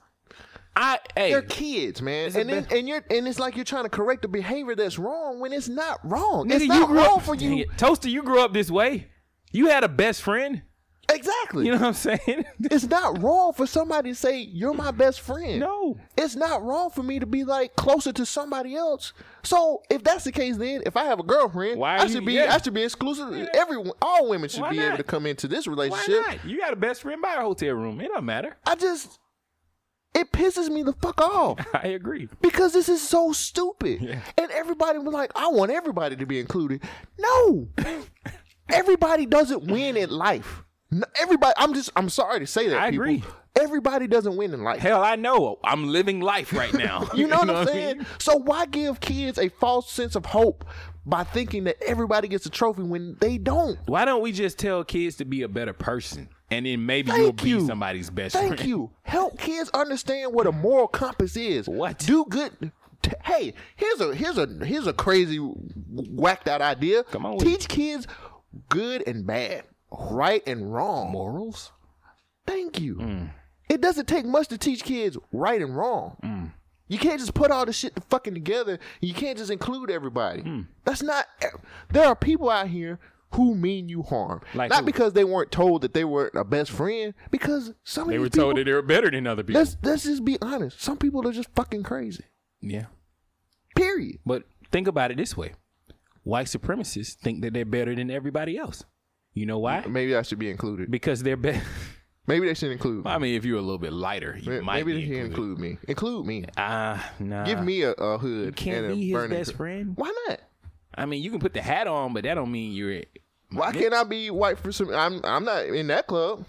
[SPEAKER 1] hey,
[SPEAKER 2] they're kids, man.
[SPEAKER 1] the
[SPEAKER 2] And then,
[SPEAKER 1] best-
[SPEAKER 2] and you're and it's like you're trying to correct a behavior that's wrong when it's not wrong.
[SPEAKER 1] nigga,
[SPEAKER 2] Oh, it's not
[SPEAKER 1] grew
[SPEAKER 2] wrong
[SPEAKER 1] up,
[SPEAKER 2] for
[SPEAKER 1] Dang
[SPEAKER 2] you.
[SPEAKER 1] it. Toaster, you grew up this way. You had a best friend.
[SPEAKER 2] Exactly.
[SPEAKER 1] You know what I'm saying?
[SPEAKER 2] it's not wrong for somebody to say you're my best friend.
[SPEAKER 1] No.
[SPEAKER 2] It's not wrong for me to be like closer to somebody else. So if that's the case, then if I have a girlfriend,
[SPEAKER 1] Why are
[SPEAKER 2] I
[SPEAKER 1] you-
[SPEAKER 2] should be
[SPEAKER 1] yeah.
[SPEAKER 2] I should be exclusive. Everyone, all women should
[SPEAKER 1] Why
[SPEAKER 2] be
[SPEAKER 1] not?
[SPEAKER 2] able to come into this
[SPEAKER 1] Why
[SPEAKER 2] relationship.
[SPEAKER 1] not? You got a best friend by a hotel room. It don't matter.
[SPEAKER 2] I just it pisses me the fuck off.
[SPEAKER 1] I agree.
[SPEAKER 2] because this is so stupid. And everybody was like, I want everybody to be included. No, everybody doesn't win in life. N- Everybody, I'm just, I'm sorry to say that.
[SPEAKER 1] I
[SPEAKER 2] people.
[SPEAKER 1] agree.
[SPEAKER 2] Everybody doesn't win in life.
[SPEAKER 1] Hell, I know. I'm living life right now.
[SPEAKER 2] you know, what I'm
[SPEAKER 1] I mean?
[SPEAKER 2] saying? So why give kids a false sense of hope by thinking that everybody gets a trophy when they don't?
[SPEAKER 1] Why don't we just tell kids to be a better person, and then maybe
[SPEAKER 2] Thank
[SPEAKER 1] you'll be
[SPEAKER 2] you.
[SPEAKER 1] somebody's best friend?
[SPEAKER 2] Thank you. Help kids understand what a moral compass is.
[SPEAKER 1] What?
[SPEAKER 2] Do good. T- hey, here's a here's a here's a crazy whacked out idea.
[SPEAKER 1] Come on with
[SPEAKER 2] Teach kids good and bad, right and wrong.
[SPEAKER 1] Morals. Mm.
[SPEAKER 2] Thank you. It doesn't take much to teach kids right and wrong.
[SPEAKER 1] Mm.
[SPEAKER 2] You can't just put all this shit fucking together. You can't just include everybody.
[SPEAKER 1] Mm.
[SPEAKER 2] That's not. e, There are people out here who mean you harm.
[SPEAKER 1] Like
[SPEAKER 2] not
[SPEAKER 1] who?
[SPEAKER 2] because they weren't told that they were a best friend. Because some
[SPEAKER 1] They
[SPEAKER 2] of
[SPEAKER 1] were
[SPEAKER 2] these people,
[SPEAKER 1] told that they were better than other people.
[SPEAKER 2] Let's let's just be honest. Some people are just fucking crazy.
[SPEAKER 1] yeah.
[SPEAKER 2] Period.
[SPEAKER 1] But think about it this way: white supremacists think that they're better than everybody else. You know why?
[SPEAKER 2] Maybe I should be included.
[SPEAKER 1] Because they're better.
[SPEAKER 2] Maybe they should include. Me.
[SPEAKER 1] I mean, if you're a little bit lighter, you
[SPEAKER 2] May-
[SPEAKER 1] might
[SPEAKER 2] Maybe they
[SPEAKER 1] be
[SPEAKER 2] should
[SPEAKER 1] included.
[SPEAKER 2] include me. Include me.
[SPEAKER 1] Ah, nah.
[SPEAKER 2] Give me a, a hood. You
[SPEAKER 1] can't
[SPEAKER 2] and a
[SPEAKER 1] be his
[SPEAKER 2] burning
[SPEAKER 1] best
[SPEAKER 2] cr-
[SPEAKER 1] friend.
[SPEAKER 2] Why not?
[SPEAKER 1] I mean, you can put the hat on, but that don't mean you're.
[SPEAKER 2] Why can't I be white for some? I'm I'm not in that club.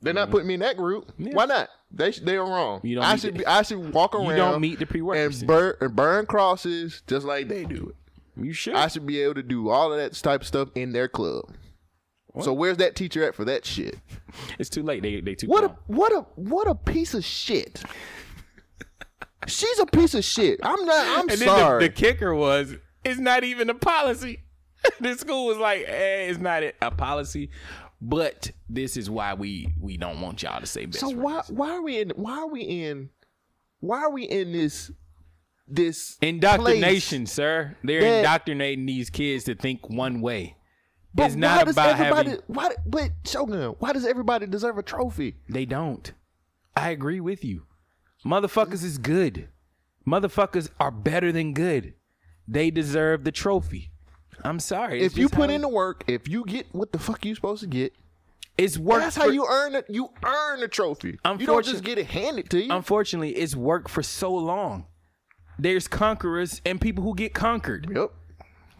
[SPEAKER 2] They're not putting me in that group. Why not? They sh- they are wrong.
[SPEAKER 1] Mm-hmm. You don't
[SPEAKER 2] I
[SPEAKER 1] meet
[SPEAKER 2] should
[SPEAKER 1] the-
[SPEAKER 2] be, I should walk around.
[SPEAKER 1] don't meet the prerequisites.
[SPEAKER 2] and burn and burn crosses just like they do it.
[SPEAKER 1] You should.
[SPEAKER 2] I should be able to do all of that type of stuff in their club. So where's that teacher at for that shit?
[SPEAKER 1] it's too late. They they too.
[SPEAKER 2] What a
[SPEAKER 1] grown.
[SPEAKER 2] what a what a piece of shit. She's a piece of shit. I'm not. Uh, I'm
[SPEAKER 1] and then the,
[SPEAKER 2] sorry.
[SPEAKER 1] the kicker was it's not even a policy. the school was like, eh, it's not a a policy, but this is why we we don't want y'all to say best.
[SPEAKER 2] so
[SPEAKER 1] friend.
[SPEAKER 2] why why are we in why are we in why are we in this this
[SPEAKER 1] Indoctrination,
[SPEAKER 2] place
[SPEAKER 1] sir. They're
[SPEAKER 2] that-
[SPEAKER 1] indoctrinating these kids to think one way.
[SPEAKER 2] But
[SPEAKER 1] it's
[SPEAKER 2] why
[SPEAKER 1] not
[SPEAKER 2] does
[SPEAKER 1] about
[SPEAKER 2] everybody,
[SPEAKER 1] having-
[SPEAKER 2] Why, but Shogun, why does everybody deserve a trophy?
[SPEAKER 1] They don't. I agree with you. Motherfuckers is good. Motherfuckers are better than good. They deserve the trophy. I'm sorry.
[SPEAKER 2] if you put in the work, if you get what the fuck you supposed to get,
[SPEAKER 1] it's work.
[SPEAKER 2] that's how
[SPEAKER 1] for-
[SPEAKER 2] you earn it. You earn a trophy. You don't just
[SPEAKER 1] Unfortunate-
[SPEAKER 2] get it handed to you.
[SPEAKER 1] unfortunately, it's worked for so long. There's conquerors and people who get conquered.
[SPEAKER 2] yep.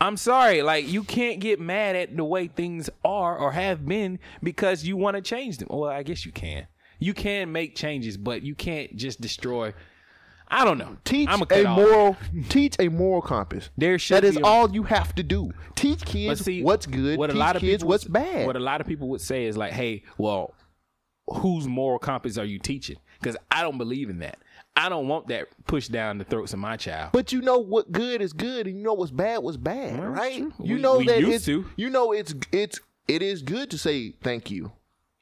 [SPEAKER 1] I'm sorry, like you can't get mad at the way things are or have been because you want to change them. Well, I guess you can. You can make changes, but you can't just destroy. I don't know.
[SPEAKER 2] Teach
[SPEAKER 1] I'ma cut
[SPEAKER 2] a
[SPEAKER 1] off.
[SPEAKER 2] moral, teach a moral compass.
[SPEAKER 1] There
[SPEAKER 2] that
[SPEAKER 1] should
[SPEAKER 2] is
[SPEAKER 1] be a-
[SPEAKER 2] all you have to do. Teach kids
[SPEAKER 1] But see,
[SPEAKER 2] what's good.
[SPEAKER 1] What a
[SPEAKER 2] teach
[SPEAKER 1] lot of
[SPEAKER 2] kids
[SPEAKER 1] people
[SPEAKER 2] what's
[SPEAKER 1] would-
[SPEAKER 2] bad.
[SPEAKER 1] What a lot of people would say is like, "Hey, well, whose moral compass are you teaching?" Because I don't believe in that. I don't want that pushed down the throats of my child.
[SPEAKER 2] But you know what good is good, and you know what's bad was bad, right?
[SPEAKER 1] true.
[SPEAKER 2] You
[SPEAKER 1] We-
[SPEAKER 2] know
[SPEAKER 1] we
[SPEAKER 2] that
[SPEAKER 1] used
[SPEAKER 2] it's
[SPEAKER 1] to.
[SPEAKER 2] you know it's it's it is good to say thank you.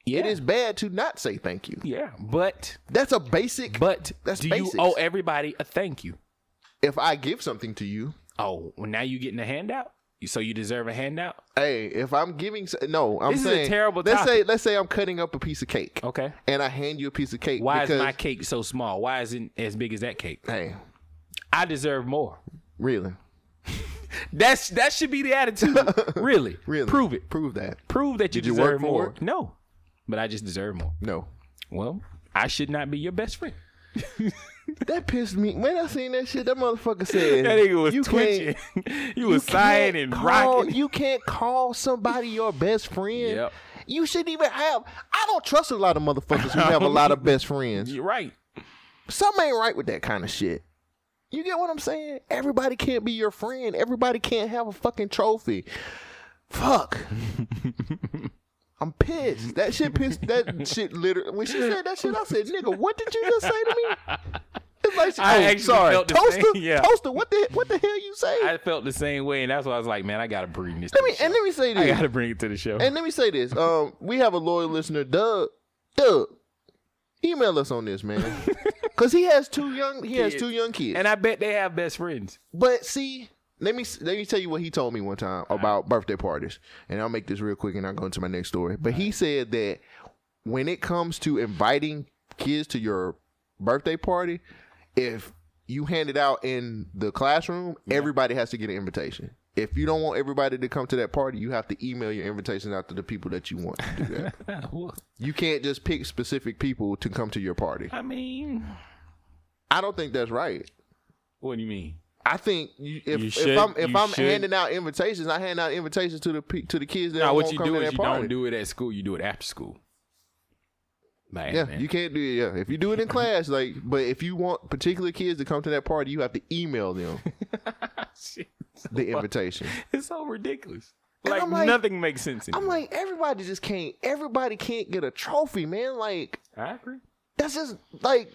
[SPEAKER 1] yeah,
[SPEAKER 2] It is bad to not say thank you.
[SPEAKER 1] Yeah, but
[SPEAKER 2] That's a basic.
[SPEAKER 1] But
[SPEAKER 2] that's
[SPEAKER 1] do
[SPEAKER 2] basics.
[SPEAKER 1] you owe everybody a thank you?
[SPEAKER 2] if I give something to you,
[SPEAKER 1] Oh, well, now you getting a handout. So you deserve a handout.
[SPEAKER 2] hey, if I'm giving, s- no, I'm
[SPEAKER 1] This is a
[SPEAKER 2] saying
[SPEAKER 1] terrible
[SPEAKER 2] Let's
[SPEAKER 1] topic.
[SPEAKER 2] say let's say I'm cutting up a piece of cake.
[SPEAKER 1] Okay.
[SPEAKER 2] And I hand you a piece of cake.
[SPEAKER 1] Why
[SPEAKER 2] because,
[SPEAKER 1] is my cake so small? Why isn't it as big as that cake?
[SPEAKER 2] Hey,
[SPEAKER 1] I deserve more.
[SPEAKER 2] really,
[SPEAKER 1] That's that should be the attitude. really,
[SPEAKER 2] really,
[SPEAKER 1] prove it.
[SPEAKER 2] Prove that.
[SPEAKER 1] Prove that you
[SPEAKER 2] Did you work
[SPEAKER 1] deserve
[SPEAKER 2] for
[SPEAKER 1] more.
[SPEAKER 2] it?
[SPEAKER 1] No, but I just deserve more.
[SPEAKER 2] No.
[SPEAKER 1] Well, I should not be your best friend.
[SPEAKER 2] That pissed me. When I seen that shit, that motherfucker said
[SPEAKER 1] That nigga was
[SPEAKER 2] "You
[SPEAKER 1] twitching.
[SPEAKER 2] can't-
[SPEAKER 1] you was sighing and
[SPEAKER 2] call,
[SPEAKER 1] rocking.
[SPEAKER 2] You can't call somebody your best friend.
[SPEAKER 1] Yep.
[SPEAKER 2] You shouldn't even have. I don't trust a lot of motherfuckers who have a lot of best friends.
[SPEAKER 1] You're right.
[SPEAKER 2] Something ain't right with that kind of shit. You get what I'm saying? Everybody can't be your friend. Everybody can't have a fucking trophy. Fuck. I'm pissed. That shit pissed. That shit literally. When she said that shit, I said, "Nigga, what did you just say to me?" It's like, she,
[SPEAKER 1] I
[SPEAKER 2] oh,
[SPEAKER 1] actually
[SPEAKER 2] sorry,
[SPEAKER 1] felt the
[SPEAKER 2] toaster,
[SPEAKER 1] same, yeah.
[SPEAKER 2] toaster. What the what the hell you say?
[SPEAKER 1] I felt the same way, and that's why I was like, man, I gotta bring this.
[SPEAKER 2] let
[SPEAKER 1] to
[SPEAKER 2] me
[SPEAKER 1] the
[SPEAKER 2] and
[SPEAKER 1] show.
[SPEAKER 2] let me say
[SPEAKER 1] I
[SPEAKER 2] this.
[SPEAKER 1] gotta bring it to the show.
[SPEAKER 2] And let me say this. Um, we have a loyal listener, Doug. Doug, email us on this, man, because he has two young. He has
[SPEAKER 1] Kids.
[SPEAKER 2] two young kids.
[SPEAKER 1] And I bet they have best friends.
[SPEAKER 2] But see, let me let me tell you what he told me one time about birthday parties, and I'll make this real quick, and I'll go into my next story. But he said that when it comes to inviting kids to your birthday party, if you hand it out in the classroom, everybody has to get an invitation. If you don't want everybody to come to that party, you have to email your invitation out to the people that you want. To do that.
[SPEAKER 1] Ah,
[SPEAKER 2] you can't just pick specific people to come to your party.
[SPEAKER 1] I mean,
[SPEAKER 2] I don't think that's right.
[SPEAKER 1] what do you mean?
[SPEAKER 2] I think you, if,
[SPEAKER 1] You
[SPEAKER 2] if
[SPEAKER 1] should-
[SPEAKER 2] I'm if
[SPEAKER 1] you
[SPEAKER 2] I'm
[SPEAKER 1] should-
[SPEAKER 2] handing out invitations, I hand out invitations to the pe- to the kids that
[SPEAKER 1] Now,
[SPEAKER 2] won't
[SPEAKER 1] what you
[SPEAKER 2] come
[SPEAKER 1] do
[SPEAKER 2] to
[SPEAKER 1] is
[SPEAKER 2] that
[SPEAKER 1] you
[SPEAKER 2] party.
[SPEAKER 1] don't do it at school. You do it after school. Man,
[SPEAKER 2] yeah,
[SPEAKER 1] man.
[SPEAKER 2] you can't do it. Yeah, if you do it in class, like, but if you want particular kids to come to that party, you have to email them
[SPEAKER 1] Ah, Shit.
[SPEAKER 2] the invitation.
[SPEAKER 1] It's so ridiculous.
[SPEAKER 2] And
[SPEAKER 1] Like,
[SPEAKER 2] I'm like-
[SPEAKER 1] nothing makes sense.
[SPEAKER 2] I'm
[SPEAKER 1] anymore.
[SPEAKER 2] like, everybody just can't. Everybody can't get a trophy, man. Like,
[SPEAKER 1] I agree.
[SPEAKER 2] that's just like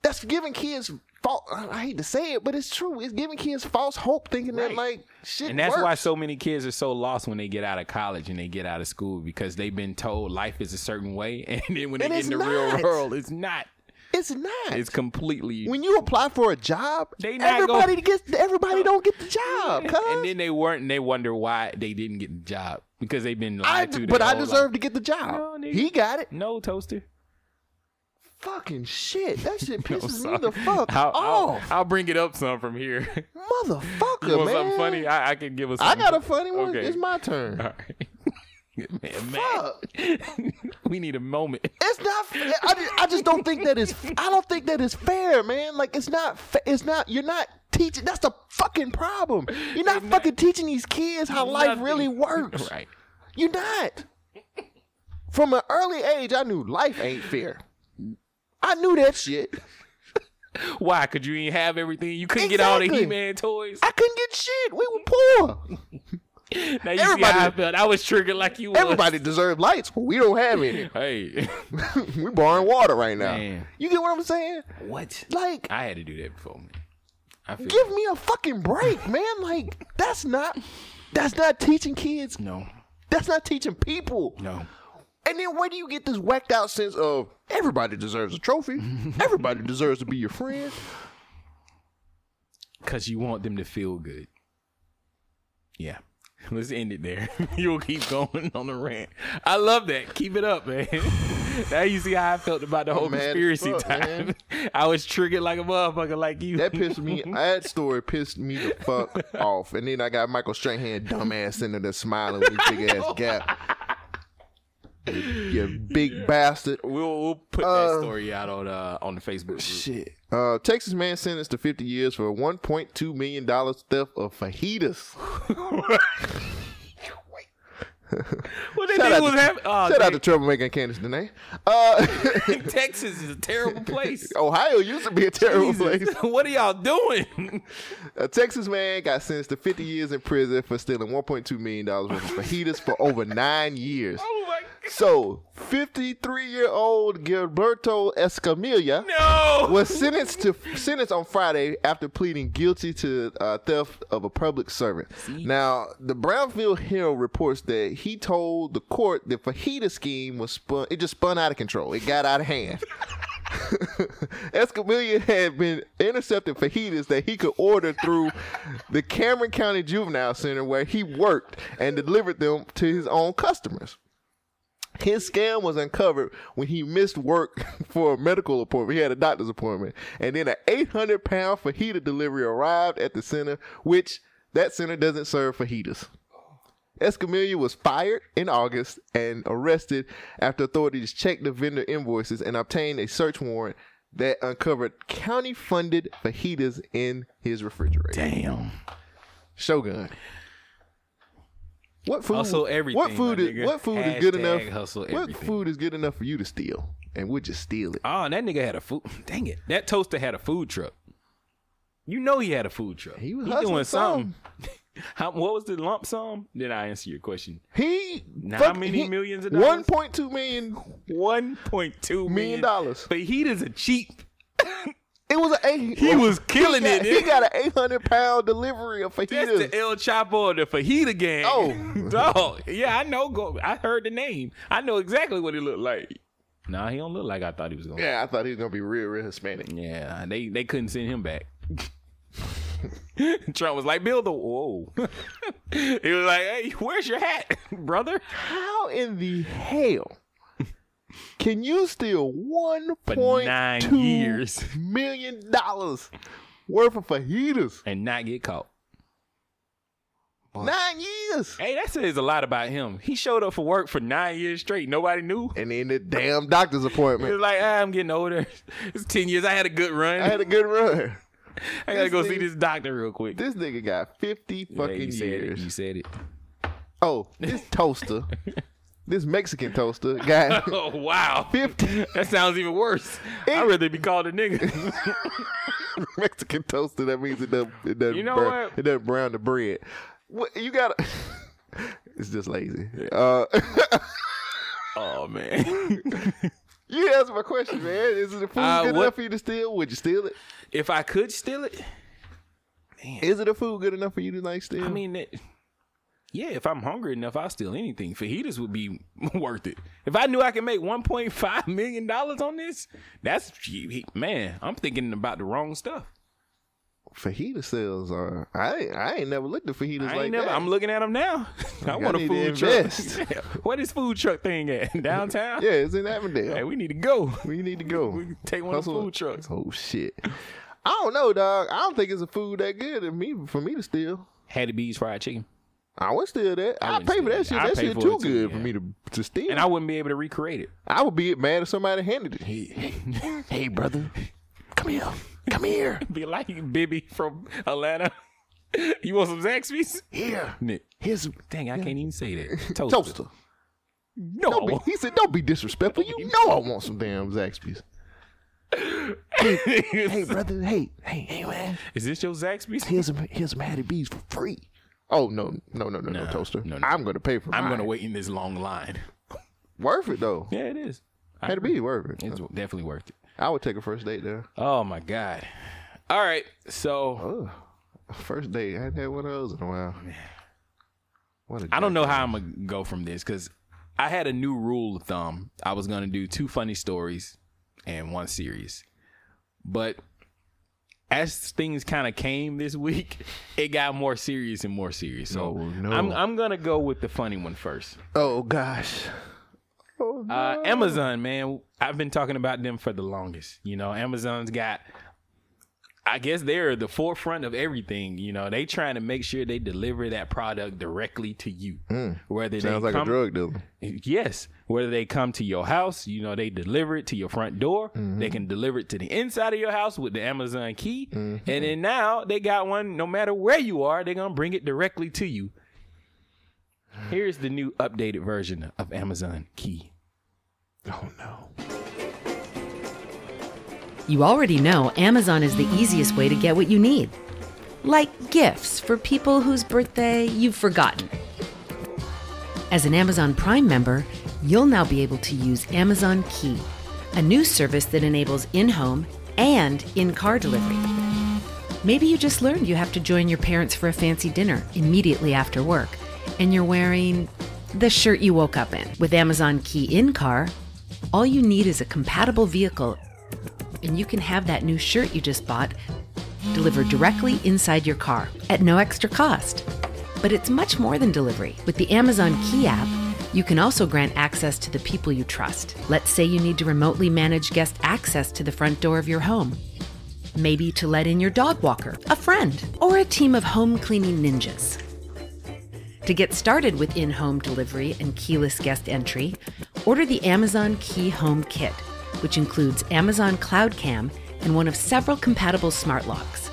[SPEAKER 2] that's giving kids. False, I hate to say it, but it's true. It's giving kids false hope, thinking that
[SPEAKER 1] Right.
[SPEAKER 2] like shit.
[SPEAKER 1] And that's
[SPEAKER 2] works.
[SPEAKER 1] why so many kids are so lost when they get out of college and they get out of school because they've been told life is a certain way, and then when they
[SPEAKER 2] And
[SPEAKER 1] get
[SPEAKER 2] it's
[SPEAKER 1] in the
[SPEAKER 2] not.
[SPEAKER 1] real world, it's not.
[SPEAKER 2] it's not.
[SPEAKER 1] It's completely.
[SPEAKER 2] when you apply for a job,
[SPEAKER 1] They not
[SPEAKER 2] everybody
[SPEAKER 1] gonna-
[SPEAKER 2] gets everybody don't get the job. Cause
[SPEAKER 1] and then they weren't, and they wonder why they didn't get the job because they've been
[SPEAKER 2] I,
[SPEAKER 1] lied to.
[SPEAKER 2] but
[SPEAKER 1] their
[SPEAKER 2] I
[SPEAKER 1] whole
[SPEAKER 2] deserve
[SPEAKER 1] life.
[SPEAKER 2] to get the job.
[SPEAKER 1] No, nigga.
[SPEAKER 2] he got it.
[SPEAKER 1] No toaster.
[SPEAKER 2] Fucking shit. That shit
[SPEAKER 1] No,
[SPEAKER 2] pisses me
[SPEAKER 1] sorry.
[SPEAKER 2] the fuck
[SPEAKER 1] I'll,
[SPEAKER 2] off,
[SPEAKER 1] I'll, I'll bring it up some from here.
[SPEAKER 2] motherfucker,
[SPEAKER 1] you want
[SPEAKER 2] man.
[SPEAKER 1] something funny? I, I can give us.
[SPEAKER 2] I got a funny one.
[SPEAKER 1] Okay.
[SPEAKER 2] It's my turn.
[SPEAKER 1] All right. man, man.
[SPEAKER 2] Fuck.
[SPEAKER 1] we need a moment.
[SPEAKER 2] It's not. fa- I just, I just don't think that is. I don't think that is fair, man. Like it's not. fa- It's not. You're not teaching. That's the fucking problem. You're not fucking teaching these kids how life
[SPEAKER 1] Nothing.
[SPEAKER 2] really works.
[SPEAKER 1] Right.
[SPEAKER 2] You're not. From an early age, I knew life ain't fair. I knew that shit.
[SPEAKER 1] Why? Could you ain't have everything? You couldn't get all the
[SPEAKER 2] Exactly.
[SPEAKER 1] He-Man toys.
[SPEAKER 2] I couldn't get shit. We were poor.
[SPEAKER 1] Now you see
[SPEAKER 2] Everybody-
[SPEAKER 1] how I felt. I was triggered like you. was.
[SPEAKER 2] Everybody deserved lights. but We don't have any.
[SPEAKER 1] Hey.
[SPEAKER 2] we borrowing water right now.
[SPEAKER 1] Man.
[SPEAKER 2] You get what I'm saying?
[SPEAKER 1] what?
[SPEAKER 2] Like,
[SPEAKER 1] I had to do that before, man. I feel
[SPEAKER 2] give me a fucking break, man. Like, that's not that's not teaching kids.
[SPEAKER 1] no,
[SPEAKER 2] That's not teaching people.
[SPEAKER 1] no.
[SPEAKER 2] And then where do you get this whacked out sense of everybody deserves a trophy? everybody deserves to be your friend.
[SPEAKER 1] Because you want them to feel good. Yeah. Let's end it there. You'll keep going on the rant. I love that. Keep it up, man. now you see how I felt about the whole
[SPEAKER 2] mad as
[SPEAKER 1] conspiracy
[SPEAKER 2] fuck,
[SPEAKER 1] time. I was triggered like a motherfucker, like you.
[SPEAKER 2] That pissed me. That story pissed me the fuck off. And then I got Michael Strahan, dumbass, in there smiling with his big ass gap. You, you big bastard.
[SPEAKER 1] We'll, we'll put
[SPEAKER 2] Uh,
[SPEAKER 1] that story out on uh, on the Facebook. Group.
[SPEAKER 2] Shit. Uh, Texas man sentenced to 50 years for 1.2 million dollars theft of fajitas.
[SPEAKER 1] What they
[SPEAKER 2] Shout out
[SPEAKER 1] did was
[SPEAKER 2] to-
[SPEAKER 1] happen. Oh,
[SPEAKER 2] Shout out to
[SPEAKER 1] dang.
[SPEAKER 2] troublemaker and Candace Dene. Uh,
[SPEAKER 1] Texas is a terrible place.
[SPEAKER 2] Ohio used to be a terrible place.
[SPEAKER 1] Jesus. What are y'all doing?
[SPEAKER 2] A Texas man got sentenced to 50 years in prison for stealing 1.2 million dollars worth of fajitas for over nine years.
[SPEAKER 1] oh my
[SPEAKER 2] So, 53 year old Gilberto Escamilla
[SPEAKER 1] god!
[SPEAKER 2] was sentenced to sentenced on Friday after pleading guilty to uh, theft of a public servant. Now, the Brownfield Herald reports that he told the court the fajita scheme was spun. It just spun out of control. It got out of hand. Escamilla had been intercepting fajitas that he could order through the Cameron County Juvenile Center where he worked and delivered them to his own customers. His scam was uncovered when he missed work for a medical appointment. He had a doctor's appointment. And then an 800 pound fajita delivery arrived at the center, which that center doesn't serve fajitas. Escamilla was fired in August and arrested after authorities checked the vendor invoices and obtained a search warrant that uncovered county funded fajitas in his refrigerator.
[SPEAKER 1] Damn.
[SPEAKER 2] Shogun. What food?
[SPEAKER 1] Hustle everything,
[SPEAKER 2] What food
[SPEAKER 1] my
[SPEAKER 2] is
[SPEAKER 1] nigga.
[SPEAKER 2] what food is good
[SPEAKER 1] Hashtag
[SPEAKER 2] enough?
[SPEAKER 1] hustle
[SPEAKER 2] what
[SPEAKER 1] everything.
[SPEAKER 2] food is good enough for you to steal? And we'll just steal it.
[SPEAKER 1] Oh, that nigga had a food. Dang it. That toaster had a food truck. You know he had a food truck.
[SPEAKER 2] He was hustling
[SPEAKER 1] How, what was the lump sum? Then I answer your question.
[SPEAKER 2] He
[SPEAKER 1] Now
[SPEAKER 2] fuck-
[SPEAKER 1] how many
[SPEAKER 2] he-
[SPEAKER 1] millions of
[SPEAKER 2] One
[SPEAKER 1] dollars?
[SPEAKER 2] point two million.
[SPEAKER 1] One point two
[SPEAKER 2] Million
[SPEAKER 1] million
[SPEAKER 2] dollars.
[SPEAKER 1] But he is a cheap.
[SPEAKER 2] It was an eight.
[SPEAKER 1] He was killing
[SPEAKER 2] he got,
[SPEAKER 1] it.
[SPEAKER 2] He got an eight hundred pound delivery of
[SPEAKER 1] That's
[SPEAKER 2] fajitas.
[SPEAKER 1] the El Chapo or the Fajita gang.
[SPEAKER 2] Oh.
[SPEAKER 1] dog. Yeah, I know. Go. I heard the name. I know exactly what he looked like. Nah, he don't look like I thought he was gonna.
[SPEAKER 2] yeah, I thought he was gonna be real, real Hispanic.
[SPEAKER 1] Yeah, they they couldn't send him back. Trump was like, "Build the whoa." he was like, "Hey, where's your hat, brother?"
[SPEAKER 2] How in the hell can you steal one point
[SPEAKER 1] nine
[SPEAKER 2] two
[SPEAKER 1] years.
[SPEAKER 2] million dollars worth of fajitas?
[SPEAKER 1] And not get caught.
[SPEAKER 2] Nine years.
[SPEAKER 1] Hey, that says a lot about him. He showed up for work for nine years straight. Nobody knew.
[SPEAKER 2] And then the damn doctor's
[SPEAKER 1] He was
[SPEAKER 2] appointment.
[SPEAKER 1] like, ah, "I'm getting older. It's ten years. I had a good run.
[SPEAKER 2] I had a good run.
[SPEAKER 1] I gotta go
[SPEAKER 2] this
[SPEAKER 1] see
[SPEAKER 2] nigga-
[SPEAKER 1] this doctor real quick."
[SPEAKER 2] This nigga got fifty fucking
[SPEAKER 1] yeah, you said
[SPEAKER 2] years.
[SPEAKER 1] It. You said it.
[SPEAKER 2] Oh, this toaster, this Mexican toaster got
[SPEAKER 1] Oh wow.
[SPEAKER 2] fifty
[SPEAKER 1] That sounds even worse. I'd rather be called a nigga.
[SPEAKER 2] Mexican toaster. That means it doesn't, it doesn't,
[SPEAKER 1] You know
[SPEAKER 2] brown,
[SPEAKER 1] what?
[SPEAKER 2] it doesn't brown the bread. What, you gotta. it's just lazy. Uh,
[SPEAKER 1] oh man.
[SPEAKER 2] you answer my question, man. Is the food
[SPEAKER 1] Uh,
[SPEAKER 2] good
[SPEAKER 1] what-
[SPEAKER 2] enough for you to steal? Would you steal it?
[SPEAKER 1] if I could steal it,
[SPEAKER 2] Is it a food good enough for you to like steal?
[SPEAKER 1] I mean, it, yeah, if I'm hungry enough, I'll steal anything. Fajitas would be worth it. If I knew I could make $1.5 million on this, that's, man, I'm thinking about the wrong stuff.
[SPEAKER 2] fajita sales are. I ain't- I ain't never looked at fajitas
[SPEAKER 1] I ain't
[SPEAKER 2] like
[SPEAKER 1] never,
[SPEAKER 2] that.
[SPEAKER 1] I'm looking at them now. I want a
[SPEAKER 2] need to
[SPEAKER 1] food
[SPEAKER 2] invest.
[SPEAKER 1] truck. Yeah. What is food truck thing at? Downtown?
[SPEAKER 2] yeah, it's in Avondale.
[SPEAKER 1] Hey, we need to go.
[SPEAKER 2] We need to go.
[SPEAKER 1] We can take one of the
[SPEAKER 2] Hustle-
[SPEAKER 1] food trucks.
[SPEAKER 2] Oh shit. I don't know, dog. I don't think it's a food that good to me for me to steal.
[SPEAKER 1] Hattie B's fried chicken.
[SPEAKER 2] I would steal that. I,
[SPEAKER 1] wouldn't
[SPEAKER 2] pay for that shit.
[SPEAKER 1] steal it. I'd
[SPEAKER 2] That
[SPEAKER 1] pay
[SPEAKER 2] shit
[SPEAKER 1] for
[SPEAKER 2] too
[SPEAKER 1] it too,
[SPEAKER 2] good for
[SPEAKER 1] yeah.
[SPEAKER 2] me to, to steal.
[SPEAKER 1] And I wouldn't be able to recreate it.
[SPEAKER 2] I would be mad if somebody handed it. Hey, hey brother, come here, come here,
[SPEAKER 1] Be like you, Bibby from Atlanta. you want some Zaxby's?
[SPEAKER 2] here.
[SPEAKER 1] Nick.
[SPEAKER 2] Here's a
[SPEAKER 1] Dang, I can't even say that. Toaster.
[SPEAKER 2] toaster.
[SPEAKER 1] No.
[SPEAKER 2] Don't be, he said, "Don't be disrespectful. You know I want some damn Zaxby's." Hey brother, hey, hey, hey man,
[SPEAKER 1] Is this your Zaxby's?
[SPEAKER 2] here's some here's some Hattie B's for free. Oh no, no, no, no, no, toaster.
[SPEAKER 1] no, no.
[SPEAKER 2] I'm gonna pay for.
[SPEAKER 1] I'm
[SPEAKER 2] mine.
[SPEAKER 1] gonna wait in this long line.
[SPEAKER 2] Worth it though.
[SPEAKER 1] Yeah, it is. I
[SPEAKER 2] Had to
[SPEAKER 1] agree.
[SPEAKER 2] be worth it.
[SPEAKER 1] It's definitely worth it.
[SPEAKER 2] I would take a first date there.
[SPEAKER 1] Oh my god. All right. So
[SPEAKER 2] Oh, First date. I hadn't had one of those in a while. What a
[SPEAKER 1] I don't
[SPEAKER 2] jack-
[SPEAKER 1] know how I'm gonna go from this because I had a new rule of thumb. I was gonna do two funny stories and one serious, but as things kind of came this week, it got more serious and more serious. So
[SPEAKER 2] No, Oh, no.
[SPEAKER 1] I'm I'm gonna go with the funny one first.
[SPEAKER 2] Oh gosh. Oh, no.
[SPEAKER 1] Uh, Amazon, man, I've been talking about them for the longest. You know, Amazon's got. I guess they're the forefront of everything. You know, they trying to make sure they deliver that product directly to you. Whether
[SPEAKER 2] Hmm. Sounds
[SPEAKER 1] they
[SPEAKER 2] like
[SPEAKER 1] come,
[SPEAKER 2] a drug dealer.
[SPEAKER 1] Yes, whether they come to your house, you know, they deliver it to your front door.
[SPEAKER 2] Mm-hmm.
[SPEAKER 1] They can deliver it to the inside of your house with the Amazon key,
[SPEAKER 2] Mm-hmm.
[SPEAKER 1] and then now they got one. No matter where you are, they're gonna bring it directly to you. Here's the new updated version of Amazon Key.
[SPEAKER 2] Oh no.
[SPEAKER 11] You already know Amazon is the easiest way to get what you need. Like gifts for people whose birthday you've forgotten. As an Amazon Prime member, you'll now be able to use Amazon Key, a new service that enables in home and in car delivery. Maybe you just learned you have to join your parents for a fancy dinner immediately after work, and you're wearing the shirt you woke up in. With Amazon Key in car, all you need is a compatible vehicle and you can have that new shirt you just bought delivered directly inside your car at no extra cost. But it's much more than delivery. With the Amazon Key app, you can also grant access to the people you trust. Let's say you need to remotely manage guest access to the front door of your home. Maybe to let in your dog walker, a friend, or a team of home cleaning ninjas. To get started with in home delivery and keyless guest entry, order the Amazon Key Home Kit, which includes Amazon Cloud Cam and one of several compatible smart locks.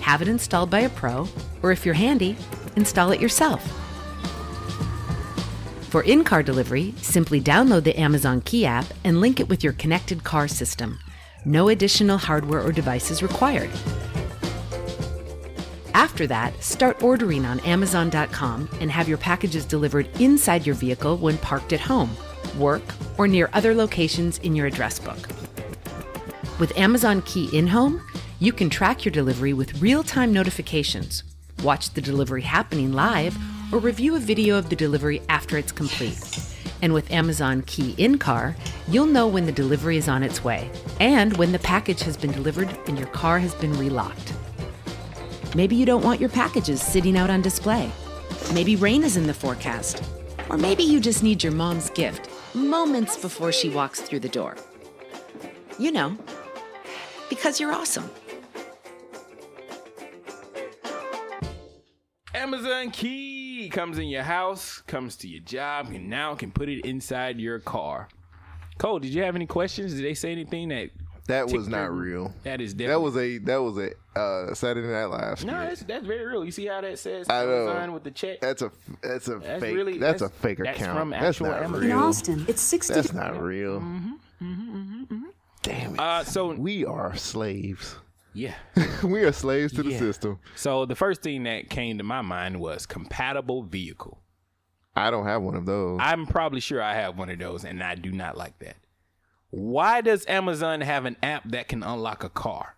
[SPEAKER 11] Have it installed by a pro, or if you're handy, install it yourself. For in car delivery, simply download the Amazon Key app and link it with your connected car system. No additional hardware or devices required. After that, start ordering on Amazon.com and have your packages delivered inside your vehicle when parked at home, work, or near other locations in your address book. With Amazon Key in home, you can track your delivery with real time notifications, watch the delivery happening live, or review a video of the delivery after it's complete. And with Amazon Key in car, you'll know when the delivery is on its way and when the package has been delivered and your car has been relocked. Maybe you don't want your packages sitting out on display. Maybe rain is in the forecast. Or maybe you just need your mom's gift moments before she walks through the door. You know, because you're awesome.
[SPEAKER 1] Amazon Key comes in your house, comes to your job, and now can put it inside your car. Cole, did you have any questions? Did they say anything that
[SPEAKER 2] That was
[SPEAKER 1] ticked
[SPEAKER 2] not
[SPEAKER 1] your-
[SPEAKER 2] real.
[SPEAKER 1] That is
[SPEAKER 2] That
[SPEAKER 1] definitely
[SPEAKER 2] was a that was a uh, Saturday Night Live. skit.
[SPEAKER 1] no. That's that's very real. You see how that says
[SPEAKER 2] I know.
[SPEAKER 1] Amazon with the check.
[SPEAKER 2] That's a that's a
[SPEAKER 1] That's
[SPEAKER 2] fake.
[SPEAKER 1] really-
[SPEAKER 2] that's,
[SPEAKER 1] that's-
[SPEAKER 2] a fake
[SPEAKER 1] that's
[SPEAKER 2] account.
[SPEAKER 1] from
[SPEAKER 2] that's
[SPEAKER 1] actual
[SPEAKER 2] not
[SPEAKER 1] Amazon.
[SPEAKER 2] real.
[SPEAKER 1] In
[SPEAKER 10] Austin, it's 60
[SPEAKER 2] That's not real.
[SPEAKER 1] Mm-hmm.
[SPEAKER 2] Damn it.
[SPEAKER 1] Uh, so
[SPEAKER 2] we are slaves.
[SPEAKER 1] yeah.
[SPEAKER 2] we are slaves to the
[SPEAKER 1] Yeah.
[SPEAKER 2] system.
[SPEAKER 1] So the first thing that came to my mind was compatible vehicle.
[SPEAKER 2] I don't have one of those.
[SPEAKER 1] I'm probably sure I have one of those, and I do not like that. Why does Amazon have an app that can unlock a car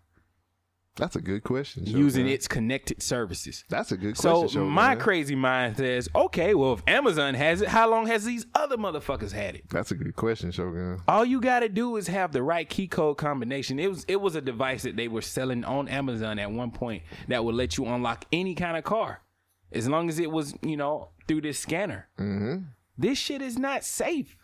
[SPEAKER 2] that's a good question.
[SPEAKER 1] using
[SPEAKER 2] Shogun.
[SPEAKER 1] its connected services?
[SPEAKER 2] That's a good
[SPEAKER 1] So
[SPEAKER 2] question. Shogun.
[SPEAKER 1] my crazy mind says, okay, well, if Amazon has it, how long has these other motherfuckers had it?
[SPEAKER 2] That's a good question, Shogun.
[SPEAKER 1] All you gotta do is have the right key code combination. It was it was a device that they were selling on Amazon at one point that would let you unlock any kind of car, as long as it was you know through this scanner.
[SPEAKER 2] hmm
[SPEAKER 1] This shit is not safe.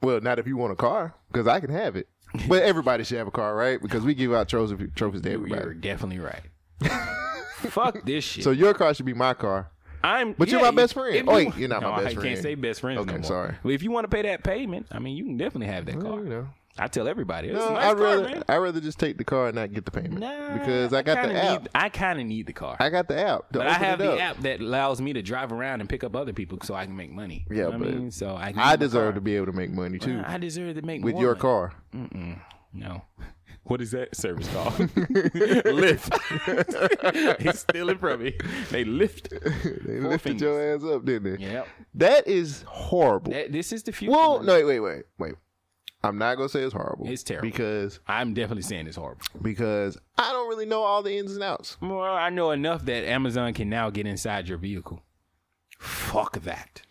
[SPEAKER 2] Well, not if you want a car, because I can have it. But everybody should have a car, right? Because we give out trophies trophies to
[SPEAKER 1] You're
[SPEAKER 2] everybody.
[SPEAKER 1] definitely right. Fuck this shit.
[SPEAKER 2] So your car should be my car.
[SPEAKER 1] I'm,
[SPEAKER 2] But you're
[SPEAKER 1] yeah,
[SPEAKER 2] my best
[SPEAKER 1] if
[SPEAKER 2] friend.
[SPEAKER 1] you-
[SPEAKER 2] Oh, wait, you're not
[SPEAKER 1] no,
[SPEAKER 2] my best
[SPEAKER 1] I
[SPEAKER 2] friend.
[SPEAKER 1] can't say best friends
[SPEAKER 2] Okay,
[SPEAKER 1] no more.
[SPEAKER 2] sorry.
[SPEAKER 1] But if you want to pay that payment, I mean, you can definitely have that car.
[SPEAKER 2] you know.
[SPEAKER 1] I tell everybody, it's
[SPEAKER 2] No,
[SPEAKER 1] a nice
[SPEAKER 2] I'd
[SPEAKER 1] car,
[SPEAKER 2] rather
[SPEAKER 1] man.
[SPEAKER 2] I'd rather just take the car and not get the payment
[SPEAKER 1] Nah,
[SPEAKER 2] because I got the
[SPEAKER 1] kinda
[SPEAKER 2] app.
[SPEAKER 1] Need, I kind of need the car.
[SPEAKER 2] I got the app. to
[SPEAKER 1] but I
[SPEAKER 2] open
[SPEAKER 1] have
[SPEAKER 2] it
[SPEAKER 1] the
[SPEAKER 2] up.
[SPEAKER 1] app that allows me to drive around and pick up other people so I can make money. You
[SPEAKER 2] Yeah,
[SPEAKER 1] know what
[SPEAKER 2] but
[SPEAKER 1] I mean, so I,
[SPEAKER 2] I deserve to be able to make money too
[SPEAKER 1] I deserve to make
[SPEAKER 2] with
[SPEAKER 1] more
[SPEAKER 2] your
[SPEAKER 1] money.
[SPEAKER 2] car.
[SPEAKER 1] No. What is that service called? Lyft. He's stealing from me. They lift.
[SPEAKER 2] They lifted your ass up, didn't they?
[SPEAKER 1] Yep.
[SPEAKER 2] That is horrible.
[SPEAKER 1] That, this is the future.
[SPEAKER 2] well,
[SPEAKER 1] man.
[SPEAKER 2] no, wait, wait, wait, wait. I'm not gonna say it's horrible.
[SPEAKER 1] It's terrible.
[SPEAKER 2] because
[SPEAKER 1] I'm definitely saying it's horrible.
[SPEAKER 2] because I don't really know all the ins and outs.
[SPEAKER 1] Well, I know enough that Amazon can now get inside your vehicle. Fuck that.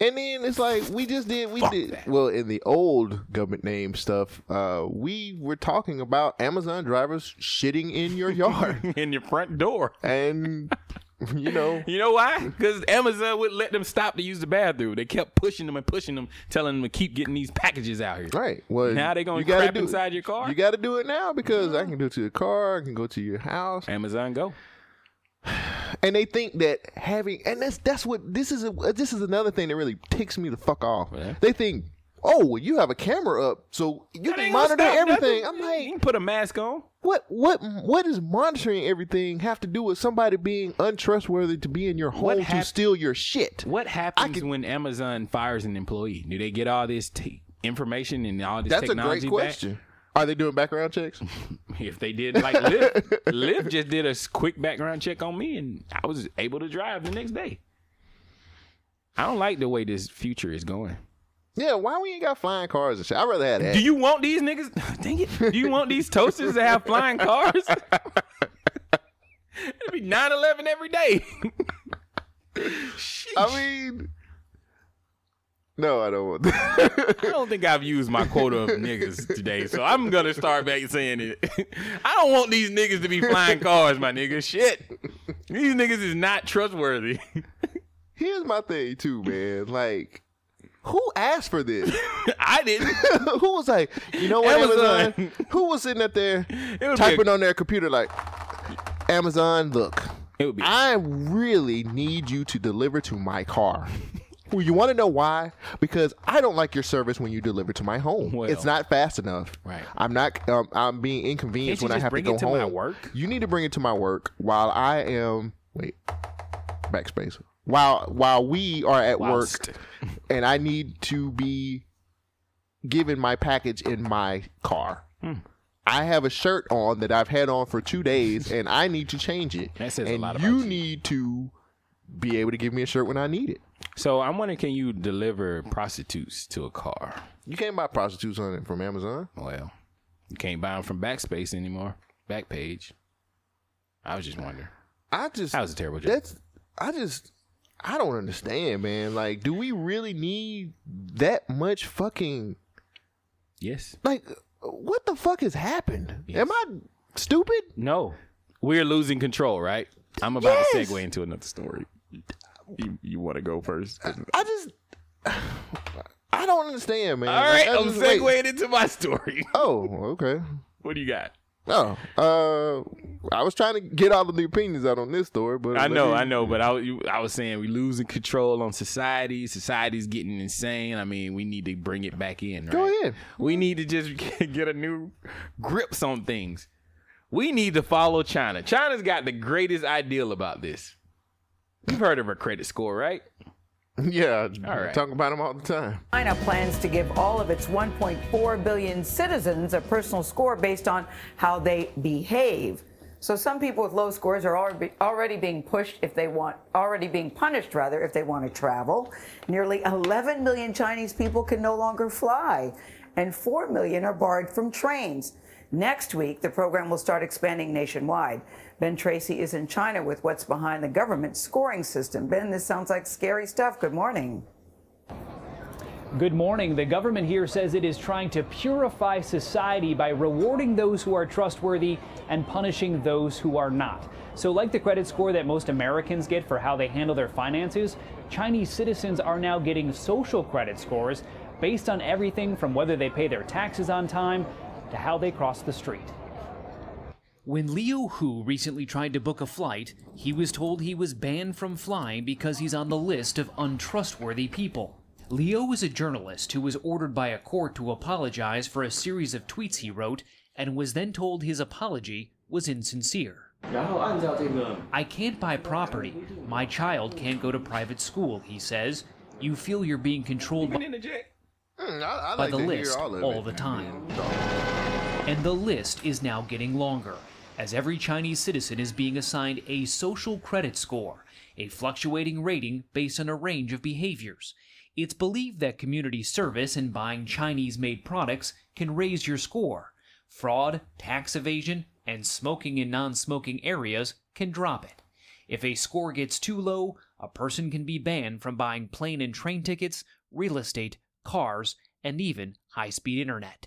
[SPEAKER 2] And then it's like we just did we
[SPEAKER 1] Fuck
[SPEAKER 2] did
[SPEAKER 1] that.
[SPEAKER 2] well in the old government name stuff, uh, we were talking about Amazon drivers shitting in your yard.
[SPEAKER 1] In your front door.
[SPEAKER 2] and you know
[SPEAKER 1] You know why? Because Amazon would let them stop to use the bathroom. They kept pushing them and pushing them, telling them to keep getting these packages out here.
[SPEAKER 2] Right. Well
[SPEAKER 1] Now they gonna
[SPEAKER 2] you gotta
[SPEAKER 1] crap
[SPEAKER 2] do it.
[SPEAKER 1] inside your car?
[SPEAKER 2] You gotta do it now because I can go to your car, I can go to your house.
[SPEAKER 1] Amazon Go.
[SPEAKER 2] And they think that having and that's that's what this is a, this is another thing that really ticks me the fuck off.
[SPEAKER 1] Yeah.
[SPEAKER 2] They think, oh well you have a camera up, so you
[SPEAKER 1] That
[SPEAKER 2] can
[SPEAKER 1] ain't gonna
[SPEAKER 2] monitor
[SPEAKER 1] stop
[SPEAKER 2] everything.
[SPEAKER 1] nothing.
[SPEAKER 2] I'm like
[SPEAKER 1] you can put a mask on.
[SPEAKER 2] what what what does monitoring everything have to do with somebody being untrustworthy to be in your home
[SPEAKER 1] What
[SPEAKER 2] to
[SPEAKER 1] hap-
[SPEAKER 2] steal your shit?
[SPEAKER 1] What
[SPEAKER 2] I
[SPEAKER 1] happens
[SPEAKER 2] could-
[SPEAKER 1] when Amazon fires an employee? Do they get all this t- information and all this
[SPEAKER 2] That's a
[SPEAKER 1] technology
[SPEAKER 2] great question. Are they doing background checks?
[SPEAKER 1] back? If they did, like Lyft, Lyft just did a s- quick background check on me, and I was able to drive the next day. I don't like the way this future is going.
[SPEAKER 2] yeah, why we ain't got flying cars and shit? I'd rather have that.
[SPEAKER 1] Do you want these niggas? Dang it! Do you want these toasters to have flying cars? It'll be 9-11 every day.
[SPEAKER 2] I mean No, I don't want that.
[SPEAKER 1] I don't think I've used my quota of niggas today, so I'm gonna start back saying it. I don't want these niggas to be flying cars, my nigga. Shit, these niggas is not trustworthy.
[SPEAKER 2] Here's my thing too, man. Like who asked for this?
[SPEAKER 1] I didn't.
[SPEAKER 2] who was like, you know what, Amazon?
[SPEAKER 1] Amazon.
[SPEAKER 2] Who was sitting up there
[SPEAKER 1] would be
[SPEAKER 2] typing
[SPEAKER 1] a-
[SPEAKER 2] on their computer like, Amazon, look,
[SPEAKER 1] It would be.
[SPEAKER 2] I really need you to deliver to my car. Well, you want to know why? Because I don't like your service when you deliver to my home.
[SPEAKER 1] Well.
[SPEAKER 2] it's not fast enough.
[SPEAKER 1] Right.
[SPEAKER 2] I'm not. Um, I'm being
[SPEAKER 1] Can't
[SPEAKER 2] inconvenienced
[SPEAKER 1] you
[SPEAKER 2] when I
[SPEAKER 1] just
[SPEAKER 2] have
[SPEAKER 1] bring
[SPEAKER 2] to go
[SPEAKER 1] it to
[SPEAKER 2] home.
[SPEAKER 1] my work?
[SPEAKER 2] You need to bring it to my work while I am. Wait. Backspace. While while we are at
[SPEAKER 1] Whilst.
[SPEAKER 2] work, and I need to be given my package in my car. I have a shirt on that I've had on for two days, and I need to change it.
[SPEAKER 1] That says a
[SPEAKER 2] and
[SPEAKER 1] lot about
[SPEAKER 2] you need to be able to give me a shirt when I need it.
[SPEAKER 1] So I'm wondering, can you deliver prostitutes to a car?
[SPEAKER 2] You can't buy prostitutes on it from Amazon.
[SPEAKER 1] Well, you can't buy them from Backspace anymore. Backpage. I was just wondering.
[SPEAKER 2] I just
[SPEAKER 1] That was a terrible joke.
[SPEAKER 2] that's I just I don't understand, man. Like, do we really need that much fucking
[SPEAKER 1] Yes.
[SPEAKER 2] like what the fuck has happened? Am I stupid?
[SPEAKER 1] No. We're losing control, right? I'm about to
[SPEAKER 2] Yes.
[SPEAKER 1] segue into another story. You, you want to go first?
[SPEAKER 2] I just I don't understand, man.
[SPEAKER 1] All
[SPEAKER 2] Like,
[SPEAKER 1] right,
[SPEAKER 2] I
[SPEAKER 1] I'm
[SPEAKER 2] just- wait.
[SPEAKER 1] segueing into my story.
[SPEAKER 2] Oh, okay.
[SPEAKER 1] What do you got?
[SPEAKER 2] Oh, uh, I was trying to get all of the opinions out on this story, but
[SPEAKER 1] I know, I know, but I, was- you- I was saying we losing control on society. Society's getting insane. I mean, we need to bring it back in. Right?
[SPEAKER 2] Go ahead.
[SPEAKER 1] We need to just get a new grips on things. We need to follow China. China's got the greatest ideal about this. You've heard of her credit score, right?
[SPEAKER 2] Yeah,
[SPEAKER 1] All right.
[SPEAKER 2] talk about them all the time.
[SPEAKER 12] China plans to give all of its 1.4 billion citizens a personal score based on how they behave. So some people with low scores are already, already being pushed if they want, already being punished rather if they want to travel. Nearly 11 million Chinese people can no longer fly, and 4 million are barred from trains. Next week, the program will start expanding nationwide. Ben Tracy is in China with what's behind the government scoring system. Ben, this sounds like scary stuff. Good morning.
[SPEAKER 13] Good morning. The government here says it is trying to purify society by rewarding those who are trustworthy and punishing those who are not. So, like the credit score that most Americans get for how they handle their finances, Chinese citizens are now getting social credit scores based on everything from whether they pay their taxes on time to how they cross the street.
[SPEAKER 14] When Liu Hu recently tried to book a flight, he was told he was banned from flying because he's on the list of untrustworthy people. Liu is a journalist who was ordered by a court to apologize for a series of tweets he wrote and was then told his apology was insincere. I can't buy property. My child can't go to private school, he says. You feel you're being controlled by.
[SPEAKER 2] Mm, I
[SPEAKER 14] by
[SPEAKER 2] like
[SPEAKER 14] the
[SPEAKER 2] to hear
[SPEAKER 14] list
[SPEAKER 2] all
[SPEAKER 14] all,
[SPEAKER 2] of it.
[SPEAKER 14] the time. And the list is now getting longer, as every Chinese citizen is being assigned a social credit score, a fluctuating rating based on a range of behaviors. It's believed that community service and buying Chinese made products can raise your score. Fraud, tax evasion, and smoking in non smoking areas can drop it. If a score gets too low, a person can be banned from buying plane and train tickets, real estate, cars, and even high speed internet.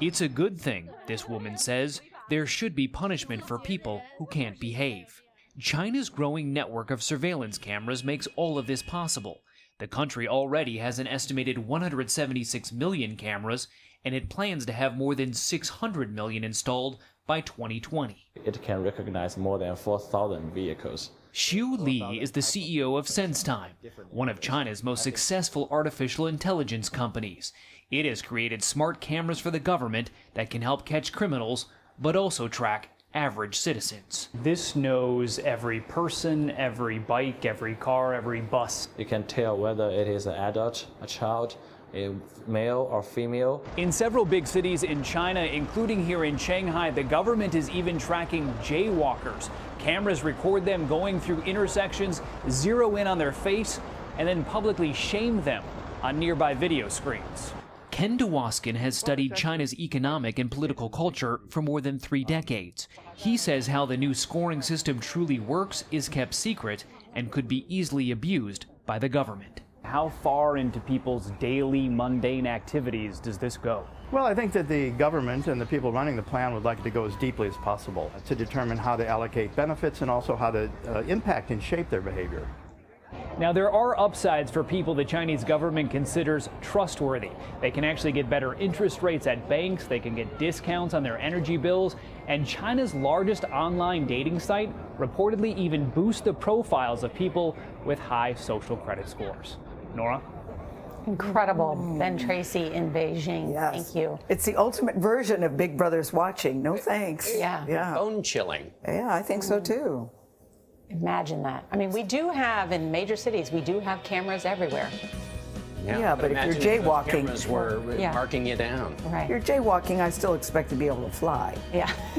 [SPEAKER 14] It's a good thing, this woman says. There should be punishment for people who can't behave. China's growing network of surveillance cameras makes all of this possible. The country already has an estimated 176 million cameras, and it plans to have more than 600 million installed by 2020.
[SPEAKER 15] It can recognize more than 4,000 vehicles.
[SPEAKER 14] Xu Li is the CEO of SenseTime, one of China's most successful artificial intelligence companies. It has created smart cameras for the government that can help catch criminals, but also track average citizens.
[SPEAKER 13] This knows every person, every bike, every car, every bus.
[SPEAKER 15] You can tell whether it is an adult, a child, a male or female.
[SPEAKER 13] In several big cities in China, including here in Shanghai, the government is even tracking jaywalkers. Cameras record them going through intersections, zero in on their face, and then publicly shame them on nearby video screens.
[SPEAKER 14] Ken Dawaskin has studied China's economic and political culture for more than three decades. He says how the new scoring system truly works is kept secret and could be easily abused by the government.
[SPEAKER 13] How far into people's daily mundane activities does this go?
[SPEAKER 16] Well, I think that the government and the people running the plan would like it to go as deeply as possible to determine how to allocate benefits and also how to uh, impact and shape their behavior.
[SPEAKER 13] Now, there are upsides for people the Chinese government considers trustworthy. They can actually get better interest rates at banks, they can get discounts on their energy bills, and China's largest online dating site reportedly even boosts the profiles of people with high social credit scores. Nora?
[SPEAKER 17] Incredible. Ben Tracy in Beijing. Thank you.
[SPEAKER 18] It's the ultimate version of Big Brother's watching. No thanks.
[SPEAKER 17] Yeah.
[SPEAKER 18] Yeah.
[SPEAKER 17] Bone
[SPEAKER 18] chilling. Yeah, I think so too.
[SPEAKER 17] Imagine that. I mean, we do have in major cities, we do have cameras everywhere.
[SPEAKER 18] Yeah, but, if you're
[SPEAKER 17] imagine if those
[SPEAKER 18] jaywalking,
[SPEAKER 17] cameras were Yeah. marking
[SPEAKER 18] you down.
[SPEAKER 17] Right.
[SPEAKER 18] You're jaywalking. I still expect to be able to fly.
[SPEAKER 17] Yeah.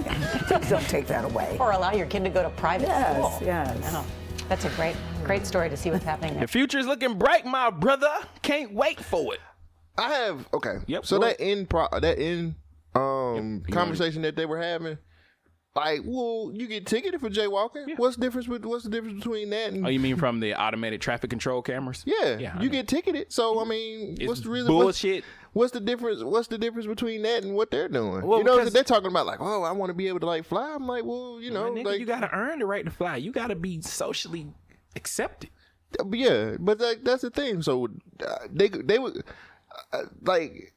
[SPEAKER 18] Please don't take that away.
[SPEAKER 17] Or allow your kid to go to private
[SPEAKER 18] Yes,
[SPEAKER 17] school.
[SPEAKER 18] yes.
[SPEAKER 17] Wow. That's a great, great story to see what's happening
[SPEAKER 1] The
[SPEAKER 17] there.
[SPEAKER 1] future is looking bright, my brother. Can't wait for it.
[SPEAKER 2] I have okay. Yep. So that end pro that end um conversation that they were having, like, well, you get ticketed for jaywalking. What's the difference with what's the difference between that and
[SPEAKER 1] Oh, you mean from the automated traffic control cameras?
[SPEAKER 2] yeah,
[SPEAKER 1] Yeah. I
[SPEAKER 2] you
[SPEAKER 1] know.
[SPEAKER 2] get ticketed. So I mean,
[SPEAKER 1] It's
[SPEAKER 2] what's the reason? what's-
[SPEAKER 1] bullshit.
[SPEAKER 2] What's, the difference? What's the difference between that and what they're doing?
[SPEAKER 1] Well,
[SPEAKER 2] you know,
[SPEAKER 1] because-
[SPEAKER 2] they're talking about like, oh, I want to be able to like fly. I'm like, well, you know,
[SPEAKER 1] nigga,
[SPEAKER 2] like
[SPEAKER 1] you gotta earn the right to fly. You gotta be socially accepted.
[SPEAKER 2] But yeah, but like that's the thing. So uh, they they would uh, like,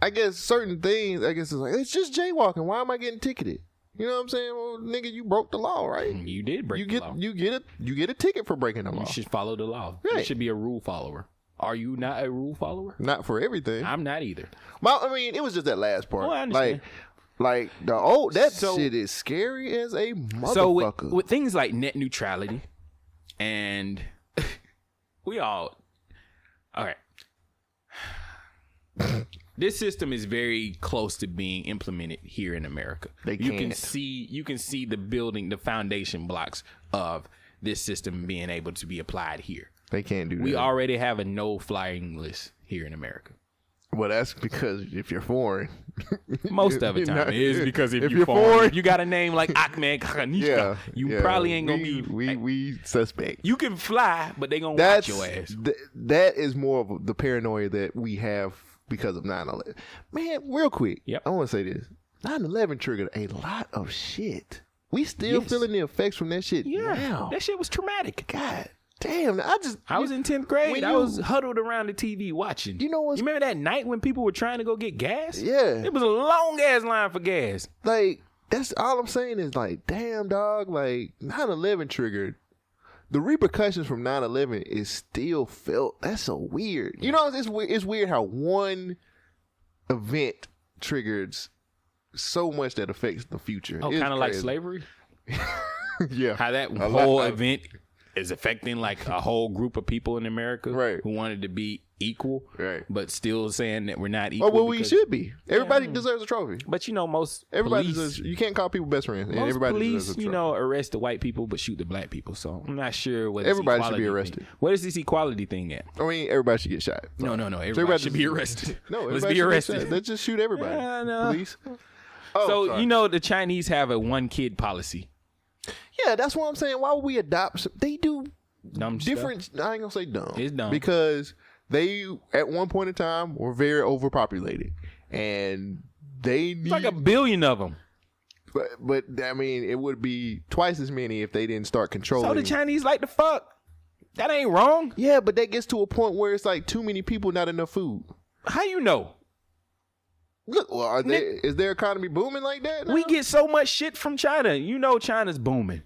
[SPEAKER 2] I guess certain things. I guess it's like it's just jaywalking. Why am I getting ticketed? You know what I'm saying? Well, nigga, you broke the law, right?
[SPEAKER 1] Mm, You did break
[SPEAKER 2] You
[SPEAKER 1] the
[SPEAKER 2] get
[SPEAKER 1] law.
[SPEAKER 2] you get a you get a ticket for breaking the law.
[SPEAKER 1] You should follow the law. You
[SPEAKER 2] Right.
[SPEAKER 1] should be a rule follower. Are you not a rule follower?
[SPEAKER 2] Not for everything.
[SPEAKER 1] I'm not either.
[SPEAKER 2] Well, I mean, it was just that last part.
[SPEAKER 1] Well, I understand.
[SPEAKER 2] like, like the oh, that
[SPEAKER 1] So-
[SPEAKER 2] shit is scary as a motherfucker.
[SPEAKER 1] So with, with things like net neutrality, and we all, all right. This system is very close to being implemented here in America.
[SPEAKER 2] They
[SPEAKER 1] you can
[SPEAKER 2] can't.
[SPEAKER 1] see you can see the building, the foundation blocks of this system being able to be applied here.
[SPEAKER 2] they can't do that.
[SPEAKER 1] We already have a no flying list here in America.
[SPEAKER 2] Well, that's because if you're foreign,
[SPEAKER 1] Most of the
[SPEAKER 2] You're
[SPEAKER 1] time,
[SPEAKER 2] not-
[SPEAKER 1] it is because if,
[SPEAKER 2] if
[SPEAKER 1] you
[SPEAKER 2] you're
[SPEAKER 1] foreign,
[SPEAKER 2] foreign-
[SPEAKER 1] you got a name like Ahmed Khanika,
[SPEAKER 2] yeah,
[SPEAKER 1] you
[SPEAKER 2] yeah,
[SPEAKER 1] probably ain't gonna
[SPEAKER 2] we,
[SPEAKER 1] be.
[SPEAKER 2] We we suspect.
[SPEAKER 1] You can fly, but they gonna
[SPEAKER 2] That's
[SPEAKER 1] watch your ass.
[SPEAKER 2] th- that is more of the paranoia that we have because of 9-11. Man, real quick, yep. I want to say this: 9-11 triggered a lot of shit. We still feeling the effects from that shit.
[SPEAKER 1] Yeah,
[SPEAKER 2] now.
[SPEAKER 1] that shit was traumatic.
[SPEAKER 2] God damn! I just
[SPEAKER 1] I was in tenth grade.
[SPEAKER 2] when
[SPEAKER 1] I
[SPEAKER 2] you-
[SPEAKER 1] was huddled around the TV watching. You
[SPEAKER 2] know what?
[SPEAKER 1] You remember that night when people were trying to go get gas?
[SPEAKER 2] Yeah.
[SPEAKER 1] it was a long ass line for gas.
[SPEAKER 2] like that's all I'm saying is like, damn dog, like 9/11 triggered. The repercussions from 9/11 is still felt. That's so weird. You know, it's we- it's weird how one event triggers so much that affects the future.
[SPEAKER 1] Oh,
[SPEAKER 2] It's
[SPEAKER 1] kind of like
[SPEAKER 2] crazy.
[SPEAKER 1] slavery.
[SPEAKER 2] yeah,
[SPEAKER 1] how that
[SPEAKER 2] A lot
[SPEAKER 1] whole
[SPEAKER 2] of-
[SPEAKER 1] event is affecting like a whole group of people in America, right? Who wanted to be equal, right? But still saying that we're not equal.
[SPEAKER 2] Oh, well, we
[SPEAKER 1] because-
[SPEAKER 2] should be. Everybody
[SPEAKER 1] Yeah.
[SPEAKER 2] deserves a trophy.
[SPEAKER 1] But you know, most
[SPEAKER 2] everybody
[SPEAKER 1] police-
[SPEAKER 2] deserves. You can't call people best friends. and
[SPEAKER 1] Most
[SPEAKER 2] everybody
[SPEAKER 1] police,
[SPEAKER 2] deserves a
[SPEAKER 1] you
[SPEAKER 2] trophy.
[SPEAKER 1] know, arrest the white people but shoot the black people. So I'm not sure what this
[SPEAKER 2] Everybody should be
[SPEAKER 1] equality
[SPEAKER 2] arrested.
[SPEAKER 1] Thing. What is this equality thing at?
[SPEAKER 2] I mean, everybody should get shot.
[SPEAKER 1] No, no, no.
[SPEAKER 2] So
[SPEAKER 1] Everybody, should be arrested.
[SPEAKER 2] No,
[SPEAKER 1] let's
[SPEAKER 2] everybody
[SPEAKER 1] be
[SPEAKER 2] should get shot.
[SPEAKER 1] arrested.
[SPEAKER 2] Let's just shoot everybody.
[SPEAKER 1] Yeah, I know.
[SPEAKER 2] Police. Oh,
[SPEAKER 1] so
[SPEAKER 2] sorry.
[SPEAKER 1] you know, the Chinese have a one kid policy.
[SPEAKER 2] Yeah, that's what I'm saying. Why would we adopt? Some, they do
[SPEAKER 1] Dumb
[SPEAKER 2] different. I ain't gonna say dumb.
[SPEAKER 1] It's dumb.
[SPEAKER 2] because they at one point in time were very overpopulated, and they need
[SPEAKER 1] like a billion of them.
[SPEAKER 2] But, but I mean, it would be twice as many if they didn't start controlling.
[SPEAKER 1] So the Chinese like to fuck. That ain't wrong.
[SPEAKER 2] Yeah, but that gets to a point where it's like too many people, not enough food.
[SPEAKER 1] How you know?
[SPEAKER 2] Look, well, are they, is their economy booming like that?
[SPEAKER 1] We get so much shit from China. You know, China's booming.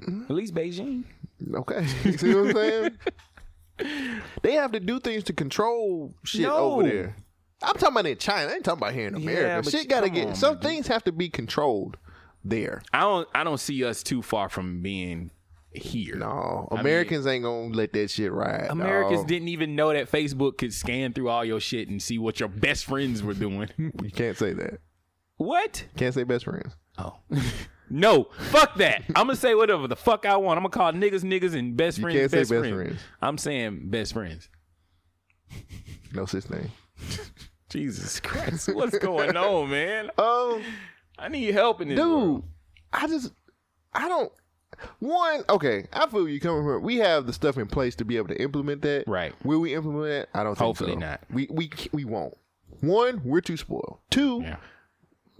[SPEAKER 1] At least Beijing.
[SPEAKER 2] Mm-hmm. Okay, you see what I'm saying? they have to do things to control shit over
[SPEAKER 1] No.
[SPEAKER 2] there. I'm talking about in China. I ain't talking about here in America.
[SPEAKER 1] but
[SPEAKER 2] shit
[SPEAKER 1] you-
[SPEAKER 2] gotta
[SPEAKER 1] come
[SPEAKER 2] get
[SPEAKER 1] on,
[SPEAKER 2] some things have to be controlled there.
[SPEAKER 1] I don't. I don't see us too far from being here.
[SPEAKER 2] No,
[SPEAKER 1] I mean-
[SPEAKER 2] Americans ain't gonna let that shit ride.
[SPEAKER 1] Americans
[SPEAKER 2] dog.
[SPEAKER 1] didn't even know that Facebook could scan through all your shit and see what your best friends were doing.
[SPEAKER 2] You can't say that.
[SPEAKER 1] What?
[SPEAKER 2] Can't say best friends.
[SPEAKER 1] Oh. No, fuck that. I'm gonna say whatever the fuck I want. I'm gonna call niggas niggas and best
[SPEAKER 2] You
[SPEAKER 1] friends
[SPEAKER 2] can't say
[SPEAKER 1] best,
[SPEAKER 2] best
[SPEAKER 1] friends.
[SPEAKER 2] friends.
[SPEAKER 1] I'm saying best friends.
[SPEAKER 2] No such thing.
[SPEAKER 1] Jesus Christ, what's going on, man?
[SPEAKER 2] Um,
[SPEAKER 1] I need help in this.
[SPEAKER 2] dude
[SPEAKER 1] world.
[SPEAKER 2] i just i don't one okay i feel you coming from we have the stuff in place to be able to implement that right will we implement it i don't think
[SPEAKER 1] Hopefully
[SPEAKER 2] so.
[SPEAKER 1] not.
[SPEAKER 2] we we we won't one we're too spoiled two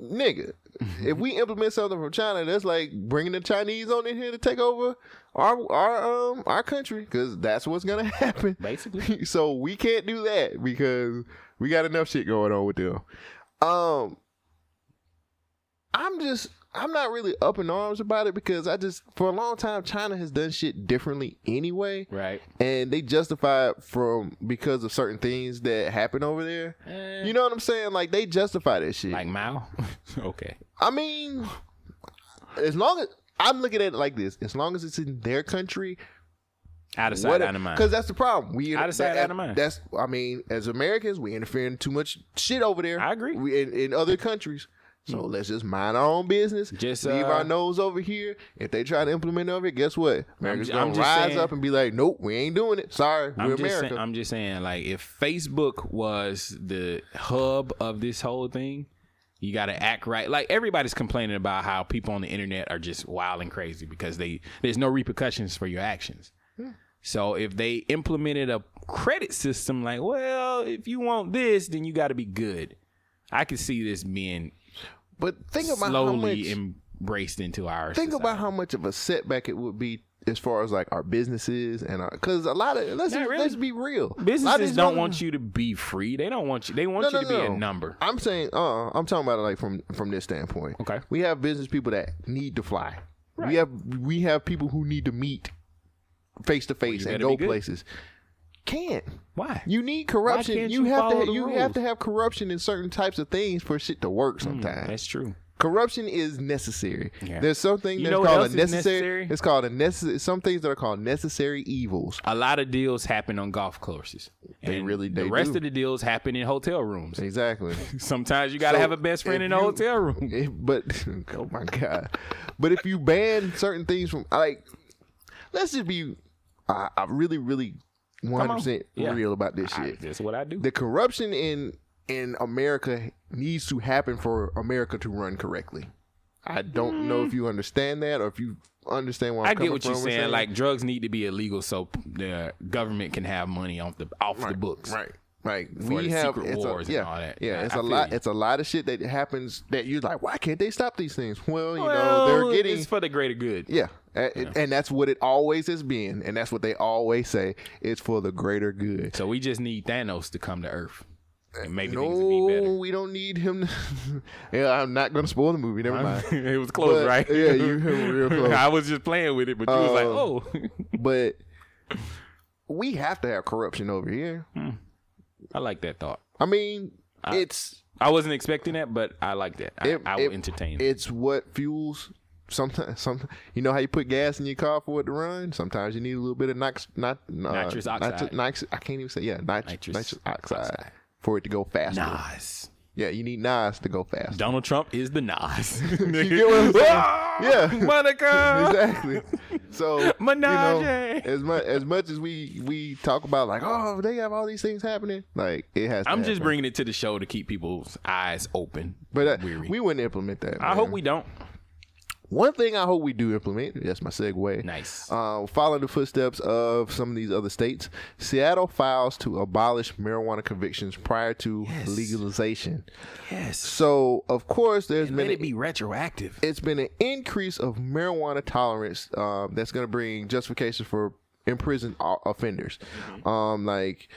[SPEAKER 2] nigga, if we implement something from China, that's like bringing the Chinese on in here to take over our our um our country because that's what's gonna happen. Basically, so we can't do that because we got enough shit going on with them. Um, I'm just I'm not really up in arms about it because I just for a long time China has done shit differently anyway. Right. And they justify it from because of certain things that happen over there. You know what I'm saying? Like they justify that shit. Like
[SPEAKER 1] Eh. Mao? okay.
[SPEAKER 2] I mean as long as I'm looking at it like this, as long as it's in their country,
[SPEAKER 1] Out of sight, out of mind.
[SPEAKER 2] Because that's the problem. We
[SPEAKER 1] Out of sight,
[SPEAKER 2] that-
[SPEAKER 1] out of mind.
[SPEAKER 2] That's I mean, as Americans, we interfere in too much shit over there. I agree. We, in, in other countries. So let's just mind our own business. Just leave
[SPEAKER 1] Hmm. uh,
[SPEAKER 2] our nose over here. If they try to implement over here, guess what? America's
[SPEAKER 1] ju-
[SPEAKER 2] gonna
[SPEAKER 1] I'm just
[SPEAKER 2] rise
[SPEAKER 1] saying-
[SPEAKER 2] up and be like, "Nope, we ain't doing it. Sorry, we're
[SPEAKER 1] I'm just,
[SPEAKER 2] America."
[SPEAKER 1] saying, I'm just saying, like, if Facebook was the hub of this whole thing, you got to act right. Like, everybody's complaining about how people on the internet are just wild and crazy because they there's no repercussions for your actions.
[SPEAKER 2] Hmm.
[SPEAKER 1] So if they implemented a credit system, like, well, if you want this, then you got to be good. I could see this being,
[SPEAKER 2] but think about how
[SPEAKER 1] slowly
[SPEAKER 2] much-
[SPEAKER 1] embraced into our.
[SPEAKER 2] Think about how much of a setback it would be as far as like our businesses and our because a lot of let's
[SPEAKER 1] Not really.
[SPEAKER 2] let's be real. A lot of
[SPEAKER 1] Businesses
[SPEAKER 2] these
[SPEAKER 1] don't
[SPEAKER 2] mother-
[SPEAKER 1] want you to be free. They don't want you. They want you to be a number.
[SPEAKER 2] I'm saying, uh, I'm talking about it like from from this standpoint. Okay, we have business people that need to fly. We have we have people who need to meet face to face
[SPEAKER 1] you
[SPEAKER 2] and
[SPEAKER 1] better
[SPEAKER 2] go
[SPEAKER 1] be good.
[SPEAKER 2] places. Can't
[SPEAKER 1] why
[SPEAKER 2] you need corruption.
[SPEAKER 1] can't
[SPEAKER 2] you,
[SPEAKER 1] you
[SPEAKER 2] have
[SPEAKER 1] follow
[SPEAKER 2] to
[SPEAKER 1] the
[SPEAKER 2] you have
[SPEAKER 1] rules? Hmm,
[SPEAKER 2] to have corruption in certain types of things for shit to work. Sometimes
[SPEAKER 1] that's true.
[SPEAKER 2] Corruption is necessary.
[SPEAKER 1] Yeah.
[SPEAKER 2] There's something
[SPEAKER 1] You
[SPEAKER 2] that's
[SPEAKER 1] know what
[SPEAKER 2] called
[SPEAKER 1] else
[SPEAKER 2] a
[SPEAKER 1] is
[SPEAKER 2] necessary.
[SPEAKER 1] necessary?
[SPEAKER 2] It's called a necessary. Some things that are called necessary evils.
[SPEAKER 1] A lot of deals happen on golf courses.
[SPEAKER 2] They really they
[SPEAKER 1] the rest
[SPEAKER 2] do.
[SPEAKER 1] of the deals happen in hotel rooms.
[SPEAKER 2] Exactly.
[SPEAKER 1] Sometimes you got to
[SPEAKER 2] So
[SPEAKER 1] have a best friend
[SPEAKER 2] if
[SPEAKER 1] in the
[SPEAKER 2] you-
[SPEAKER 1] hotel room.
[SPEAKER 2] If- but oh my god! But if you ban certain things from like, let's just be, I, I really, really, one hundred percent
[SPEAKER 1] Yeah.
[SPEAKER 2] real about this shit.
[SPEAKER 1] That's what I do.
[SPEAKER 2] The corruption in in America needs to happen for America to run correctly. I don't know if you understand that or if you understand why I'm
[SPEAKER 1] Mm. I get
[SPEAKER 2] coming
[SPEAKER 1] what you're
[SPEAKER 2] from
[SPEAKER 1] saying.
[SPEAKER 2] with
[SPEAKER 1] Like drugs need to be illegal so the government can have money off the off the books.
[SPEAKER 2] Right. Like
[SPEAKER 1] For
[SPEAKER 2] we
[SPEAKER 1] the
[SPEAKER 2] have
[SPEAKER 1] secret
[SPEAKER 2] it's
[SPEAKER 1] wars
[SPEAKER 2] a,
[SPEAKER 1] and
[SPEAKER 2] yeah,
[SPEAKER 1] all that.
[SPEAKER 2] Yeah,
[SPEAKER 1] I-
[SPEAKER 2] it's
[SPEAKER 1] I
[SPEAKER 2] a
[SPEAKER 1] feel
[SPEAKER 2] lot.
[SPEAKER 1] you.
[SPEAKER 2] It's a lot of shit that happens that you're like, why can't they stop these things? Well, you know,
[SPEAKER 1] Well,
[SPEAKER 2] they're getting
[SPEAKER 1] it's for the greater good.
[SPEAKER 2] yeah. A- and that's what it always has been, and that's what they always say. It's for the greater good.
[SPEAKER 1] So we just need Thanos to come to Earth. And maybe
[SPEAKER 2] no,
[SPEAKER 1] things would be better.
[SPEAKER 2] we don't need him. To, yeah, I'm not gonna spoil the movie. Never mind.
[SPEAKER 1] it was close,
[SPEAKER 2] But-
[SPEAKER 1] right?
[SPEAKER 2] Yeah, you were real close.
[SPEAKER 1] I was just playing with it, but you was like,
[SPEAKER 2] Um,
[SPEAKER 1] "Oh,
[SPEAKER 2] but we have to have corruption over here.
[SPEAKER 1] Hmm. I like that thought."
[SPEAKER 2] I mean, it's
[SPEAKER 1] I wasn't expecting that, but I like that. I,
[SPEAKER 2] It-
[SPEAKER 1] I will
[SPEAKER 2] it-
[SPEAKER 1] entertain. it.
[SPEAKER 2] It's what fuels. Sometimes, some you know how you put gas in your car for it to run. Sometimes you need a little bit of nix, not, uh,
[SPEAKER 1] Nitrous oxide.
[SPEAKER 2] nitri- nix- I can't even say yeah. Nit- nitrous, oxide, for it to go faster.
[SPEAKER 1] Nas.
[SPEAKER 2] Yeah, you need Nas to go fast.
[SPEAKER 1] Donald Trump is the Nas.
[SPEAKER 2] you get what I'm saying? yeah,
[SPEAKER 1] Monica.
[SPEAKER 2] exactly. So
[SPEAKER 1] Menage.
[SPEAKER 2] you know, as much as much as we we talk about like oh they have all these things happening like it has. To
[SPEAKER 1] I'm just
[SPEAKER 2] happen.
[SPEAKER 1] bringing it to the show to keep people's eyes open.
[SPEAKER 2] But uh, we wouldn't implement that.
[SPEAKER 1] I hope
[SPEAKER 2] man.
[SPEAKER 1] we don't.
[SPEAKER 2] One thing I hope we do implement, that's my segue. Nice. Uh, following the footsteps of some of these other states, Seattle files to abolish marijuana convictions prior to legalization.
[SPEAKER 1] Yes.
[SPEAKER 2] So, of course, there's
[SPEAKER 1] Let
[SPEAKER 2] been
[SPEAKER 1] it be retroactive.
[SPEAKER 2] it's been an increase of marijuana tolerance um, that's going to bring justification for imprisoned o- offenders.
[SPEAKER 1] Mm-hmm.
[SPEAKER 2] Um, like,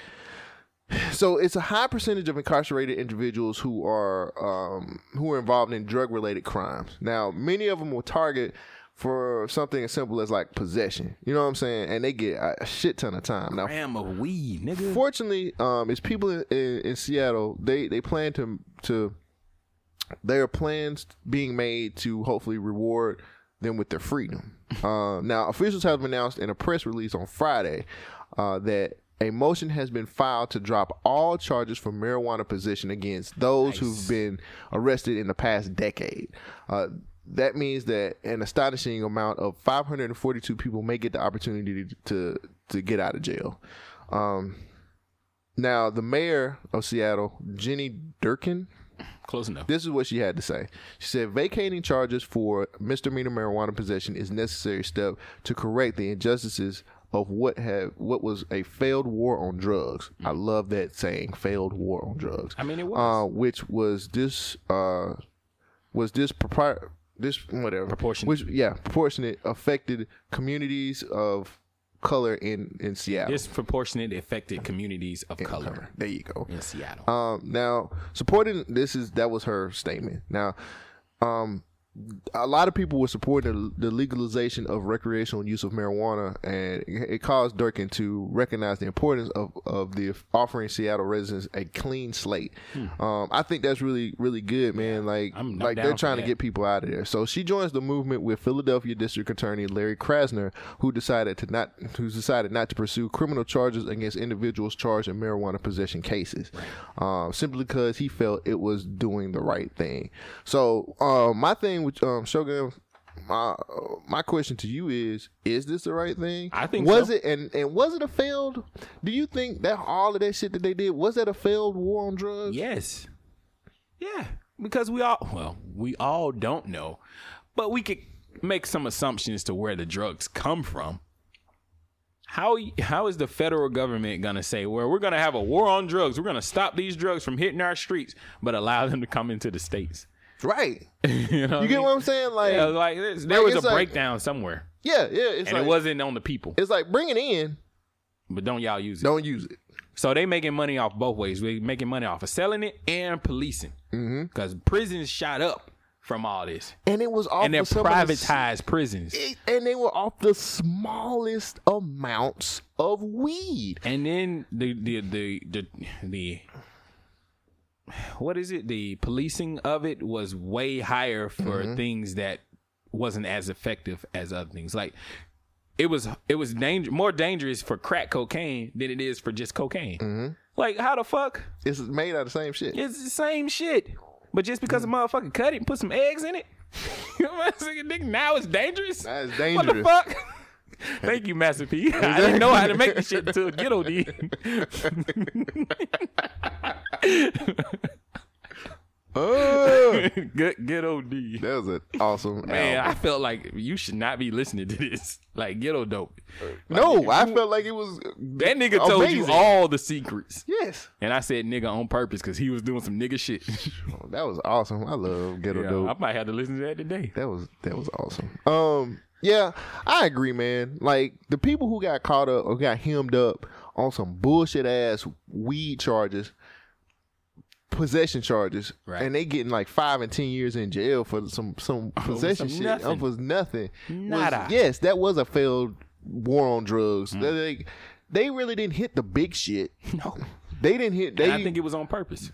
[SPEAKER 2] so it's a high percentage of incarcerated individuals who are um, who are involved in drug related crimes. Now, many of them will target for something as simple as like possession. You know what I'm saying? And they get a shit ton of time. Now,
[SPEAKER 1] Gram of weed, nigga.
[SPEAKER 2] fortunately, um, it's people in, in, in Seattle. They they plan to to there are plans being made to hopefully reward them with their freedom. Uh, now, officials have announced in a press release on Friday uh, that a motion has been filed to drop all charges for marijuana possession against those who've been arrested in the past decade. Uh, that means that an astonishing amount of 542 people may get the opportunity to to, to get out of jail. Um, now, the mayor of Seattle, Jenny Durkin.
[SPEAKER 1] Close enough.
[SPEAKER 2] This is what she had to say. She said vacating charges for misdemeanor marijuana possession is a necessary step to correct the injustices of what have what was a failed war on drugs.
[SPEAKER 1] Mm.
[SPEAKER 2] I love that saying, failed war on drugs. I mean, it was, uh, which was this uh, was this propri- this whatever proportion which yeah proportionate affected communities of color in in Seattle.
[SPEAKER 1] Disproportionate affected communities of color.
[SPEAKER 2] There you go.
[SPEAKER 1] In Seattle.
[SPEAKER 2] Um, now supporting this is that was her statement. Now, um, a lot of people were supporting the, the legalization of recreational use of marijuana, and it it caused Durkin to recognize the importance of of the offering Seattle residents a clean slate.
[SPEAKER 1] Hmm.
[SPEAKER 2] Um, I think that's really really good, man. Like
[SPEAKER 1] I'm
[SPEAKER 2] like
[SPEAKER 1] down
[SPEAKER 2] they're
[SPEAKER 1] for
[SPEAKER 2] trying to
[SPEAKER 1] that.
[SPEAKER 2] get people out of there. So she joins the movement with Philadelphia District Attorney Larry Krasner, who decided to not who's decided not to pursue criminal charges against individuals charged in marijuana possession cases, um, simply because he felt it was doing the right thing. So um, my thing with um, Shogun. My my question to you is: Is this the right thing? I
[SPEAKER 1] think
[SPEAKER 2] was
[SPEAKER 1] so.
[SPEAKER 2] it and and was it a failed? Do you think that all of that shit that they did was that a failed war on drugs?
[SPEAKER 1] Yes. because we all well we all don't know but we could make some assumptions to where the drugs come from how how is the federal government going to say well we're going to have a war on drugs we're going to stop these drugs from hitting our streets but allow them to come into the states
[SPEAKER 2] right
[SPEAKER 1] you know
[SPEAKER 2] You get what I'm saying? Like,
[SPEAKER 1] Yeah, like, this- there
[SPEAKER 2] like,
[SPEAKER 1] was
[SPEAKER 2] it's
[SPEAKER 1] a
[SPEAKER 2] like-
[SPEAKER 1] breakdown somewhere
[SPEAKER 2] Yeah, yeah. It's
[SPEAKER 1] and
[SPEAKER 2] like,
[SPEAKER 1] it wasn't on the people
[SPEAKER 2] It's like bring it in.
[SPEAKER 1] but don't y'all use it
[SPEAKER 2] don't use it
[SPEAKER 1] so they making money off both ways we making money off of selling it and policing because prisons shot up from all this
[SPEAKER 2] Mm-hmm. and it was off
[SPEAKER 1] and they're
[SPEAKER 2] of some of the s-
[SPEAKER 1] privatized prisons
[SPEAKER 2] it- and they were off the smallest amounts of weed.
[SPEAKER 1] And then the the the the, the what is it? The policing of it was way higher for
[SPEAKER 2] Mm-hmm.
[SPEAKER 1] things that wasn't as effective as other things. Like it was it was danger more dangerous for crack cocaine than it is for just cocaine. Like how the fuck?
[SPEAKER 2] Mm-hmm. It's made out of the same shit. Mm-hmm.
[SPEAKER 1] It's the same shit. But just because a motherfucker cut it and put some eggs in it, you know what I'm saying? Nigga, now it's dangerous.
[SPEAKER 2] That's
[SPEAKER 1] What the
[SPEAKER 2] dangerous.
[SPEAKER 1] fuck? Thank you, Master P. I didn't know how to make this shit until Ghetto did.
[SPEAKER 2] Oh,
[SPEAKER 1] good, good OD.
[SPEAKER 2] That was an awesome
[SPEAKER 1] Man,
[SPEAKER 2] album.
[SPEAKER 1] I felt like you should not be listening to this. Like ghetto dope.
[SPEAKER 2] no, I felt like it was
[SPEAKER 1] That nigga told you
[SPEAKER 2] amazing.
[SPEAKER 1] all the secrets.
[SPEAKER 2] Yes.
[SPEAKER 1] And I said nigga on purpose because he was doing some nigga shit.
[SPEAKER 2] Oh, that was awesome. I love Ghetto
[SPEAKER 1] Yeah,
[SPEAKER 2] Dope.
[SPEAKER 1] I might have to listen to that today.
[SPEAKER 2] That was that was awesome. Um, yeah, I agree, man. Like the people who got caught up or got hemmed up on some bullshit ass weed charges, possession charges,
[SPEAKER 1] Right.
[SPEAKER 2] and they getting like five and ten years in jail for some some possession
[SPEAKER 1] some
[SPEAKER 2] shit.
[SPEAKER 1] nothing.
[SPEAKER 2] uh, was nothing. Was-
[SPEAKER 1] Nada. Mm.
[SPEAKER 2] yes, that was a failed war on drugs. They, they really didn't hit the big shit.
[SPEAKER 1] No.
[SPEAKER 2] They didn't hit. They
[SPEAKER 1] and I think it was on purpose.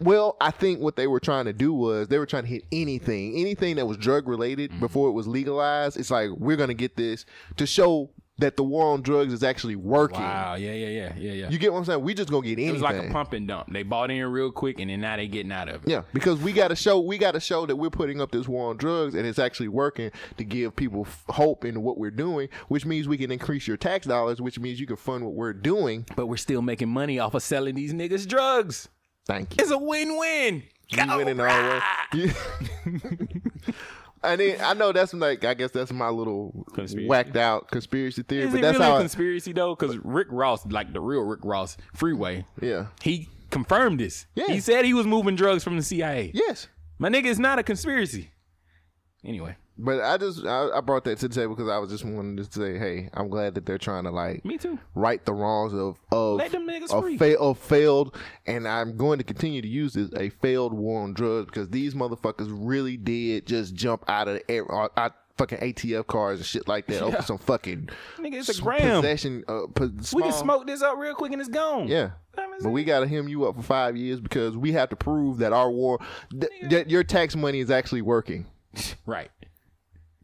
[SPEAKER 2] well, I think what they were trying to do was they were trying to hit anything, anything that was drug related
[SPEAKER 1] Mm.
[SPEAKER 2] before it was legalized. It's like we're gonna get this to show that the war on drugs is actually working.
[SPEAKER 1] Wow, yeah, yeah, yeah, yeah, yeah.
[SPEAKER 2] You get what I'm saying? We just gonna get anything.
[SPEAKER 1] it was like a pump and dump. They bought in real quick and then now they getting out of it.
[SPEAKER 2] Yeah, because we gotta show we gotta show that we're putting up this war on drugs and it's actually working to give people f- hope in what we're doing, which means we can increase your tax dollars, which means you can fund what we're doing.
[SPEAKER 1] But we're still making money off of selling these niggas drugs.
[SPEAKER 2] Thank you.
[SPEAKER 1] It's a win-win.
[SPEAKER 2] You winning all the way. And then I know that's like I guess that's my little whacked out conspiracy theory,
[SPEAKER 1] Is
[SPEAKER 2] but
[SPEAKER 1] it
[SPEAKER 2] that's
[SPEAKER 1] really
[SPEAKER 2] how
[SPEAKER 1] a
[SPEAKER 2] I-
[SPEAKER 1] conspiracy though? Because Rick Ross, like the real Rick Ross, Freeway.
[SPEAKER 2] Yeah.
[SPEAKER 1] He confirmed this.
[SPEAKER 2] Yeah.
[SPEAKER 1] He said he was moving drugs from the CIA.
[SPEAKER 2] Yes.
[SPEAKER 1] My nigga, it's not a conspiracy. Anyway.
[SPEAKER 2] But I just I, I brought that to the table because I was just wanting to say, hey, I'm glad that they're trying to like
[SPEAKER 1] me too
[SPEAKER 2] right the wrongs of of
[SPEAKER 1] Let them niggas
[SPEAKER 2] of,
[SPEAKER 1] free.
[SPEAKER 2] fa- of failed, and I'm going to continue to use this a failed war on drugs because these motherfuckers really did just jump out of air, out, out fucking ATF cars and shit like that over
[SPEAKER 1] Yeah.
[SPEAKER 2] some fucking
[SPEAKER 1] Nigga, it's a
[SPEAKER 2] s-
[SPEAKER 1] gram.
[SPEAKER 2] possession. Uh, po-
[SPEAKER 1] We can
[SPEAKER 2] small-
[SPEAKER 1] smoke this up real quick and it's gone.
[SPEAKER 2] Yeah. But Hmm. we gotta hem you up for five years because we have to prove that our war, th- that your tax money is actually working.
[SPEAKER 1] Right.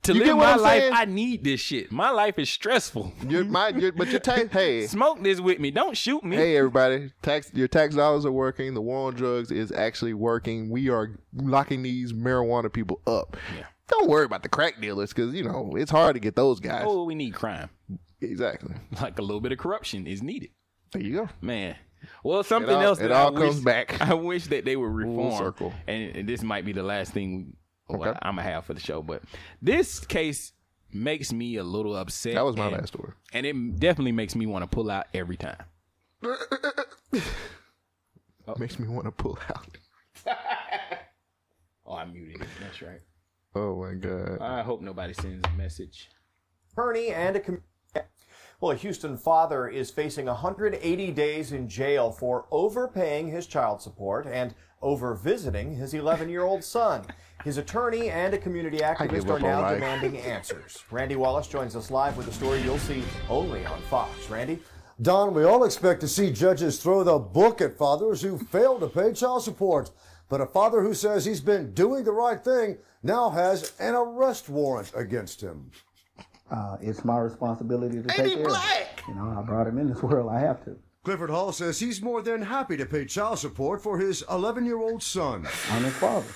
[SPEAKER 1] To
[SPEAKER 2] You
[SPEAKER 1] live
[SPEAKER 2] get what
[SPEAKER 1] my
[SPEAKER 2] I'm
[SPEAKER 1] life,
[SPEAKER 2] saying?
[SPEAKER 1] I need this shit. My life is stressful.
[SPEAKER 2] Your my your, but your tax hey
[SPEAKER 1] smoke this with me. Don't shoot me.
[SPEAKER 2] Hey everybody, tax your tax dollars are working. The war on drugs is actually working. We are locking these marijuana people up. Don't worry about the crack dealers because you know it's hard to get those guys.
[SPEAKER 1] Oh, we need crime.
[SPEAKER 2] Exactly.
[SPEAKER 1] Like a little bit of corruption is needed.
[SPEAKER 2] There you go.
[SPEAKER 1] Man. Well, something
[SPEAKER 2] all-
[SPEAKER 1] else
[SPEAKER 2] it
[SPEAKER 1] that
[SPEAKER 2] all
[SPEAKER 1] I
[SPEAKER 2] comes
[SPEAKER 1] wish,
[SPEAKER 2] back.
[SPEAKER 1] I wish that they would reform.
[SPEAKER 2] circle.
[SPEAKER 1] And and this might be the last thing well, I'm gonna have for the show, but this case makes me a little upset.
[SPEAKER 2] That was my
[SPEAKER 1] and-
[SPEAKER 2] last story.
[SPEAKER 1] and it definitely makes me want to pull out every time. Oh.
[SPEAKER 2] Makes me want to pull out.
[SPEAKER 1] Oh, I muted it. That's right.
[SPEAKER 2] Oh my god.
[SPEAKER 1] I hope nobody sends a message.
[SPEAKER 19] attorney and a com- well, a Houston father is facing 180 days in jail for overpaying his child support and overvisiting his 11-year-old son. His attorney and a community activist
[SPEAKER 2] give
[SPEAKER 19] are
[SPEAKER 2] up on
[SPEAKER 19] now
[SPEAKER 2] life.
[SPEAKER 19] demanding answers. Randy Wallace joins us live with a story you'll see only on Fox. Randy,
[SPEAKER 20] Don, we all expect to see judges throw the book at fathers who fail to pay child support. But a father who says he's been doing the right thing now has an arrest warrant against him.
[SPEAKER 21] Uh, it's my responsibility to take care. Black. You know, I brought him in this world. I have to.
[SPEAKER 20] Clifford Hall says he's more than happy to pay child support for his 11 year old son.
[SPEAKER 21] I'm his father.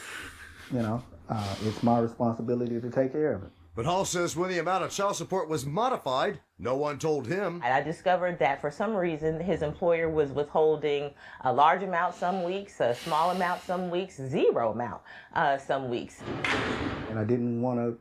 [SPEAKER 21] You know, uh, it's my responsibility to take care of it.
[SPEAKER 20] But Hall says when the amount of child support was modified, no one told him.
[SPEAKER 6] And I discovered that for some reason, his employer was withholding a large amount some weeks, a small amount some weeks, zero amount uh, some weeks.
[SPEAKER 21] And I didn't want to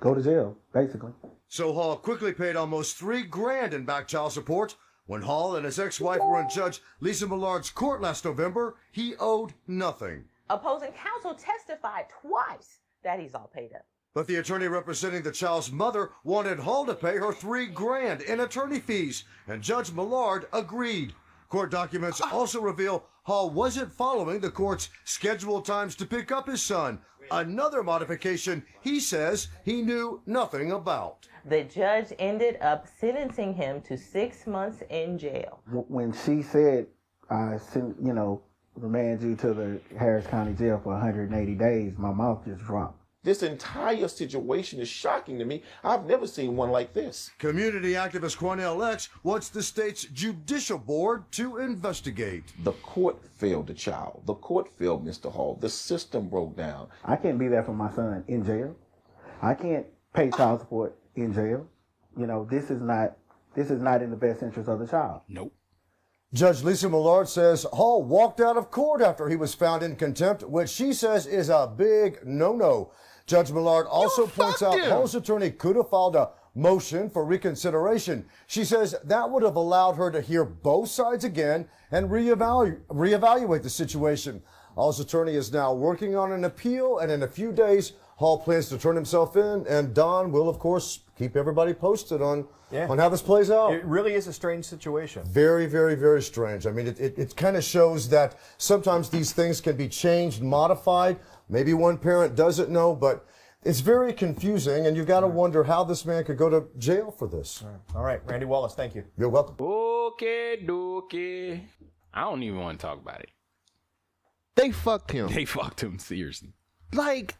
[SPEAKER 21] go to jail, basically.
[SPEAKER 20] So Hall quickly paid almost three grand in back child support. When Hall and his ex wife were in Judge Lisa Millard's court last November, he owed nothing.
[SPEAKER 6] Opposing counsel testified twice that he's all paid up.
[SPEAKER 20] But the attorney representing the child's mother wanted Hall to pay her three grand in attorney fees, and Judge Millard agreed. Court documents also reveal Hall wasn't following the court's scheduled times to pick up his son, another modification he says he knew nothing about.
[SPEAKER 6] The judge ended up sentencing him to six months in jail.
[SPEAKER 21] W- When she said, I sent, you know, remand you to the Harris County Jail for 180 days, my mouth just dropped.
[SPEAKER 2] This entire situation is shocking to me. I've never seen one like this.
[SPEAKER 20] Community activist Cornell X wants the state's judicial board to investigate.
[SPEAKER 2] The court failed the child. The court failed Mr. Hall. The system broke down.
[SPEAKER 21] I can't be there for my son in jail. I can't pay child support in jail. You know, this is not this is not in the best interest of the child.
[SPEAKER 1] Nope.
[SPEAKER 20] Judge Lisa Millard says Hall walked out of court after he was found in contempt, which she says is a big no-no. Judge Millard also points out
[SPEAKER 2] him.
[SPEAKER 20] Hall's attorney could have filed a motion for reconsideration. She says that would have allowed her to hear both sides again and reevalu- reevaluate the situation. Hall's attorney is now working on an appeal, and in a few days, Hall plans to turn himself in, and Don will, of course, keep everybody posted on,
[SPEAKER 19] Yeah.
[SPEAKER 20] on how this plays out.
[SPEAKER 19] it really is a strange situation.
[SPEAKER 20] Very, very, very strange. I mean, it, it, it kind of shows that sometimes these things can be changed, modified. Maybe one parent doesn't know, but it's very confusing, and you've got to wonder how this man could go to jail for this.
[SPEAKER 19] All right, Randy Wallace, thank you.
[SPEAKER 20] You're welcome.
[SPEAKER 1] Okay, dokie. I don't even want to talk about it.
[SPEAKER 2] They fucked him.
[SPEAKER 1] They fucked him seriously.
[SPEAKER 2] Like,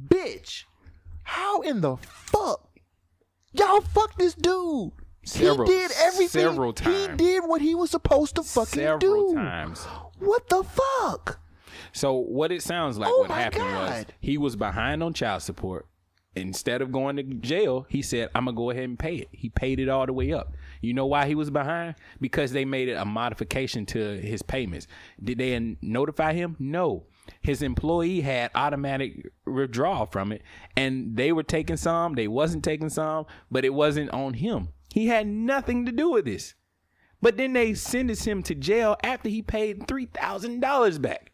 [SPEAKER 2] bitch, how in the fuck y'all fuck this dude?
[SPEAKER 1] Several-
[SPEAKER 2] he did everything.
[SPEAKER 1] several
[SPEAKER 2] He
[SPEAKER 1] times.
[SPEAKER 2] did what he was supposed to fucking
[SPEAKER 1] Several
[SPEAKER 2] do.
[SPEAKER 1] times.
[SPEAKER 2] What the fuck?
[SPEAKER 1] So what it sounds like what happened was he was behind on child support. Instead of going to jail, he said, "I'm gonna go ahead and pay it." He paid it all the way up. You know why he was behind? Because they made it a modification to his payments. Did they n- notify him? No. His employee had automatic withdrawal from it, and they were taking some. They wasn't taking some, but it wasn't on him. He had nothing to do with this. But then they sentenced him to jail after he paid three thousand dollars back.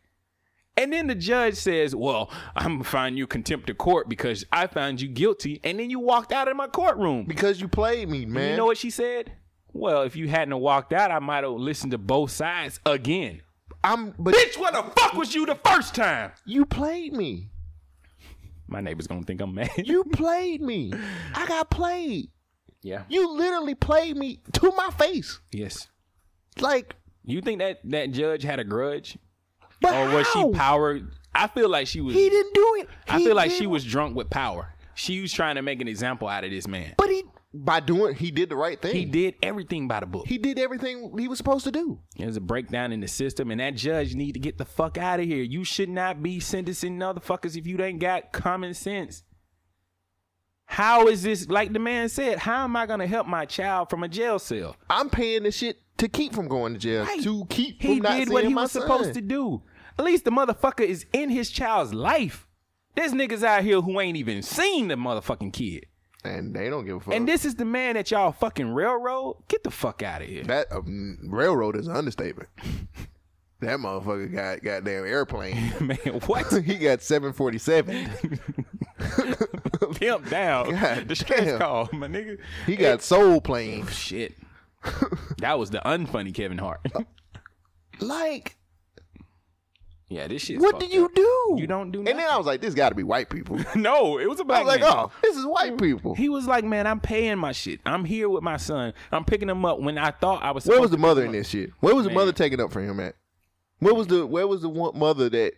[SPEAKER 1] And then the judge says, Well, I'm gonna find you contempt of court because I found you guilty. And then you walked out of my courtroom.
[SPEAKER 2] Because you played me, man.
[SPEAKER 1] you know what she said? Well, if you hadn't have walked out, I might have listened to both sides again.
[SPEAKER 2] I'm but
[SPEAKER 1] Bitch, what the fuck was you the first time?
[SPEAKER 2] You played me.
[SPEAKER 1] My neighbor's gonna think I'm mad.
[SPEAKER 2] You played me. I got played.
[SPEAKER 1] yeah.
[SPEAKER 2] You literally played me to my face.
[SPEAKER 1] Yes.
[SPEAKER 2] Like
[SPEAKER 1] You think that that judge had a grudge?
[SPEAKER 2] But
[SPEAKER 1] or was
[SPEAKER 2] how?
[SPEAKER 1] she power? I feel like she was
[SPEAKER 2] he didn't do it.
[SPEAKER 1] I
[SPEAKER 2] He
[SPEAKER 1] feel like
[SPEAKER 2] did
[SPEAKER 1] she was drunk with power. She was trying to make an example out of this man.
[SPEAKER 2] But he by doing he did the right thing.
[SPEAKER 1] He did everything by the book.
[SPEAKER 2] He did everything he was supposed to do.
[SPEAKER 1] There's a breakdown in the system, and that judge need to get the fuck out of here. You should not be sentencing motherfuckers if you ain't got common sense. How is this? Like the man said, how am I gonna help my child from a jail cell?
[SPEAKER 2] I'm paying this shit to keep from going to jail. To keep from
[SPEAKER 1] He
[SPEAKER 2] not
[SPEAKER 1] did what
[SPEAKER 2] seeing
[SPEAKER 1] he
[SPEAKER 2] my
[SPEAKER 1] was
[SPEAKER 2] son.
[SPEAKER 1] supposed to do. At least the motherfucker is in his child's life. There's niggas out here who ain't even seen the motherfucking kid.
[SPEAKER 2] And they don't give a fuck.
[SPEAKER 1] And this is the man that y'all fucking railroad. Get the fuck out of here.
[SPEAKER 2] That um, railroad is an understatement. That motherfucker got goddamn airplane.
[SPEAKER 1] Man, what?
[SPEAKER 2] he got 747.
[SPEAKER 1] Pimp down.
[SPEAKER 2] God
[SPEAKER 1] the stress
[SPEAKER 2] damn.
[SPEAKER 1] call, my nigga.
[SPEAKER 2] He got soul plane.
[SPEAKER 1] Shit. that was the unfunny Kevin Hart.
[SPEAKER 2] Like,
[SPEAKER 1] yeah, this shit.
[SPEAKER 2] what do you do?
[SPEAKER 1] You don't do.
[SPEAKER 2] And then I was like, this got to be white people.
[SPEAKER 1] no, it was a
[SPEAKER 2] I
[SPEAKER 1] black
[SPEAKER 2] was like,
[SPEAKER 1] man.
[SPEAKER 2] oh, this is white people.
[SPEAKER 1] He was like, man, I'm paying my shit. I'm here with my son. I'm picking him up when I thought I was.
[SPEAKER 2] Where was
[SPEAKER 1] supposed
[SPEAKER 2] the
[SPEAKER 1] to
[SPEAKER 2] mother
[SPEAKER 1] pick
[SPEAKER 2] in
[SPEAKER 1] him
[SPEAKER 2] this
[SPEAKER 1] up.
[SPEAKER 2] shit? Where was the
[SPEAKER 1] Man.
[SPEAKER 2] mother taking up for him at? Where was the where was the one mother that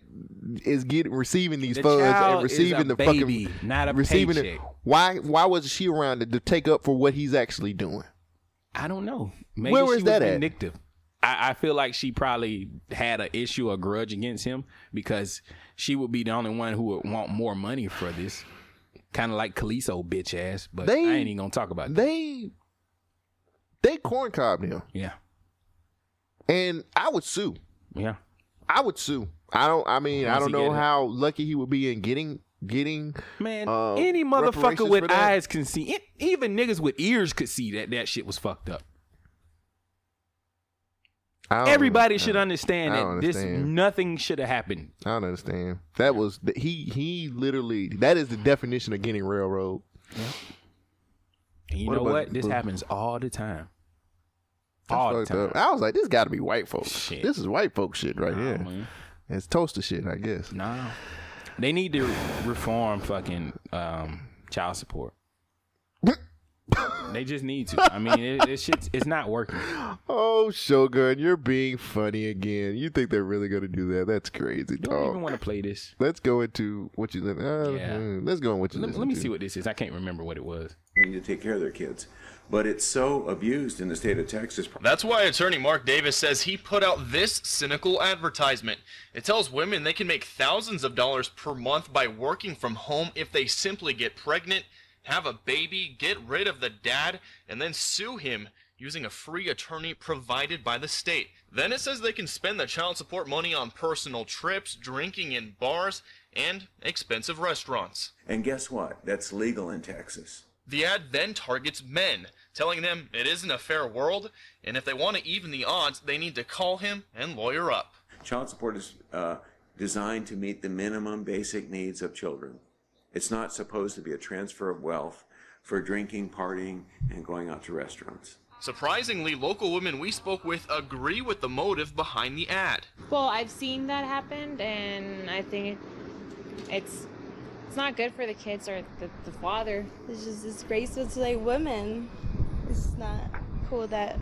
[SPEAKER 2] is getting receiving these
[SPEAKER 1] The
[SPEAKER 2] funds and
[SPEAKER 1] child is
[SPEAKER 2] receiving
[SPEAKER 1] a
[SPEAKER 2] the
[SPEAKER 1] baby,
[SPEAKER 2] fucking
[SPEAKER 1] not a
[SPEAKER 2] receiving it?
[SPEAKER 1] paycheck.
[SPEAKER 2] Why why wasn't she around to, to take up for what he's actually doing?
[SPEAKER 1] I don't know. Maybe
[SPEAKER 2] Where
[SPEAKER 1] she
[SPEAKER 2] was
[SPEAKER 1] was
[SPEAKER 2] that at?
[SPEAKER 1] vindictive. I, I feel like she probably had an issue or grudge against him because she would be the only one who would want more money for this. Kind of like Kaliso bitch ass, but
[SPEAKER 2] They-
[SPEAKER 1] I ain't even gonna talk about that.
[SPEAKER 2] They they corn cobbed him.
[SPEAKER 1] Yeah.
[SPEAKER 2] And I would sue.
[SPEAKER 1] Yeah.
[SPEAKER 2] I would sue. I don't I mean, I
[SPEAKER 1] Once
[SPEAKER 2] don't
[SPEAKER 1] he
[SPEAKER 2] know
[SPEAKER 1] get it.
[SPEAKER 2] how lucky he would be in getting getting
[SPEAKER 1] Man,
[SPEAKER 2] uh,
[SPEAKER 1] any motherfucker
[SPEAKER 2] reparations for
[SPEAKER 1] with
[SPEAKER 2] that.
[SPEAKER 1] eyes can see. It, even niggas with ears could see that that shit was fucked up.
[SPEAKER 2] I don't
[SPEAKER 1] Everybody
[SPEAKER 2] understand.
[SPEAKER 1] should understand
[SPEAKER 2] I
[SPEAKER 1] that
[SPEAKER 2] don't
[SPEAKER 1] this
[SPEAKER 2] understand.
[SPEAKER 1] nothing should have happened.
[SPEAKER 2] I don't understand. That was the, he. He literally. That is the definition of getting railroad.
[SPEAKER 1] And you
[SPEAKER 2] What
[SPEAKER 1] know
[SPEAKER 2] about
[SPEAKER 1] what?
[SPEAKER 2] the
[SPEAKER 1] This
[SPEAKER 2] book?
[SPEAKER 1] happens all the time.
[SPEAKER 2] That's
[SPEAKER 1] all the
[SPEAKER 2] fucked
[SPEAKER 1] time.
[SPEAKER 2] up. I was like, this got to be white folks. This is white folks shit right here.
[SPEAKER 1] man.
[SPEAKER 2] It's toaster shit, I guess.
[SPEAKER 1] No, they need to reform fucking um, child support. they just need to. I mean, it, it shit's, it's not working.
[SPEAKER 2] Oh, Shogun, you're being funny again. You think they're really gonna do that? That's crazy,
[SPEAKER 1] I don't even
[SPEAKER 2] dog.
[SPEAKER 1] want to play this.
[SPEAKER 2] Let's go into what you. Uh,
[SPEAKER 1] Yeah.
[SPEAKER 2] hmm, Let's go in what you.
[SPEAKER 1] Let,
[SPEAKER 2] listen
[SPEAKER 1] let me
[SPEAKER 2] to.
[SPEAKER 1] see what this is. I can't remember what it was.
[SPEAKER 22] need to take care of their kids. But it's so abused in the state of Texas.
[SPEAKER 23] That's why attorney Mark Davis says he put out this cynical advertisement. It tells women they can make thousands of dollars per month by working from home if they simply get pregnant, have a baby, get rid of the dad, and then sue him using a free attorney provided by the state. Then it says they can spend the child support money on personal trips, drinking in bars, and expensive restaurants.
[SPEAKER 22] And guess what? That's legal in Texas.
[SPEAKER 23] The ad then targets men, telling them it isn't a fair world, and if they want to even the odds, they need to call him and lawyer up.
[SPEAKER 22] Child support is uh, designed to meet the minimum basic needs of children. It's not supposed to be a transfer of wealth for drinking, partying, and going out to restaurants.
[SPEAKER 23] Surprisingly, local women we spoke with agree with the motive behind the ad.
[SPEAKER 24] Well, I've seen that happen, and I think it's it's not good for the kids or the, the father.
[SPEAKER 25] It's just disgraceful to like women. It's not cool that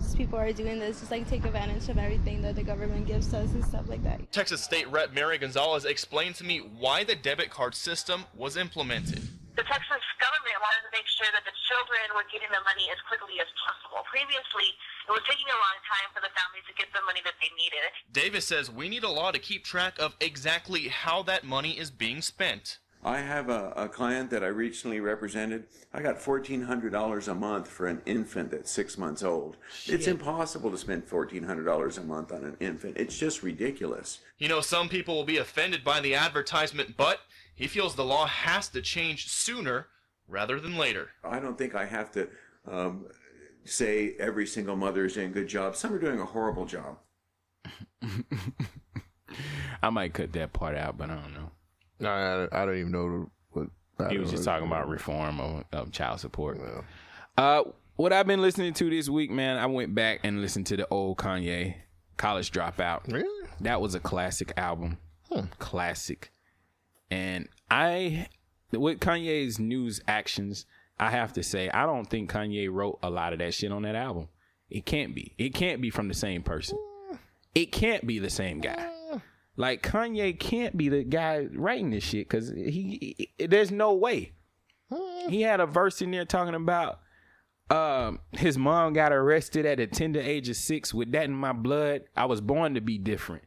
[SPEAKER 25] these people are doing this. Just like take advantage of everything that the government gives us and stuff like that.
[SPEAKER 23] Texas State Rep Mary Gonzalez explained to me why the debit card system was implemented.
[SPEAKER 3] The Texas government wanted to make sure that the children were getting the money as quickly as possible. Previously, it was taking a long time for the families to get the money that they needed.
[SPEAKER 23] Davis says we need a law to keep track of exactly how that money is being spent.
[SPEAKER 22] I have a, a client that I recently represented. I got $1,400 a month for an infant that's six months old. It's
[SPEAKER 23] Shit.
[SPEAKER 22] impossible to spend $1,400 a month on an infant. It's just ridiculous.
[SPEAKER 23] You know, some people will be offended by the advertisement, but he feels the law has to change sooner rather than later.
[SPEAKER 22] I don't think I have to um, say every single mother is doing a good job. Some are doing a horrible job.
[SPEAKER 1] I might cut that part out, but I don't know.
[SPEAKER 2] No, I, I don't even know what. I
[SPEAKER 1] he
[SPEAKER 2] don't
[SPEAKER 1] was just
[SPEAKER 2] know.
[SPEAKER 1] talking about reform of, of child support. Uh, what I've been listening to this week, man, I went back and listened to the old Kanye College Dropout.
[SPEAKER 2] Really? Hmm.
[SPEAKER 1] That was a classic album. Classic. And I, with Kanye's news actions, I have to say, I don't think Kanye wrote a lot of that shit on that album. It can't be. It can't be from the same person. It can't be the same guy. Like Kanye can't be the guy writing this shit because he, he- there's no way. He had a verse in there talking about um his mom got arrested at a tender age of six. With that in my blood, I was born to be different.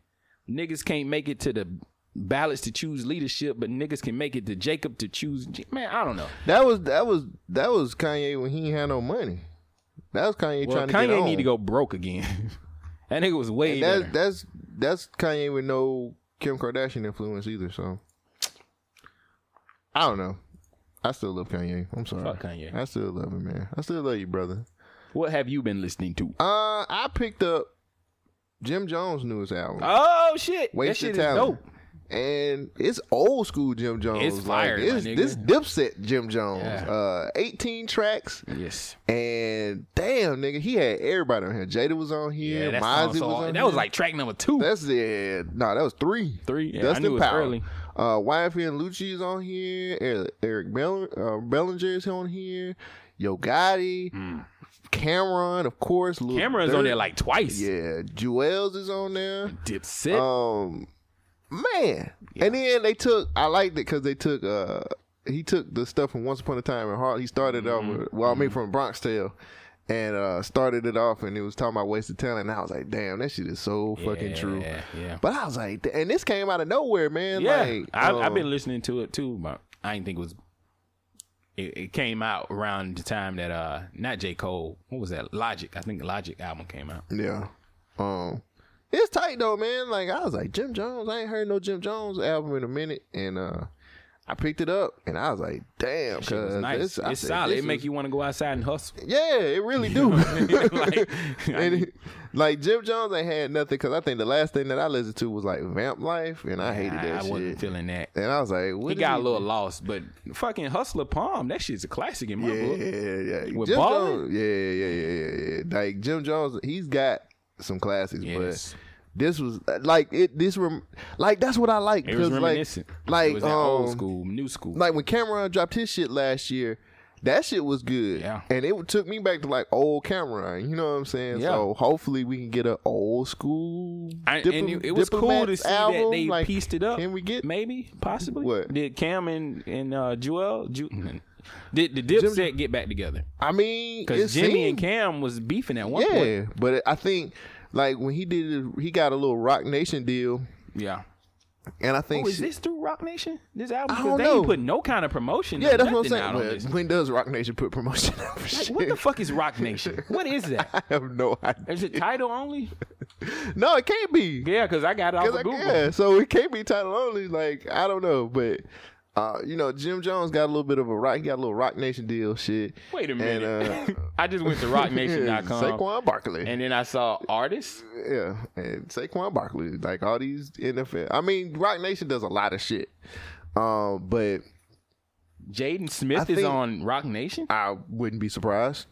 [SPEAKER 1] Niggas can't make it to the ballots to choose leadership, but niggas can make it to Jacob to choose. Man, I don't know.
[SPEAKER 2] That was that was that was Kanye when he ain't had no money. That was Kanye
[SPEAKER 1] Well,
[SPEAKER 2] trying to get
[SPEAKER 1] Kanye
[SPEAKER 2] on.
[SPEAKER 1] need to go broke again. that nigga was way
[SPEAKER 2] And that's
[SPEAKER 1] better.
[SPEAKER 2] that's that's Kanye with no Kim Kardashian influence either. So I don't know. I still love Kanye. I'm sorry.
[SPEAKER 1] Fuck Kanye.
[SPEAKER 2] I still love him, man. I still love you, brother.
[SPEAKER 1] What have you been listening to?
[SPEAKER 2] Uh, I picked up Jim Jones' newest album.
[SPEAKER 1] Oh shit! That
[SPEAKER 2] Wasted
[SPEAKER 1] shit is
[SPEAKER 2] Talent. And it's old school Jim Jones.
[SPEAKER 1] It's fire,
[SPEAKER 2] Like,
[SPEAKER 1] my
[SPEAKER 2] it's,
[SPEAKER 1] nigga.
[SPEAKER 2] this Dipset Jim Jones.
[SPEAKER 1] Yeah.
[SPEAKER 2] Uh, 18 tracks.
[SPEAKER 1] Yes.
[SPEAKER 2] And damn, nigga, he had everybody on here. Jada was on here.
[SPEAKER 1] Yeah, that
[SPEAKER 2] Mozzie
[SPEAKER 1] song
[SPEAKER 2] was
[SPEAKER 1] so-
[SPEAKER 2] on
[SPEAKER 1] that was
[SPEAKER 2] here.
[SPEAKER 1] like track number two.
[SPEAKER 2] That's it. No, that was three.
[SPEAKER 1] Three. Yeah, I
[SPEAKER 2] Dustin
[SPEAKER 1] knew it was
[SPEAKER 2] Power.
[SPEAKER 1] early.
[SPEAKER 2] Uh, YFN and Lucci is on here. Eric, Eric Bell, uh, Bellinger is on here. Yo Gotti. Cameron, of course. Lil
[SPEAKER 1] Cameron's Hmm. on
[SPEAKER 2] Durk.
[SPEAKER 1] there like twice.
[SPEAKER 2] Yeah. Jewels is on there.
[SPEAKER 1] Dipset.
[SPEAKER 2] Um, man. And then they took. I liked it because they took. uh He took the stuff from Once Upon a Time in Harlem. He started it off.
[SPEAKER 1] Mm-hmm.
[SPEAKER 2] With, well, I mean, from Bronx Tale. And uh, started it off, and it was talking about wasted talent. And I was like, "Damn, that shit is so fucking true."
[SPEAKER 1] Yeah, yeah.
[SPEAKER 2] But I was like, th- and this came out of nowhere, man.
[SPEAKER 1] yeah,
[SPEAKER 2] like,
[SPEAKER 1] I, I've
[SPEAKER 2] um,
[SPEAKER 1] been listening to it too, but I didn't think it was. It, it came out around the time that uh, not J Cole. What was that? Logic. I think the Logic album came out.
[SPEAKER 2] Yeah. Um it's tight though, man. Like I was like Jim Jones, I ain't heard no Jim Jones album in a minute and uh I picked it up and I was like, damn,
[SPEAKER 1] Shit was
[SPEAKER 2] cuz
[SPEAKER 1] nice.
[SPEAKER 2] this- I
[SPEAKER 1] it's
[SPEAKER 2] said,
[SPEAKER 1] solid.
[SPEAKER 2] this
[SPEAKER 1] It make
[SPEAKER 2] is-
[SPEAKER 1] you want to go outside and hustle.
[SPEAKER 2] Yeah, it really do. like, and it- like Jim Jones ain't had nothing cuz I think the last thing that I listened to was like Vamp Life and I hated
[SPEAKER 1] I
[SPEAKER 2] that shit.
[SPEAKER 1] wasn't feeling that.
[SPEAKER 2] And I was like, what
[SPEAKER 1] he
[SPEAKER 2] is
[SPEAKER 1] got
[SPEAKER 2] he-
[SPEAKER 1] a little lost, but fucking Hustler Palm, that shit's a classic in my
[SPEAKER 2] yeah,
[SPEAKER 1] book.
[SPEAKER 2] Yeah, yeah,
[SPEAKER 1] With
[SPEAKER 2] Jim
[SPEAKER 1] Ballin'?
[SPEAKER 2] Jones, yeah, yeah, yeah, yeah, yeah. Like Jim Jones, he's got some classics,
[SPEAKER 1] Yes.
[SPEAKER 2] but this was like it. This rem- like that's what I like.
[SPEAKER 1] It was
[SPEAKER 2] 'cause, like-
[SPEAKER 1] reminiscent.
[SPEAKER 2] Like,
[SPEAKER 1] it was that old
[SPEAKER 2] um,
[SPEAKER 1] school, new school.
[SPEAKER 2] Like when Cameron dropped his shit last year, that shit was good. Yeah. And it took me back to like old Cameron. You know what I'm saying?
[SPEAKER 1] Yeah.
[SPEAKER 2] So hopefully we can get an old school.
[SPEAKER 1] I, and
[SPEAKER 2] Diplo-
[SPEAKER 1] it, it was cool to
[SPEAKER 2] Diplomats
[SPEAKER 1] see that
[SPEAKER 2] album,
[SPEAKER 1] they
[SPEAKER 2] like,
[SPEAKER 1] pieced it up.
[SPEAKER 2] Can we get
[SPEAKER 1] maybe possibly?
[SPEAKER 2] What? Mm-hmm.
[SPEAKER 1] did Cam and and uh, Jewel? Ju- did the Dipset get back together?
[SPEAKER 2] I mean,
[SPEAKER 1] Because
[SPEAKER 2] it
[SPEAKER 1] Jimmy
[SPEAKER 2] seemed-
[SPEAKER 1] and Cam was beefing at one
[SPEAKER 2] yeah,
[SPEAKER 1] point.
[SPEAKER 2] but it- I think like when he did, it, he got a little Rock Nation deal.
[SPEAKER 1] Yeah,
[SPEAKER 2] and I think
[SPEAKER 1] Oh, is
[SPEAKER 2] shit-
[SPEAKER 1] this through Rock Nation? This album?
[SPEAKER 2] I
[SPEAKER 1] 'Cause
[SPEAKER 2] don't
[SPEAKER 1] they
[SPEAKER 2] know.
[SPEAKER 1] ain't put no kind of promotion.
[SPEAKER 2] yeah,
[SPEAKER 1] or
[SPEAKER 2] that's what I'm
[SPEAKER 1] nothing out
[SPEAKER 2] saying.
[SPEAKER 1] on
[SPEAKER 2] But
[SPEAKER 1] this.
[SPEAKER 2] when does Rock Nation put promotion out for
[SPEAKER 1] Like,
[SPEAKER 2] shit?
[SPEAKER 1] what the fuck is Rock Nation? What is that?
[SPEAKER 2] I have no idea.
[SPEAKER 1] Is it title only?
[SPEAKER 2] no, it can't be.
[SPEAKER 1] Yeah, because I got it off
[SPEAKER 2] 'Cause
[SPEAKER 1] of
[SPEAKER 2] I-
[SPEAKER 1] Google.
[SPEAKER 2] yeah, so it can't be title only. Like I don't know, but uh, you know, Jim Jones got a little bit of a rock. He got a little Rock Nation deal shit.
[SPEAKER 1] Wait a
[SPEAKER 2] And,
[SPEAKER 1] minute.
[SPEAKER 2] uh,
[SPEAKER 1] I just went to rocknation.com.
[SPEAKER 2] Saquon Barkley.
[SPEAKER 1] And then I saw artists.
[SPEAKER 2] Yeah, and Saquon Barkley, like all these NFL. I mean, Rock Nation does a lot of shit, um, but
[SPEAKER 1] Jaden Smith is on Rock Nation.
[SPEAKER 2] I wouldn't be surprised.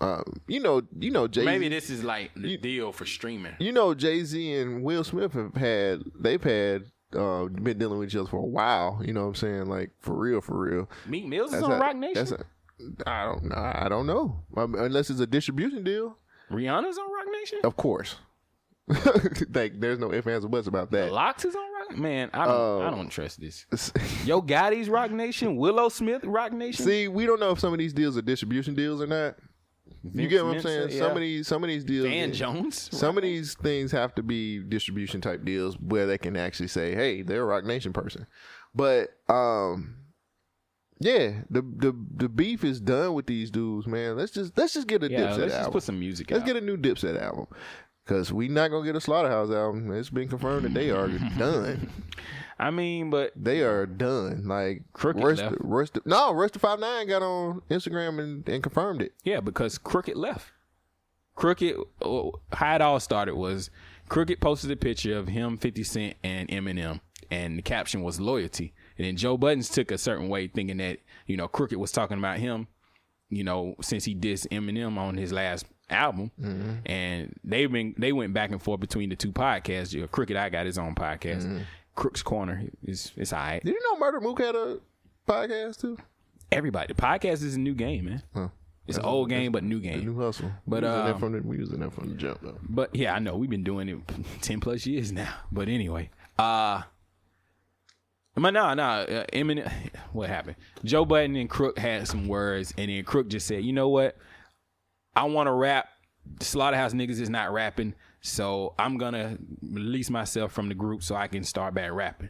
[SPEAKER 2] Um, you know, you know, Jay.
[SPEAKER 1] Maybe this is like the deal for streaming.
[SPEAKER 2] You know, Jay Z and Will Smith have had they've had uh, been dealing with each other for a while. You know what I'm saying? Like for real, for real.
[SPEAKER 1] Meek Mills is
[SPEAKER 2] That's
[SPEAKER 1] on
[SPEAKER 2] not-
[SPEAKER 1] Rock Nation.
[SPEAKER 2] that's not- I don't know. I don't know. I mean, unless it's a distribution deal,
[SPEAKER 1] Rihanna's on Rock Nation.
[SPEAKER 2] of course. like there's no ifs ands or buts about that.
[SPEAKER 1] Locks is on Rock. Man, I don't. I
[SPEAKER 2] Um,
[SPEAKER 1] don't trust this. Yo Gotti's Rock Nation. Willow Smith Rock Nation.
[SPEAKER 2] See, we don't know if some of these deals are distribution deals or not. you get what I'm
[SPEAKER 1] Vince
[SPEAKER 2] saying?
[SPEAKER 1] Mensa,
[SPEAKER 2] Some
[SPEAKER 1] yeah.
[SPEAKER 2] of these, some of these deals.
[SPEAKER 1] Dan Jones?
[SPEAKER 2] Some of these things have to be distribution type deals where they can actually say, "Hey, they're a Rock Nation person." But um, yeah, the the the beef is done with these dudes, man. Let's just let's just get a
[SPEAKER 1] Yeah,
[SPEAKER 2] Dipset
[SPEAKER 1] let's just
[SPEAKER 2] album.
[SPEAKER 1] put some music
[SPEAKER 2] Let's
[SPEAKER 1] out.
[SPEAKER 2] get a new Dipset album. Cause we not gonna get a Slaughterhouse album. It's been confirmed that they are done.
[SPEAKER 1] I mean, but
[SPEAKER 2] they are done. Like Crooked
[SPEAKER 1] left.
[SPEAKER 2] Rust, no, Rust Five Nine got on Instagram and, and confirmed it.
[SPEAKER 1] Yeah, because Crooked left. Crooked, oh, how it all started was Crooked posted a picture of him, 50 Cent, and Eminem, and the caption was loyalty. And then Joe Buttons took a certain way, thinking that, you know, Crooked was talking about him, you know, since he dissed Eminem on his last album.
[SPEAKER 2] Mm-hmm.
[SPEAKER 1] And they've been, they went back and forth between the two podcasts. You know, Crooked, I got his own podcast. Crook's Corner is, it's all right.
[SPEAKER 2] Mm-hmm. Did you know Murder Mook had a podcast too?
[SPEAKER 1] Everybody, the podcast is a new game, man. It's an old game, but new game.
[SPEAKER 2] New hustle.
[SPEAKER 1] But,
[SPEAKER 2] we using
[SPEAKER 1] uh,
[SPEAKER 2] that from the, we using that from the jump though.
[SPEAKER 1] But yeah, I know we've been doing it ten plus years now. But anyway, uh, but no, no, uh, Eminem. What happened? Joe Button and Crook had some words, and then Crook just said, "You know what? I want to rap. Slaughterhouse niggas is not rapping, so I'm gonna release myself from the group so I can start back rapping."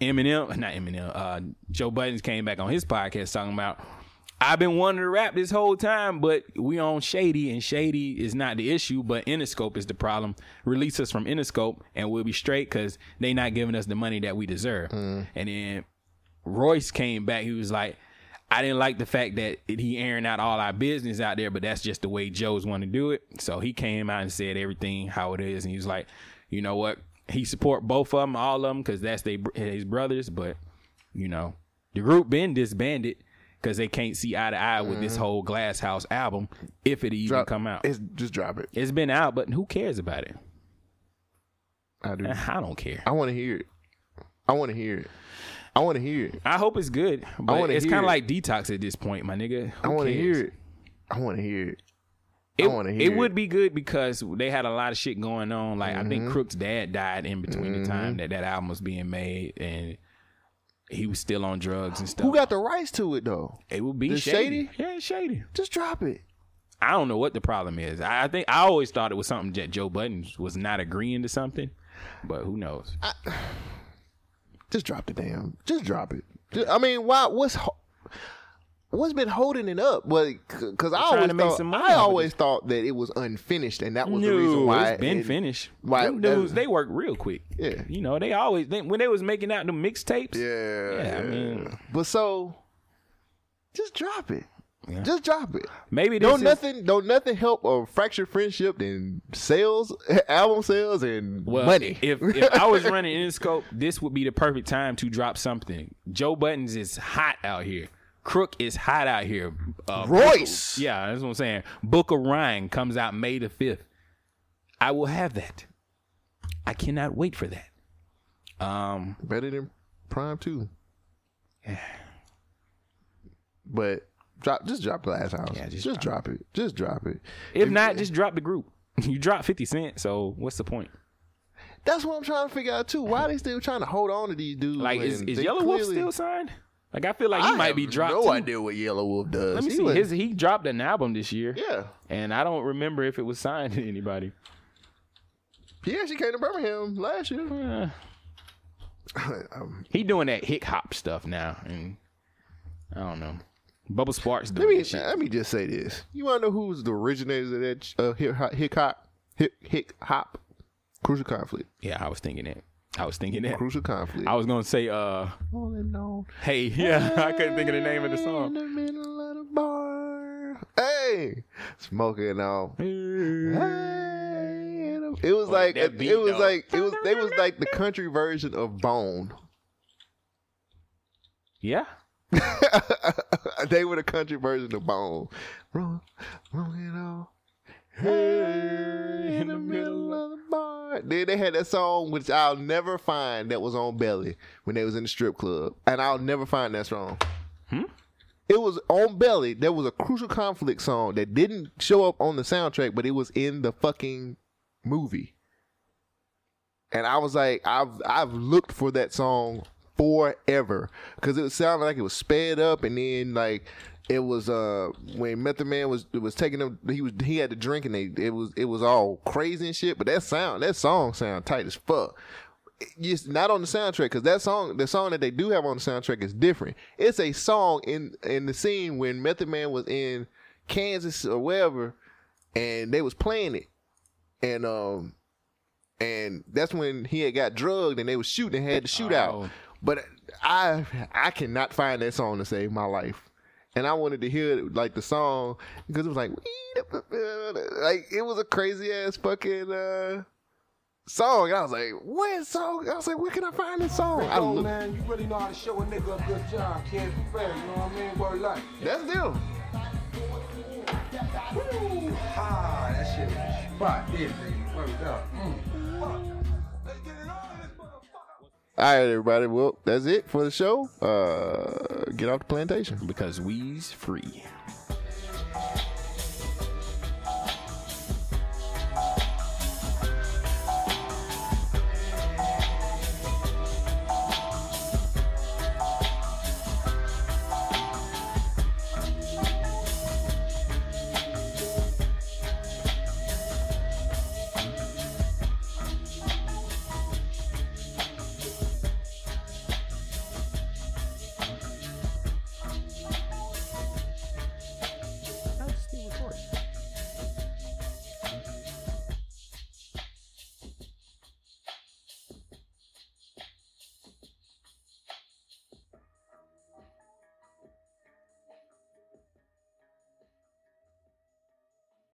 [SPEAKER 1] Eminem, not Eminem, uh, Joe Buttons came back on his podcast talking about, I've been wanting to rap this whole time, but we on Shady, and Shady is not the issue, but Interscope is the problem. Release us from Interscope, and we'll be straight because they not giving us the money that we deserve. And then Royce came back. He was like, I didn't like the fact that it- he airing out all our business out there, but that's just the way Joe's want to do it. So he came out and said everything how it is, and he was like, you know what? He support both of them, all of them, because that's they his brothers. But you know, the group been disbanded because they can't see eye to eye with this
[SPEAKER 2] Mhm.
[SPEAKER 1] whole Glass House album if it even come out. It's,
[SPEAKER 2] just drop it.
[SPEAKER 1] It's been out, but who cares about it?
[SPEAKER 2] I do.
[SPEAKER 1] I don't care.
[SPEAKER 2] I want to hear it. I want to hear it. I want to hear it.
[SPEAKER 1] I hope it's good.
[SPEAKER 2] I
[SPEAKER 1] But
[SPEAKER 2] want to.
[SPEAKER 1] it's kind of like detox at this point, my nigga.
[SPEAKER 2] I
[SPEAKER 1] want to
[SPEAKER 2] hear it. I want to hear it.
[SPEAKER 1] It,
[SPEAKER 2] I want to hear
[SPEAKER 1] it would be good because they had a lot of shit going on. Like I think
[SPEAKER 2] Mhm.
[SPEAKER 1] Crook's dad died in between the time
[SPEAKER 2] Mhm.
[SPEAKER 1] that that album was being made, and he was still on drugs and stuff.
[SPEAKER 2] Who got the rights to it though?
[SPEAKER 1] It would be
[SPEAKER 2] The
[SPEAKER 1] shady.
[SPEAKER 2] Shady?
[SPEAKER 1] Yeah, it's shady.
[SPEAKER 2] Just drop it.
[SPEAKER 1] I don't know what the problem is. I, I think I always thought it was something that Joe Budden was not agreeing to something, but who knows?
[SPEAKER 2] Just drop the damn. Just drop it. Ju- I mean, why? What's ho- what's been holding it up? Well, because I
[SPEAKER 1] They're
[SPEAKER 2] always
[SPEAKER 1] trying to make
[SPEAKER 2] thought,
[SPEAKER 1] some money
[SPEAKER 2] I
[SPEAKER 1] off of
[SPEAKER 2] always thought that it was unfinished, and that was the
[SPEAKER 1] No,
[SPEAKER 2] reason why
[SPEAKER 1] it's been
[SPEAKER 2] it-
[SPEAKER 1] finished.
[SPEAKER 2] why-
[SPEAKER 1] Them dudes, they work real quick. Yeah, you know they always they, when they was making out the mixtapes.
[SPEAKER 2] Yeah,
[SPEAKER 1] yeah, I mean,
[SPEAKER 2] But so, just drop it. Just drop it.
[SPEAKER 1] Maybe this
[SPEAKER 2] don't
[SPEAKER 1] is-
[SPEAKER 2] nothing don't nothing help a fractured friendship than sales, album sales, and
[SPEAKER 1] Well,
[SPEAKER 2] money.
[SPEAKER 1] if, if I was running Interscope, this would be the perfect time to drop something. Joe Buttons is hot out here. Crook is hot out here. Uh,
[SPEAKER 2] Royce.
[SPEAKER 1] Booker- yeah, that's what I'm saying. Book of Ryan comes out May the 5th. I will have that. I cannot wait for that. Um,
[SPEAKER 2] better than Prime Two. But drop, just drop Glass House. just, drop, it. Just drop it.
[SPEAKER 1] If not, just drop the group. You drop 50 Cent, so what's the point?
[SPEAKER 2] That's what I'm trying to figure out too. Why they still trying to hold on to these dudes?
[SPEAKER 1] Like, is,
[SPEAKER 2] when
[SPEAKER 1] is
[SPEAKER 2] they
[SPEAKER 1] Yellow Wolf
[SPEAKER 2] clearly-
[SPEAKER 1] still signed? Like, I feel like he
[SPEAKER 2] I
[SPEAKER 1] might
[SPEAKER 2] have
[SPEAKER 1] be dropped.
[SPEAKER 2] No
[SPEAKER 1] too.
[SPEAKER 2] idea what Yellow Wolf does.
[SPEAKER 1] Let me
[SPEAKER 2] He
[SPEAKER 1] see.
[SPEAKER 2] was-
[SPEAKER 1] His, he dropped an album this year.
[SPEAKER 2] Yeah.
[SPEAKER 1] And I don't remember if it was signed to anybody.
[SPEAKER 2] he actually came to Birmingham last year. Um,
[SPEAKER 1] He doing that hip hop stuff now, and I don't know. Bubble Sparks doing
[SPEAKER 2] Let me
[SPEAKER 1] that shit.
[SPEAKER 2] let me just say this. You want to know who's the originators of that uh, hip hop, hip hop, hip hip hop, crucial conflict?
[SPEAKER 1] Yeah, I was thinking that. I was thinking that.
[SPEAKER 2] Crucial conflict.
[SPEAKER 1] I was gonna say, uh,
[SPEAKER 2] All alone
[SPEAKER 1] hey, yeah, I couldn't think of the name of the song.
[SPEAKER 2] in the middle of the bar. Hey, smoking and all. Hey, and I'm- it was
[SPEAKER 1] Oh,
[SPEAKER 2] like
[SPEAKER 1] that
[SPEAKER 2] it,
[SPEAKER 1] beat,
[SPEAKER 2] was
[SPEAKER 1] though.
[SPEAKER 2] like it was they was like the country version of Bone.
[SPEAKER 1] Yeah.
[SPEAKER 2] they were the country version of Bone. Wrong, wrong and all. Hey, in the middle of the bar. Then they had that song which I'll never find that was on Belly when they was in the strip club, and I'll never find that song.
[SPEAKER 1] Hmm?
[SPEAKER 2] It was on Belly. There was a Crucial Conflict song that didn't show up on the soundtrack, but it was in the fucking movie. And I was like, I've I've looked for that song forever because it sounded like it was sped up, and then like it was uh when Method Man was was taking him, he was he had to drink, and they it was it was all crazy and shit. But that sound that song sound tight as fuck. It's not on the soundtrack because that song, the song that they do have on the soundtrack is different. It's a song in in the scene when Method Man was in Kansas or wherever, and they was playing it, and um and that's when he had got drugged and they was shooting and had the shootout. But I I cannot find that song to save my life, and I wanted to hear like the song because it was like like it was a crazy ass fucking uh, song. And I was like, what song? I was like, where can I find this song? I
[SPEAKER 4] Rico,
[SPEAKER 2] looked,
[SPEAKER 4] man, you really know how to show a nigga a good job, kid. Be fair, you know what I mean? Word life.
[SPEAKER 2] That's them.
[SPEAKER 4] Ah, that shit was spot, yeah, nigga. Word up. Mm.
[SPEAKER 2] All right, everybody. Well, that's it for the show. Uh, get off the plantation because we's free.